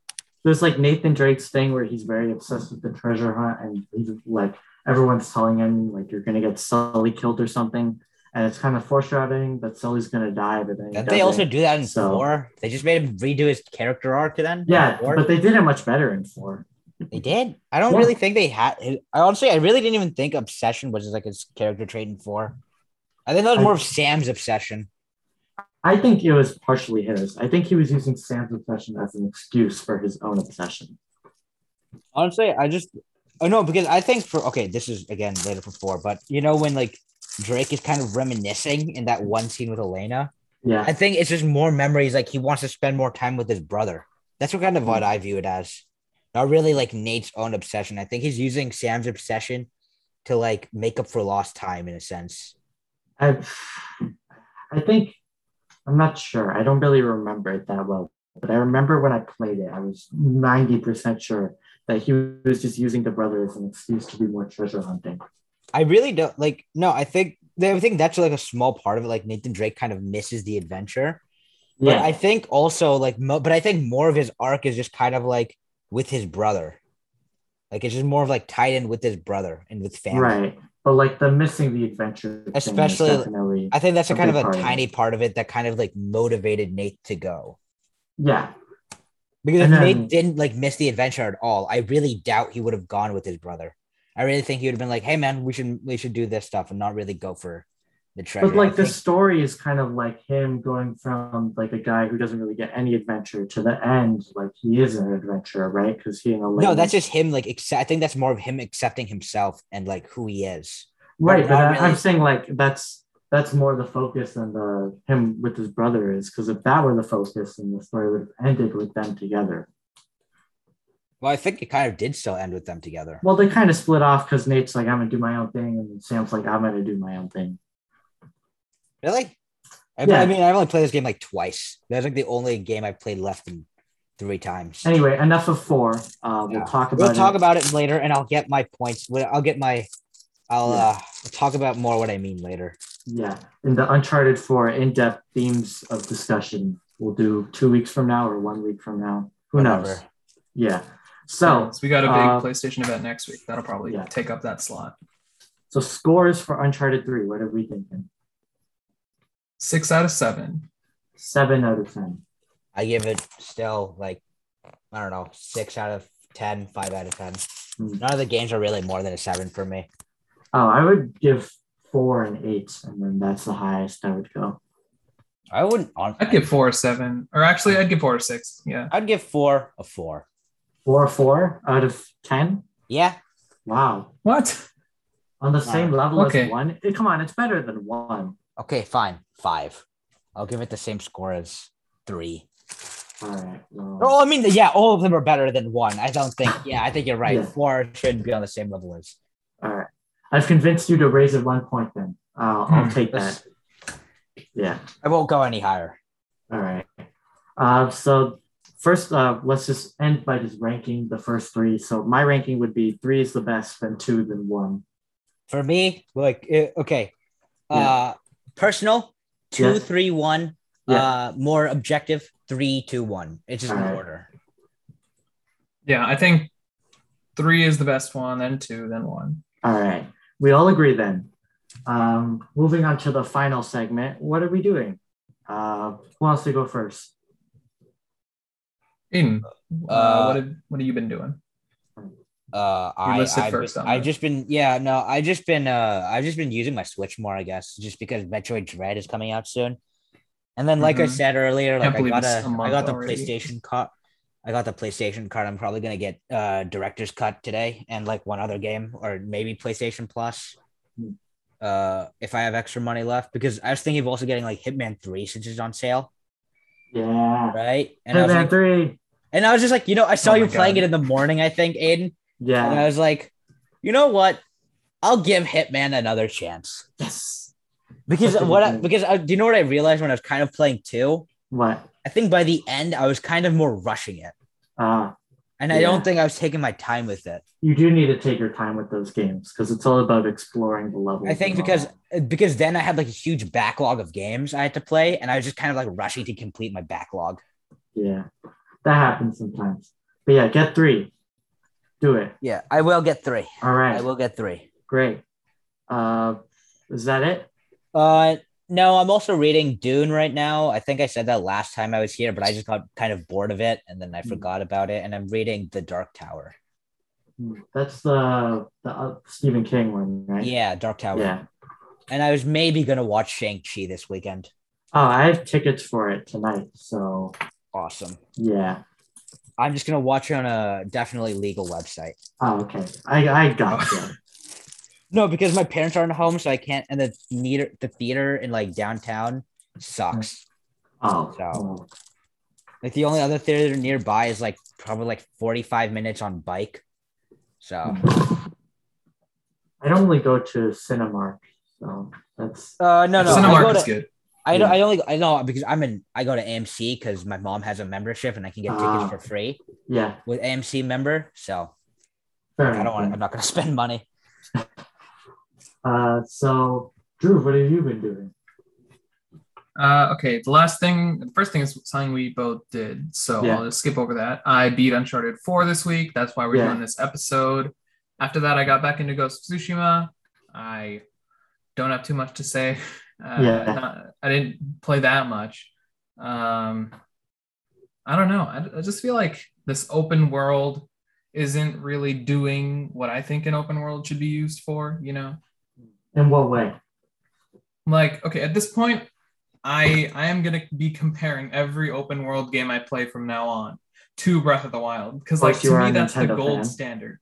there's like Nathan Drake's thing where he's very obsessed with the treasure hunt and he's like everyone's telling him like you're gonna get Sully killed or something. And it's kind of foreshadowing that Sully's gonna die, but then he Didn't they doesn't. also do that in So- four? They just made him redo his character arc then? in Yeah, four? but they did it much better in four. they did. I don't Yeah. really think they had I honestly I really didn't even think obsession was just like his character trait in four. I think that was I- more of Sam's obsession. I think it was partially his. I think he was using Sam's obsession as an excuse for his own obsession. Honestly, I just oh no, because I think for okay, this is again later for four, but you know when like Drake is kind of reminiscing in that one scene with Elena. Yeah, I think it's just more memories. Like he wants to spend more time with his brother. That's what kind of what I view it as. Not really like Nate's own obsession. I think he's using Sam's obsession to like make up for lost time in a sense. I, I think I'm not sure. I don't really remember it that well, but I remember when I played it, I was ninety percent sure that he was just using the brother as an excuse to do more treasure hunting. I really don't like. No, I think I think that's like a small part of it. Like Nathan Drake kind of misses the adventure. But Yeah, I think also like, mo- but I think more of his arc is just kind of like with his brother. Like it's just more of like tied in with his brother and with family. right. But like the missing the adventure, thing is Especially- definitely. I think that's a A kind of big a part of it. tiny part of it that kind of like motivated Nate to go. Yeah, Because And if then- Nate didn't like miss the adventure at all, I really doubt he would have gone with his brother. I really think he would have been like, "Hey man, we should we should do this stuff and not really go for the treasure." but like I the think- story is kind of like him going from like a guy who doesn't really get any adventure to the end, like he is an adventurer, right? Because he and Elena. no, that's just him. Like, accept, I think that's more of him accepting himself and like who he is. right But but not I- i'm really. saying like that's that's more the focus than the him with his brother is because if that were the focus and the story would have ended with them together Well, I think it kind of did still end with them together. well they kind of split off because nate's like i'm gonna do my own thing and sam's like i'm gonna do my own thing Really? I, Yeah. I mean, I've only played this game like twice. That's like the only game I've played left in three times. anyway enough of four uh, Yeah. we'll talk about we'll talk it. about it later, and I'll get my points. Well, I'll get my. I'll Yeah. uh, talk about more what I mean later. yeah in the uncharted 4 in-depth themes of discussion we'll do two weeks from now or one week from now who knows Whatever. yeah so we got a big uh, PlayStation event next week. That'll probably Yeah. take up that slot. so scores for uncharted 3 what are we thinking Six out of seven. seven out of ten I give it still like I don't know six out of ten, five out of ten. Hmm. None of the games are really more than a seven for me. Oh, I would give four and eight, and then that's the highest I would go. I wouldn't. hon- I'd give four or seven, or actually, I'd give four or six. Yeah. I'd give four a four. Four, four out of ten. Yeah, Wow, What? on the same level Okay. as one. Eh, come on, it's better than one. Okay, fine. Five. I'll give it the same score as three. All right. well, Oh, I mean, yeah, all of them are better than one. I don't think. Yeah, I think you're right. Yeah. Four should be on the same level as. all right. I've convinced you to raise it one point. Then I'll I'll Hmm, take that's- that. Yeah. I won't go any higher. All right. Uh, so first, uh, let's just end by just ranking the first three. So my ranking would be three is the best, then two, then one. For me, like, eh, okay, uh, personal two, Yeah. three, one. Yeah. Uh, more objective three, two, one. It's just in Alright. order. Yeah, I think three is the best one, then two, then one. All right. We all agree then. Um, moving on to the final segment, what are we doing? Uh, who wants to go first? Aiden, uh, Uh, what, have, what have you been doing? Uh, You I, listed I've, first been- on I've that. just been, yeah, no, I've just been, uh, I've just been using my Switch more, I guess, just because Metroid Dread is coming out soon. And then, like I Mhm. said earlier, like Can't I believe got it's a, a I month got the already. PlayStation card. I got the PlayStation card. I'm probably gonna get uh director's cut today, and like one other game, or maybe PlayStation Plus. Hmm. Uh, if I have extra money left, because I was thinking of also getting like Hitman Three since it's on sale, Yeah. right? And I was Hitman like, three. and I was just like, you know, I saw Oh you my playing God. it in the morning, I think, Aiden. And I Yeah. was like, you know what? I'll give Hitman another chance Yes. because That's a good what? I, move. because I, do you know what I realized when I was kind of playing two? What? I think by the end I was kind of more rushing it, Uh, and I don't Yeah. think I was taking my time with it. you do need to take your time with those games because it's all about exploring the level. I think because because then I had like a huge backlog of games I had to play, and I was just kind of like rushing to complete my backlog. yeah, that happens sometimes. But yeah, get three. Do it. Yeah, I will get three. All right. I will get three. Great. Uh, is that it? Uh, no, I'm also reading Dune right now. I think I said that last time I was here, but I just got kind of bored of it, and then I Hmm. forgot about it. And I'm reading The Dark Tower. Hmm, That's the the uh, Stephen King one, right? Yeah, Dark Tower. Yeah. And I was maybe gonna watch Shang Chi this weekend. Oh, I have tickets for it tonight. So Awesome. yeah. I'm just gonna watch it on a definitely legal website. Oh, okay. I, I got you. No, because my parents aren't home, so I can't. And the theater, the theater in like downtown sucks. Oh, So- well, Hmm. Like the only other theater nearby is like probably like 45 minutes on bike. Hmm. So, I don't really go to Cinemark, so that's uh, no, no, I go Cinemark to- is good. I don't. Yeah. I only. I know because I'm in. I go to AMC because my mom has a membership and I can get tickets Ah. for free yeah. with AMC member. So Fair I don't enough. want. I'm not going to spend money. Uh, so Drew, what have you been doing? Uh, okay, the last thing, the first thing is something we both did, so Yeah. I'll just skip over that. I beat Uncharted 4 this week. That's why we're Yeah. doing this episode. After that, I got back into Ghost of Tsushima. I don't have too much to say. Uh, Yeah. not- I didn't play that much. Um, I don't know. I, I just feel like this open world isn't really doing what I think an open world should be used for, you know? In what way? like okay at this point i i am going to be comparing every open world game i play from now on to breath of the wild because like Plus, to you are me a that's the Nintendo gold fan. standard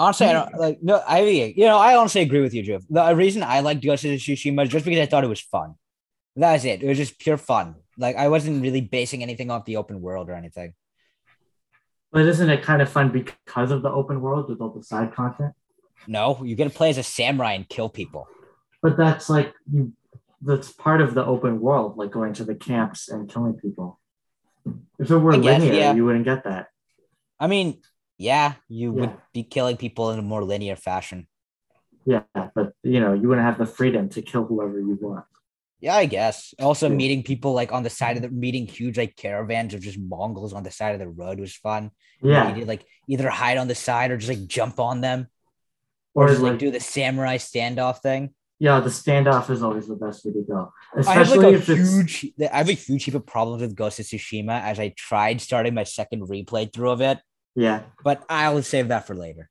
Honestly, I don't like. No, I you know I honestly agree with you, Drew. The reason I liked Ghost of Tsushima is just because I thought it was fun. That was it. It was just pure fun. Like I wasn't really basing anything off the open world or anything. But isn't it kind of fun because of the open world with all the side content? No, you get to play as a samurai and kill people. But that's like you. That's part of the open world, like going to the camps and killing people. If it were I guess, linear, yeah. you wouldn't get that. I mean, yeah, you Yeah. would be killing people in a more linear fashion. Yeah, but you know, you wouldn't have the freedom to kill whoever you want. Yeah, I guess. Also, Yeah. meeting people like on the side of the meeting huge like caravans of just Mongols on the side of the road was fun. You know, Yeah, you did like either hide on the side or just like jump on them or or just like, like do the samurai standoff thing. yeah, the standoff is always the best way to go, I have especially like a if it's huge, I have a huge heap of problems with Ghost of Tsushima as I tried starting my second replay through of it, yeah. but I'll save that for later.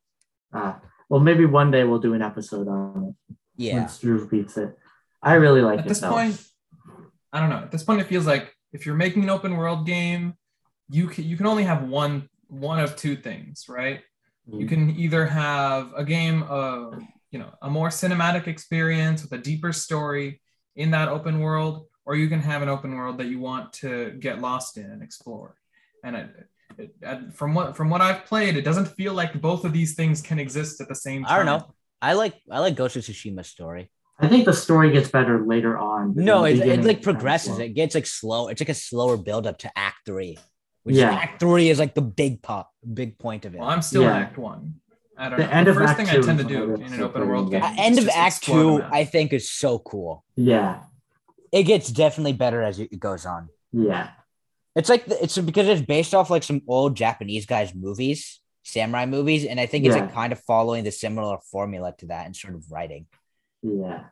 Uh, well, maybe one day we'll do an episode on it Yeah, once Drew beats it. I really like at it this though. point i don't know at this point it feels like if you're making an open world game you can, you can only have one one of two things right you Mm. can either have a game of you know a more cinematic experience with a deeper story in that open world or you can have an open world that you want to get lost in and explore and it, it, and from what from what i've played it doesn't feel like both of these things can exist at the same time I don't know. I like I like Ghost of Tsushima's story. I think the story gets better later on. than No, the it, it beginning like of the progresses. Phantasy It gets like slow. It's like a slower build up to Act Three, which Yeah. Act Three is like the big pop, big point of it. Well, I'm still in Yeah. Act One. I don't The know. end the of first Act thing Two I tend is to do another in an super open world game. Yeah. game. Uh, is end of just Act explore the Two, map. I think, is so cool. World. Yeah, It gets definitely better as it goes on. yeah, It's like the, it's because it's based off like some old Japanese guys' movies, samurai movies, and I think it's like Yeah. kind of following the similar formula to that and sort of writing. yeah.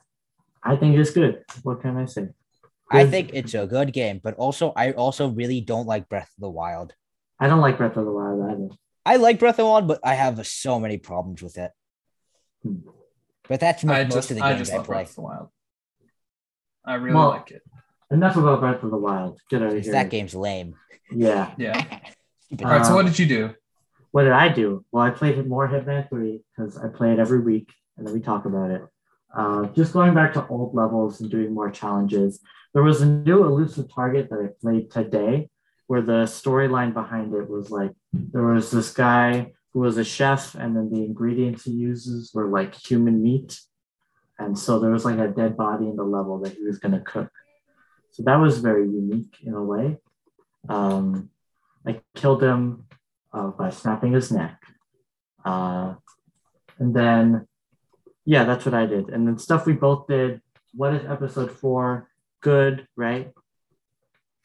I think it's good. What can I say? I Good. think it's a good game, but also I also really don't like Breath of the Wild. I don't like Breath of the Wild either. I like Breath of the Wild, but I have so many problems with it. Hmm. But that's mo- I most just, of the I games just I, love play. Breath of the Wild. I really Well- like it. Enough about Breath of the Wild. Get out of It's here. that game's lame. Yeah. Yeah. Stupid. All right. So Um, what did you do? What did I do? Well, I played more Hitman 3 because I play it every week and then we talk about it. Uh, just going back to old levels and doing more challenges. There was a new elusive target that I played today where the storyline behind it was like there was this guy who was a chef, and then the ingredients he uses were like human meat. And so there was like a dead body in the level that he was going to cook. So that was very unique in a way. Um, I killed him uh, by snapping his neck. Uh, and then, yeah, that's what I did. And then stuff we both did. What is episode four? Good, right?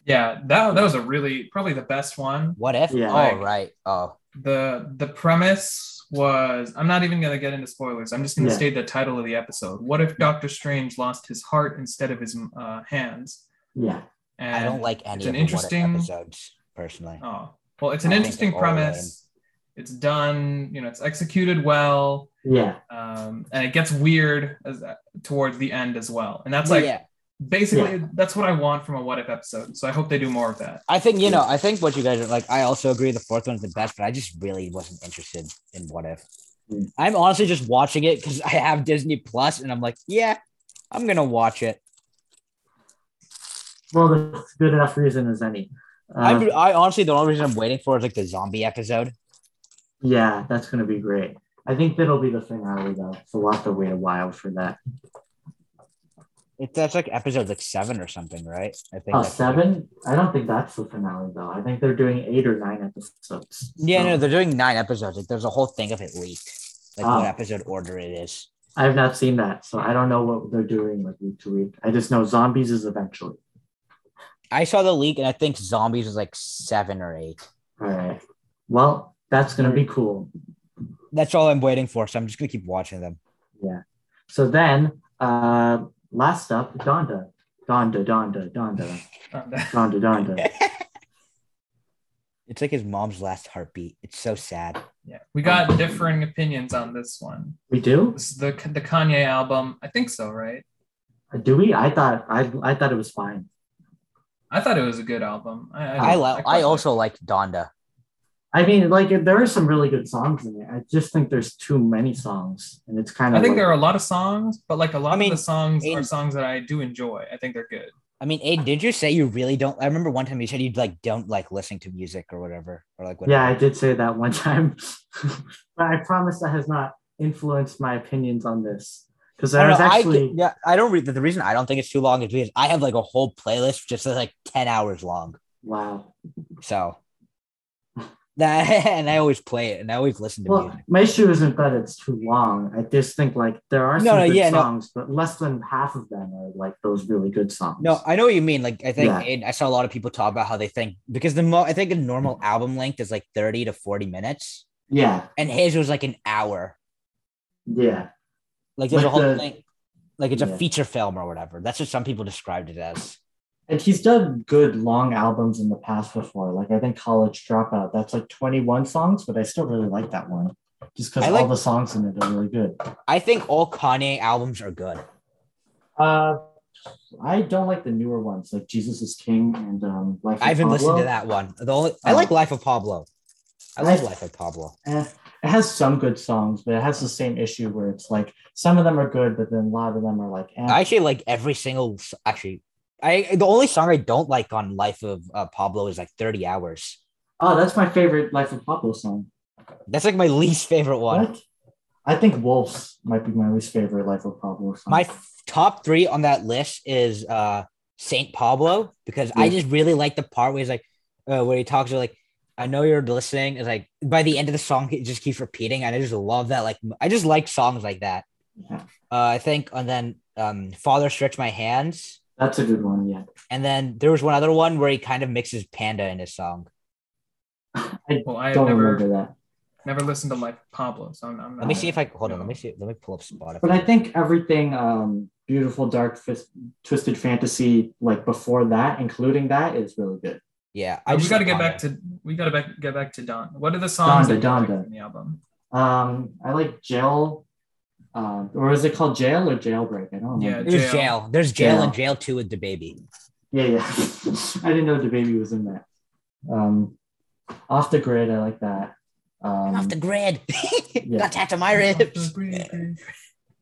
Yeah, that that was a really probably the best one. What if? yeah. Oh right. Oh the The premise was I'm not even gonna get into spoilers. I'm just gonna Yeah. state the title of the episode. What if Doctor Strange lost his heart instead of his uh, hands? Yeah, And I don't like any it's of an the interesting- what if episodes personally. Oh, well, it's an I think interesting they're all lame. premise. It's done. You know, it's executed well. yeah, um, and it gets weird as, uh, towards the end as well. And that's like yeah. basically that's what I want from a what if episode. So I hope they do more of that. I think you know, I think what you guys are like, I also agree the fourth one's the best, but I just really wasn't interested in what if. Hmm. I'm honestly just watching it because I have Disney Plus and I'm like, yeah, I'm gonna watch it. Well, that's good enough reason as any. Uh, I'm I honestly the only reason I'm waiting for is like the zombie episode. yeah, that's gonna be great. I think that'll be the finale though. So we'll have to wait a while for that. It's that's like episode like seven or something, right? I think Oh, that's- seven? I don't think that's the finale though. I think they're doing eight or nine episodes. Yeah, So no, they're doing nine episodes. Like there's a whole thing of it leaked. Like Oh. what episode order it is. I have not seen that, so I don't know what they're doing like week to week. I just know zombies is eventually. I saw the leak and I think zombies was like seven or eight. All right. Well, that's gonna be cool. That's all I'm waiting for. So I'm just gonna keep watching them. So then, uh, last up, Donda. Donda, Donda, Donda, Uh, Donda, Donda. It's like his mom's last heartbeat. It's so sad. yeah, Um, we got differing opinions on this one. We do? This is the the Kanye album. I think so, right? Do we? I thought I I thought it was fine. I thought it was a good album. I I I, love. quite I liked also liked Donda. I mean, like there are some really good songs in it. I just think there's too many songs, and it's kind I of. think like- there are a lot of songs, but like a lot I mean, of the songs are in- songs that I do enjoy. I think they're good. I mean, Aiden, did you say you really don't? I remember one time you said you like don't like listening to music or whatever, or like whatever. Yeah, I did say that one time, but I promise that has not influenced my opinions on this because I there don't was know, I actually. get- yeah, I don't read the, the reason I don't think it's too long is because I have like a whole playlist just that's like 10 hours long. Wow. So that and I always play it and I always listen to Well, music. my issue isn't that it's too long. I just think like there are some No, no, good yeah, no. songs, but less than half of them are like those really good songs. No, I know what you mean. Like I think Yeah. and I saw a lot of people talk about how they think because the mo I think a normal album length is like 30 to 40 minutes. yeah, And his was like an hour. yeah, Like there's a Like whole the- thing. Like it's a Yeah. feature film or whatever. That's what some people described it as. and he's done good long albums in the past before. Like I think College Dropout, that's like twenty one songs, but I still really like that one just because I all like- the songs in it are really good. I think all Kanye albums are good. Uh, I don't like the newer ones, like Jesus is King and um, Life. of I haven't listened Pablo. to that one. The only I Oh. like Life of Pablo. I like I- Life of Pablo. Eh, it has some good songs, but it has the same issue where it's like some of them are good, but then a lot of them are like. Eh. I actually like every single s- actually I the only song I don't like on Life of uh, Pablo is like 30 hours. oh, that's my favorite Life of Pablo song. That's like my least favorite one. What? I think Wolves might be my least favorite Life of Pablo song. My f- top 3 on that list is uh Saint Pablo because I Yeah. just really like the part where he's like uh, where he talks about like I know you're listening is like by the end of the song it just keeps repeating and I just love that like m- I just like songs like that. Yeah. Uh, I think and then um Father stretch my hands. that's a good one. Yeah, And then there was one other one where he kind of mixes panda in his song. Well, I have don't never remember that. never listened to Life of Pablo, so I'm, I'm Let me see if I hold on. Let me see. Let me pull up Spotify. But I think everything, um, beautiful dark, Fis- twisted fantasy, like before that, including that, is really good. yeah, I we just got to like get back Panda. to we got to back, get back to Don. What are the songs Donda, that you like Donda. from the album? Um, I like jail, uh, or is it called jail or jailbreak? I don't know. Yeah, There's jail. Jail. There's jail, Jail. and jail two with the baby. yeah, yeah. I didn't know the baby was in that. Um, off the grid, I like that. Um, Off the grid. yeah. got tattoo my ribs.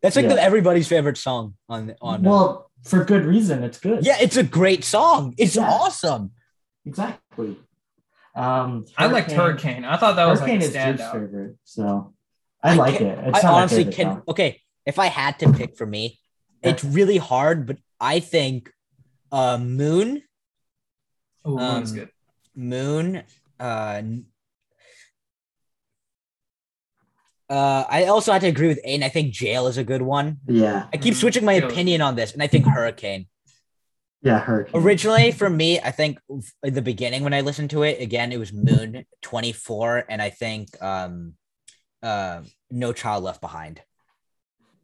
That's like Yeah. the, everybody's favorite song on on. uh, well, for good reason, it's good. yeah, it's a great song. It's Yeah. awesome. exactly. Um, I liked Hurricane. I thought that was like a Hurricane is Jude's standout. favorite, so I, I like can't- it. It's I not my honestly favorite can. song. Okay, if I had to pick for me, it's really hard, but I think uh, Moon, Oh, that was Um, good. Moon, uh, n- uh, I also had to agree with Aiden. I think Jail is a good one. Yeah, I keep Mhm. switching my Jail is opinion on this, and I think Hurricane. yeah, Hurricane. Originally, for me, I think f- at the beginning when I listened to it, again, it was Moon 24, and I think um, uh, No Child Left Behind.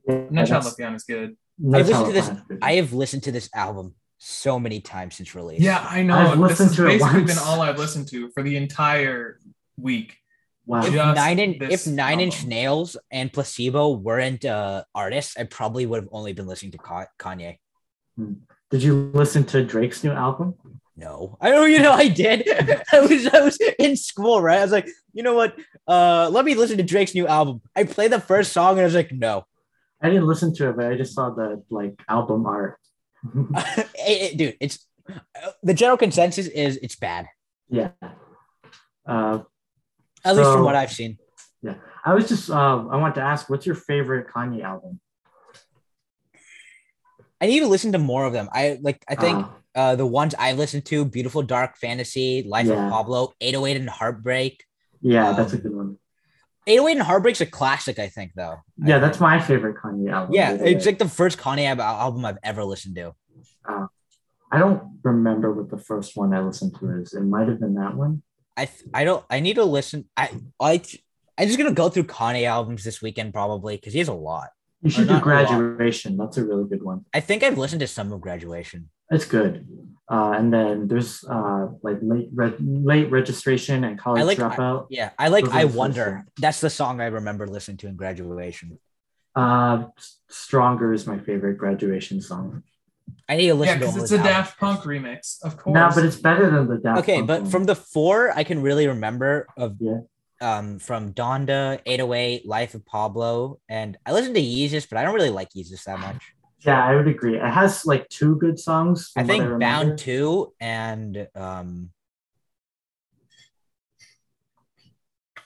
Yeah, No Child that's- Left Behind is good. No I listened Child to this- Left Behind. I have listened to this album so many times since release. Yeah, I know. I've this listened has to it basically been once. all I've listened to for the entire week. wow. If Just nine, in, this if nine inch album. nails and placebo weren't uh, artists, I probably would have only been listening to Ka- Kanye. Did you listen to Drake's new album? No, I don't. You know, I did. I was I was in school, right? I was like, you know what? Uh, let me listen to Drake's new album. I played the first song and I was like, no, I didn't listen to it, but I just saw the like album art. It- it- dude. It's uh, the general consensus is it's bad, yeah. Uh, at least from So- what I've seen. I was just uh, I want to ask, what's your favorite Kanye album? I need to listen to more of them. I like. I think Uh, uh, the ones I listened to: Beautiful Dark Fantasy, Life Yeah. of Pablo, 808 and Heartbreak. yeah, that's a um, good one. 808 and Heartbreak's a classic, I think, though. I Yeah, think. that's my favorite Kanye album. yeah. by the It's way. like the first Kanye al- album I've ever listened to. I don't remember what the first one I listened to is. It might have been that one. I th- I don't I need to listen. I I I'm just gonna go through Kanye albums this weekend probably because he has a lot. You should not do a lot. graduation. That's a really good one. I think I've listened to some of Graduation. It's good. Uh, and then there's uh, like late re- late registration and college like- dropout. Yeah, I like Those are I the first Wonder. ones. That's the song I remember listening to in Graduation. Uh, S- Stronger is my favorite graduation song. I need to Yeah, listen to because all it's the a Daft albums. Punk remix, of course. No, but it's better than the Daft Okay, Punk but one. from the four, I can really remember of Yeah. um from Donda, 808, Life of Pablo, and I listened to Yeezus, but I don't really like Yeezus that much. yeah, I would agree. It has like two good songs. I from what think remember. Bound Two and um,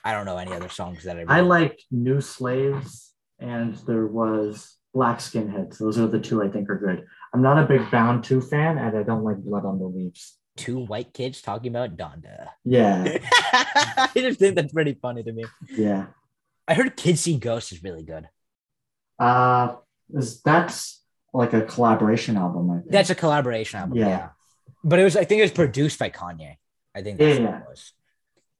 I don't know any other songs that I. I really- like New Slaves and there was Black Skinheads. Those are the two I think are good. I'm not a big Bound 2 fan and I don't like Blood on the Leaves. two white kids talking about Donda. Yeah, I just think that's pretty funny to me. yeah. I heard Kids See Ghosts is really good. Uh, is- that's like a collaboration album, I think. That's a collaboration album. Yeah. Yeah. But it was, I think it was produced by Kanye. I think that's what Yeah. it was.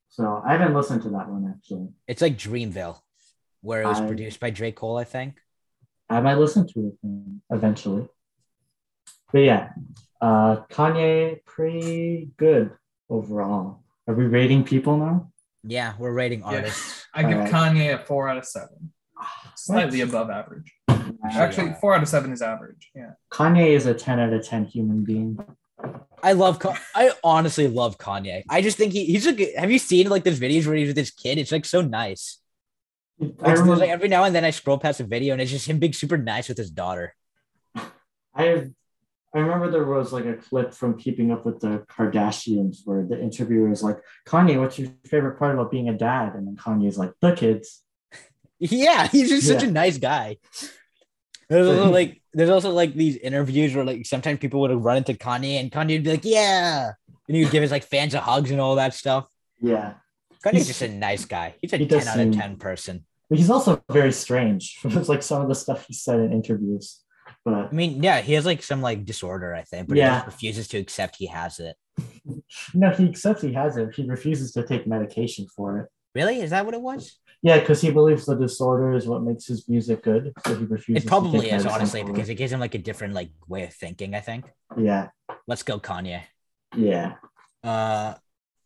so I haven't listened to that one actually. It's like Dreamville, where it was I- produced by Drake Cole, I think. I might listen to it um, eventually. But yeah, uh, Kanye, pretty good overall. Are we rating people now? Yeah, we're rating Yeah. artists. I give Alright. Kanye a four out of seven, Ah, slightly above average. Actually, four out of seven is average. Yeah. Kanye is a 10 out of 10 human being. I love, Ka- I honestly love Kanye. I just think he, he's a good, have you seen like those videos where he's with his kid? It's like so nice. I, It's just, remember, like every now and then I scroll past a video and it's just him being super nice with his daughter. I, I remember there was like a clip from Keeping Up with the Kardashians where the interviewer is like, Kanye, what's your favorite part about being a dad? And then Kanye's like, the kids. Yeah, he's just such a Yeah. nice guy. There's But also he- like there's also like these interviews where like sometimes people would have run into Kanye and Kanye would be like, Yeah. And he would give his like fans a hugs and all that stuff. Yeah. Kanye's He's- just a nice guy. He's a he 10 does out of seem- 10 person. But he's also very strange. It's like some of the stuff he said in interviews. But I mean, yeah, he has like some like disorder, I think, but he Yeah. just refuses to accept he has it. no, he accepts he has it. He refuses to take medication for it. Really? Is that what it was? Yeah, because he believes the disorder is what makes his music good. So he refuses It probably to take is, medicine honestly, for because it gives him like a different like way of thinking, I think. it. Yeah, Let's go, Kanye. yeah. Uh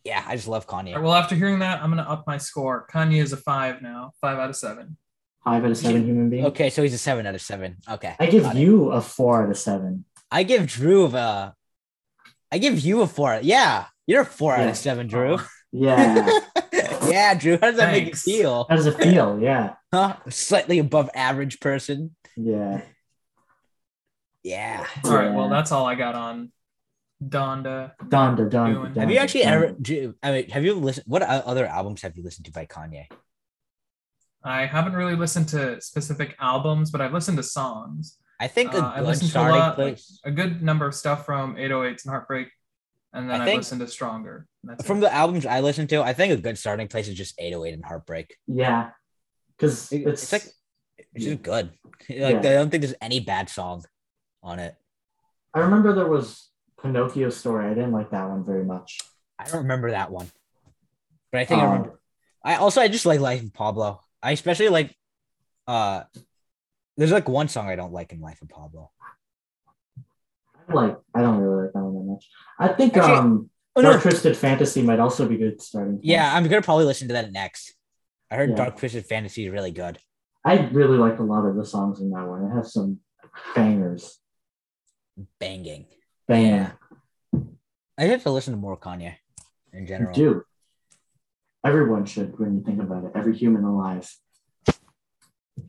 yeah, I just love Kanye. All right, well, after hearing that, I'm gonna up my score. Kanye is a five now, five out of seven. Five out of seven human being. Okay, so he's a seven out of seven. Okay. I give got it. you a four out of seven. I give Drew a. I give you a four. Yeah, you're a four out Yeah. of seven, Drew. Yeah. yeah, Drew. How does that Uh-huh. Thanks. make you feel? How does it feel? Yeah. Huh? Slightly above average person. Yeah. Yeah. All right, Yeah. well, that's all I got on Donda. Donda, Donda. Doing- Donda Have you actually Donda. ever? Drew, I mean, have you listened? What o- other albums have you listened to by Kanye? I haven't really listened to specific albums, but I've listened to songs. I think a Uh, I good listened to a starting lot, place A good number of stuff from 808s and Heartbreak, and then I I, think- listened to Stronger. and That's from it. the albums I listened to. I think a good starting place is just 808 and Heartbreak. Yeah. Because It- it's, it's like- It's just good. Like Yeah. I don't think there's any bad song on it. I remember there was Pinocchio story. I didn't like that one very much. I don't remember that one, but I think I Um, remember. I also I just like Life of Pablo. I especially like. uh There's like one song I don't like in Life of Pablo. I like I don't really like that one that much. I think Actually- um Oh Dark no! Twisted Fantasy might also be good starting. point. Yeah, I'm gonna probably listen to that next. I heard Yeah. Dark Twisted Fantasy is really good. I really like a lot of the songs in that one. It has some bangers. Banging. Bang. Yeah. I have to listen to more Kanye in You general. do. Everyone should when you think about it. Every human alive.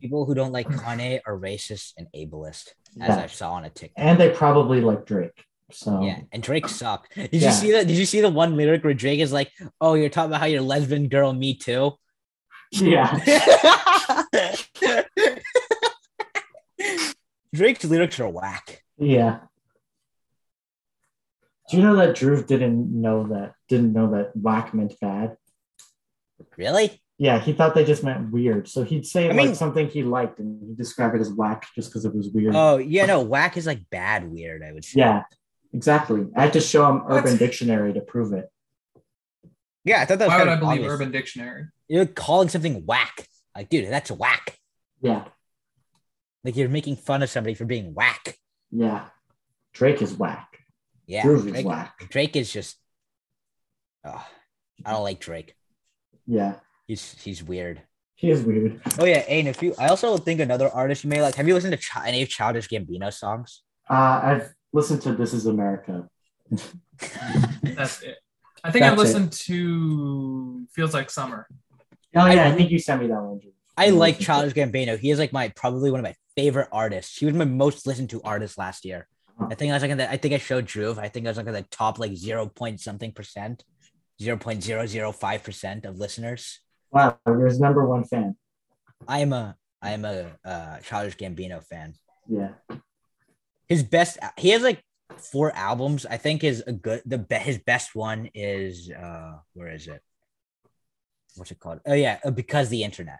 People who don't like Kanye are racist and ableist, as Yeah. I saw on a TikTok. And they probably like Drake. So Yeah, and Drake sucked. Did you Yeah. see that? Did you see the one lyric where Drake is like, "Oh, you're talking about how you're a lesbian girl, me too." yeah. Drake's lyrics are whack. Yeah. Do you know that Drew didn't know that didn't know that whack meant bad? Really? Yeah, he thought they just meant weird. So he'd say I like mean- something he liked and he'd describe it as whack just because it was weird. Oh yeah, no, whack is like bad weird, I would say. yeah, exactly. I had to show him What? Urban Dictionary to prove it. Yeah, I thought that was Why would kind I of believe obvious. Urban Dictionary? You're calling something whack. Like, dude, that's whack. Yeah, Like you're making fun of somebody for being whack. yeah. Drake is whack. Yeah. Drew is Drake, whack. Drake is just oh, I don't like Drake. Yeah, He's he's weird. he is weird. Oh yeah, and if you I also think another artist you may like. Have you listened to Chi- any of Childish Gambino's songs? Uh, I've listened to This Is America. That's it. I think I That's it. listened to Feels Like Summer. Oh I- yeah, I, think you sent me that one. Drew. I like Childish Gambino. He is like my probably one of my favorite artists. He was my most listened to artist last year. I think I was like in the, I think I showed Drew. I think I was like in the top like zero point something percent, zero point zero zero five percent of listeners. Wow, you're his number one fan. I am a I am a uh, Childish Gambino fan. Yeah. his best he has like four albums i think is a good the be, his best one is uh where is it what's it called oh yeah uh, because the internet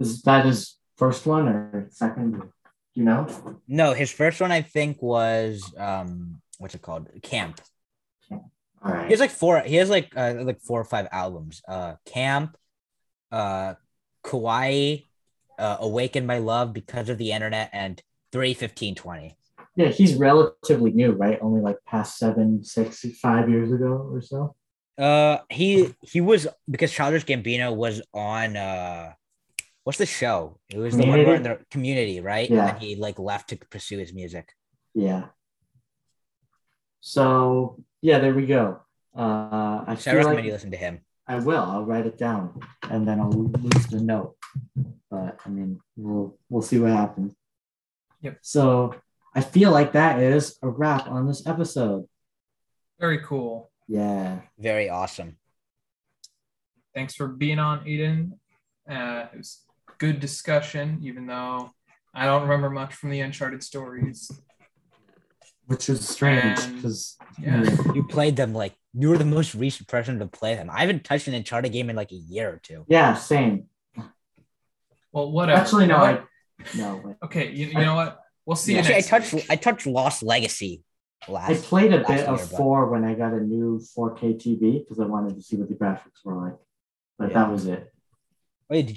Is that his first one or second? Do You know? no his first one i think was um what's it called camp All he right. has like four he has like uh, like four or five albums uh camp uh kawaii uh awaken my love because of the internet and 31520 yeah, he's relatively new, right? Only like past seven, six, five years ago or so. Uh, he he was because Childish Gambino was on uh, what's the show? It was the one where in the community, right? Yeah. And he like left to pursue his music. Yeah. So yeah, there we go. Uh, I So feel I recommend like you listen to him. I will. I'll write it down and then I'll lose the note. But I mean, we'll we'll see what happens. Yep. So I feel like that is a wrap on this episode. Very cool. Yeah. Very awesome. Thanks for being on, Eden. Uh, it was good discussion, even though I don't remember much from the Uncharted stories. Which is strange And- because Yeah. You played them like you were the most recent person to play them. I haven't touched an Uncharted game in like a year or two. yeah, same. Well, whatever. Actually, no, You know I no. what? wait. Okay, you, you know what? We'll see you Actually, I next touched week. I touched Lost Legacy I last. played a last bit of year, but- four when I got a new 4K TV because I wanted to see what the graphics were like, but Yeah. that was it. Wait, did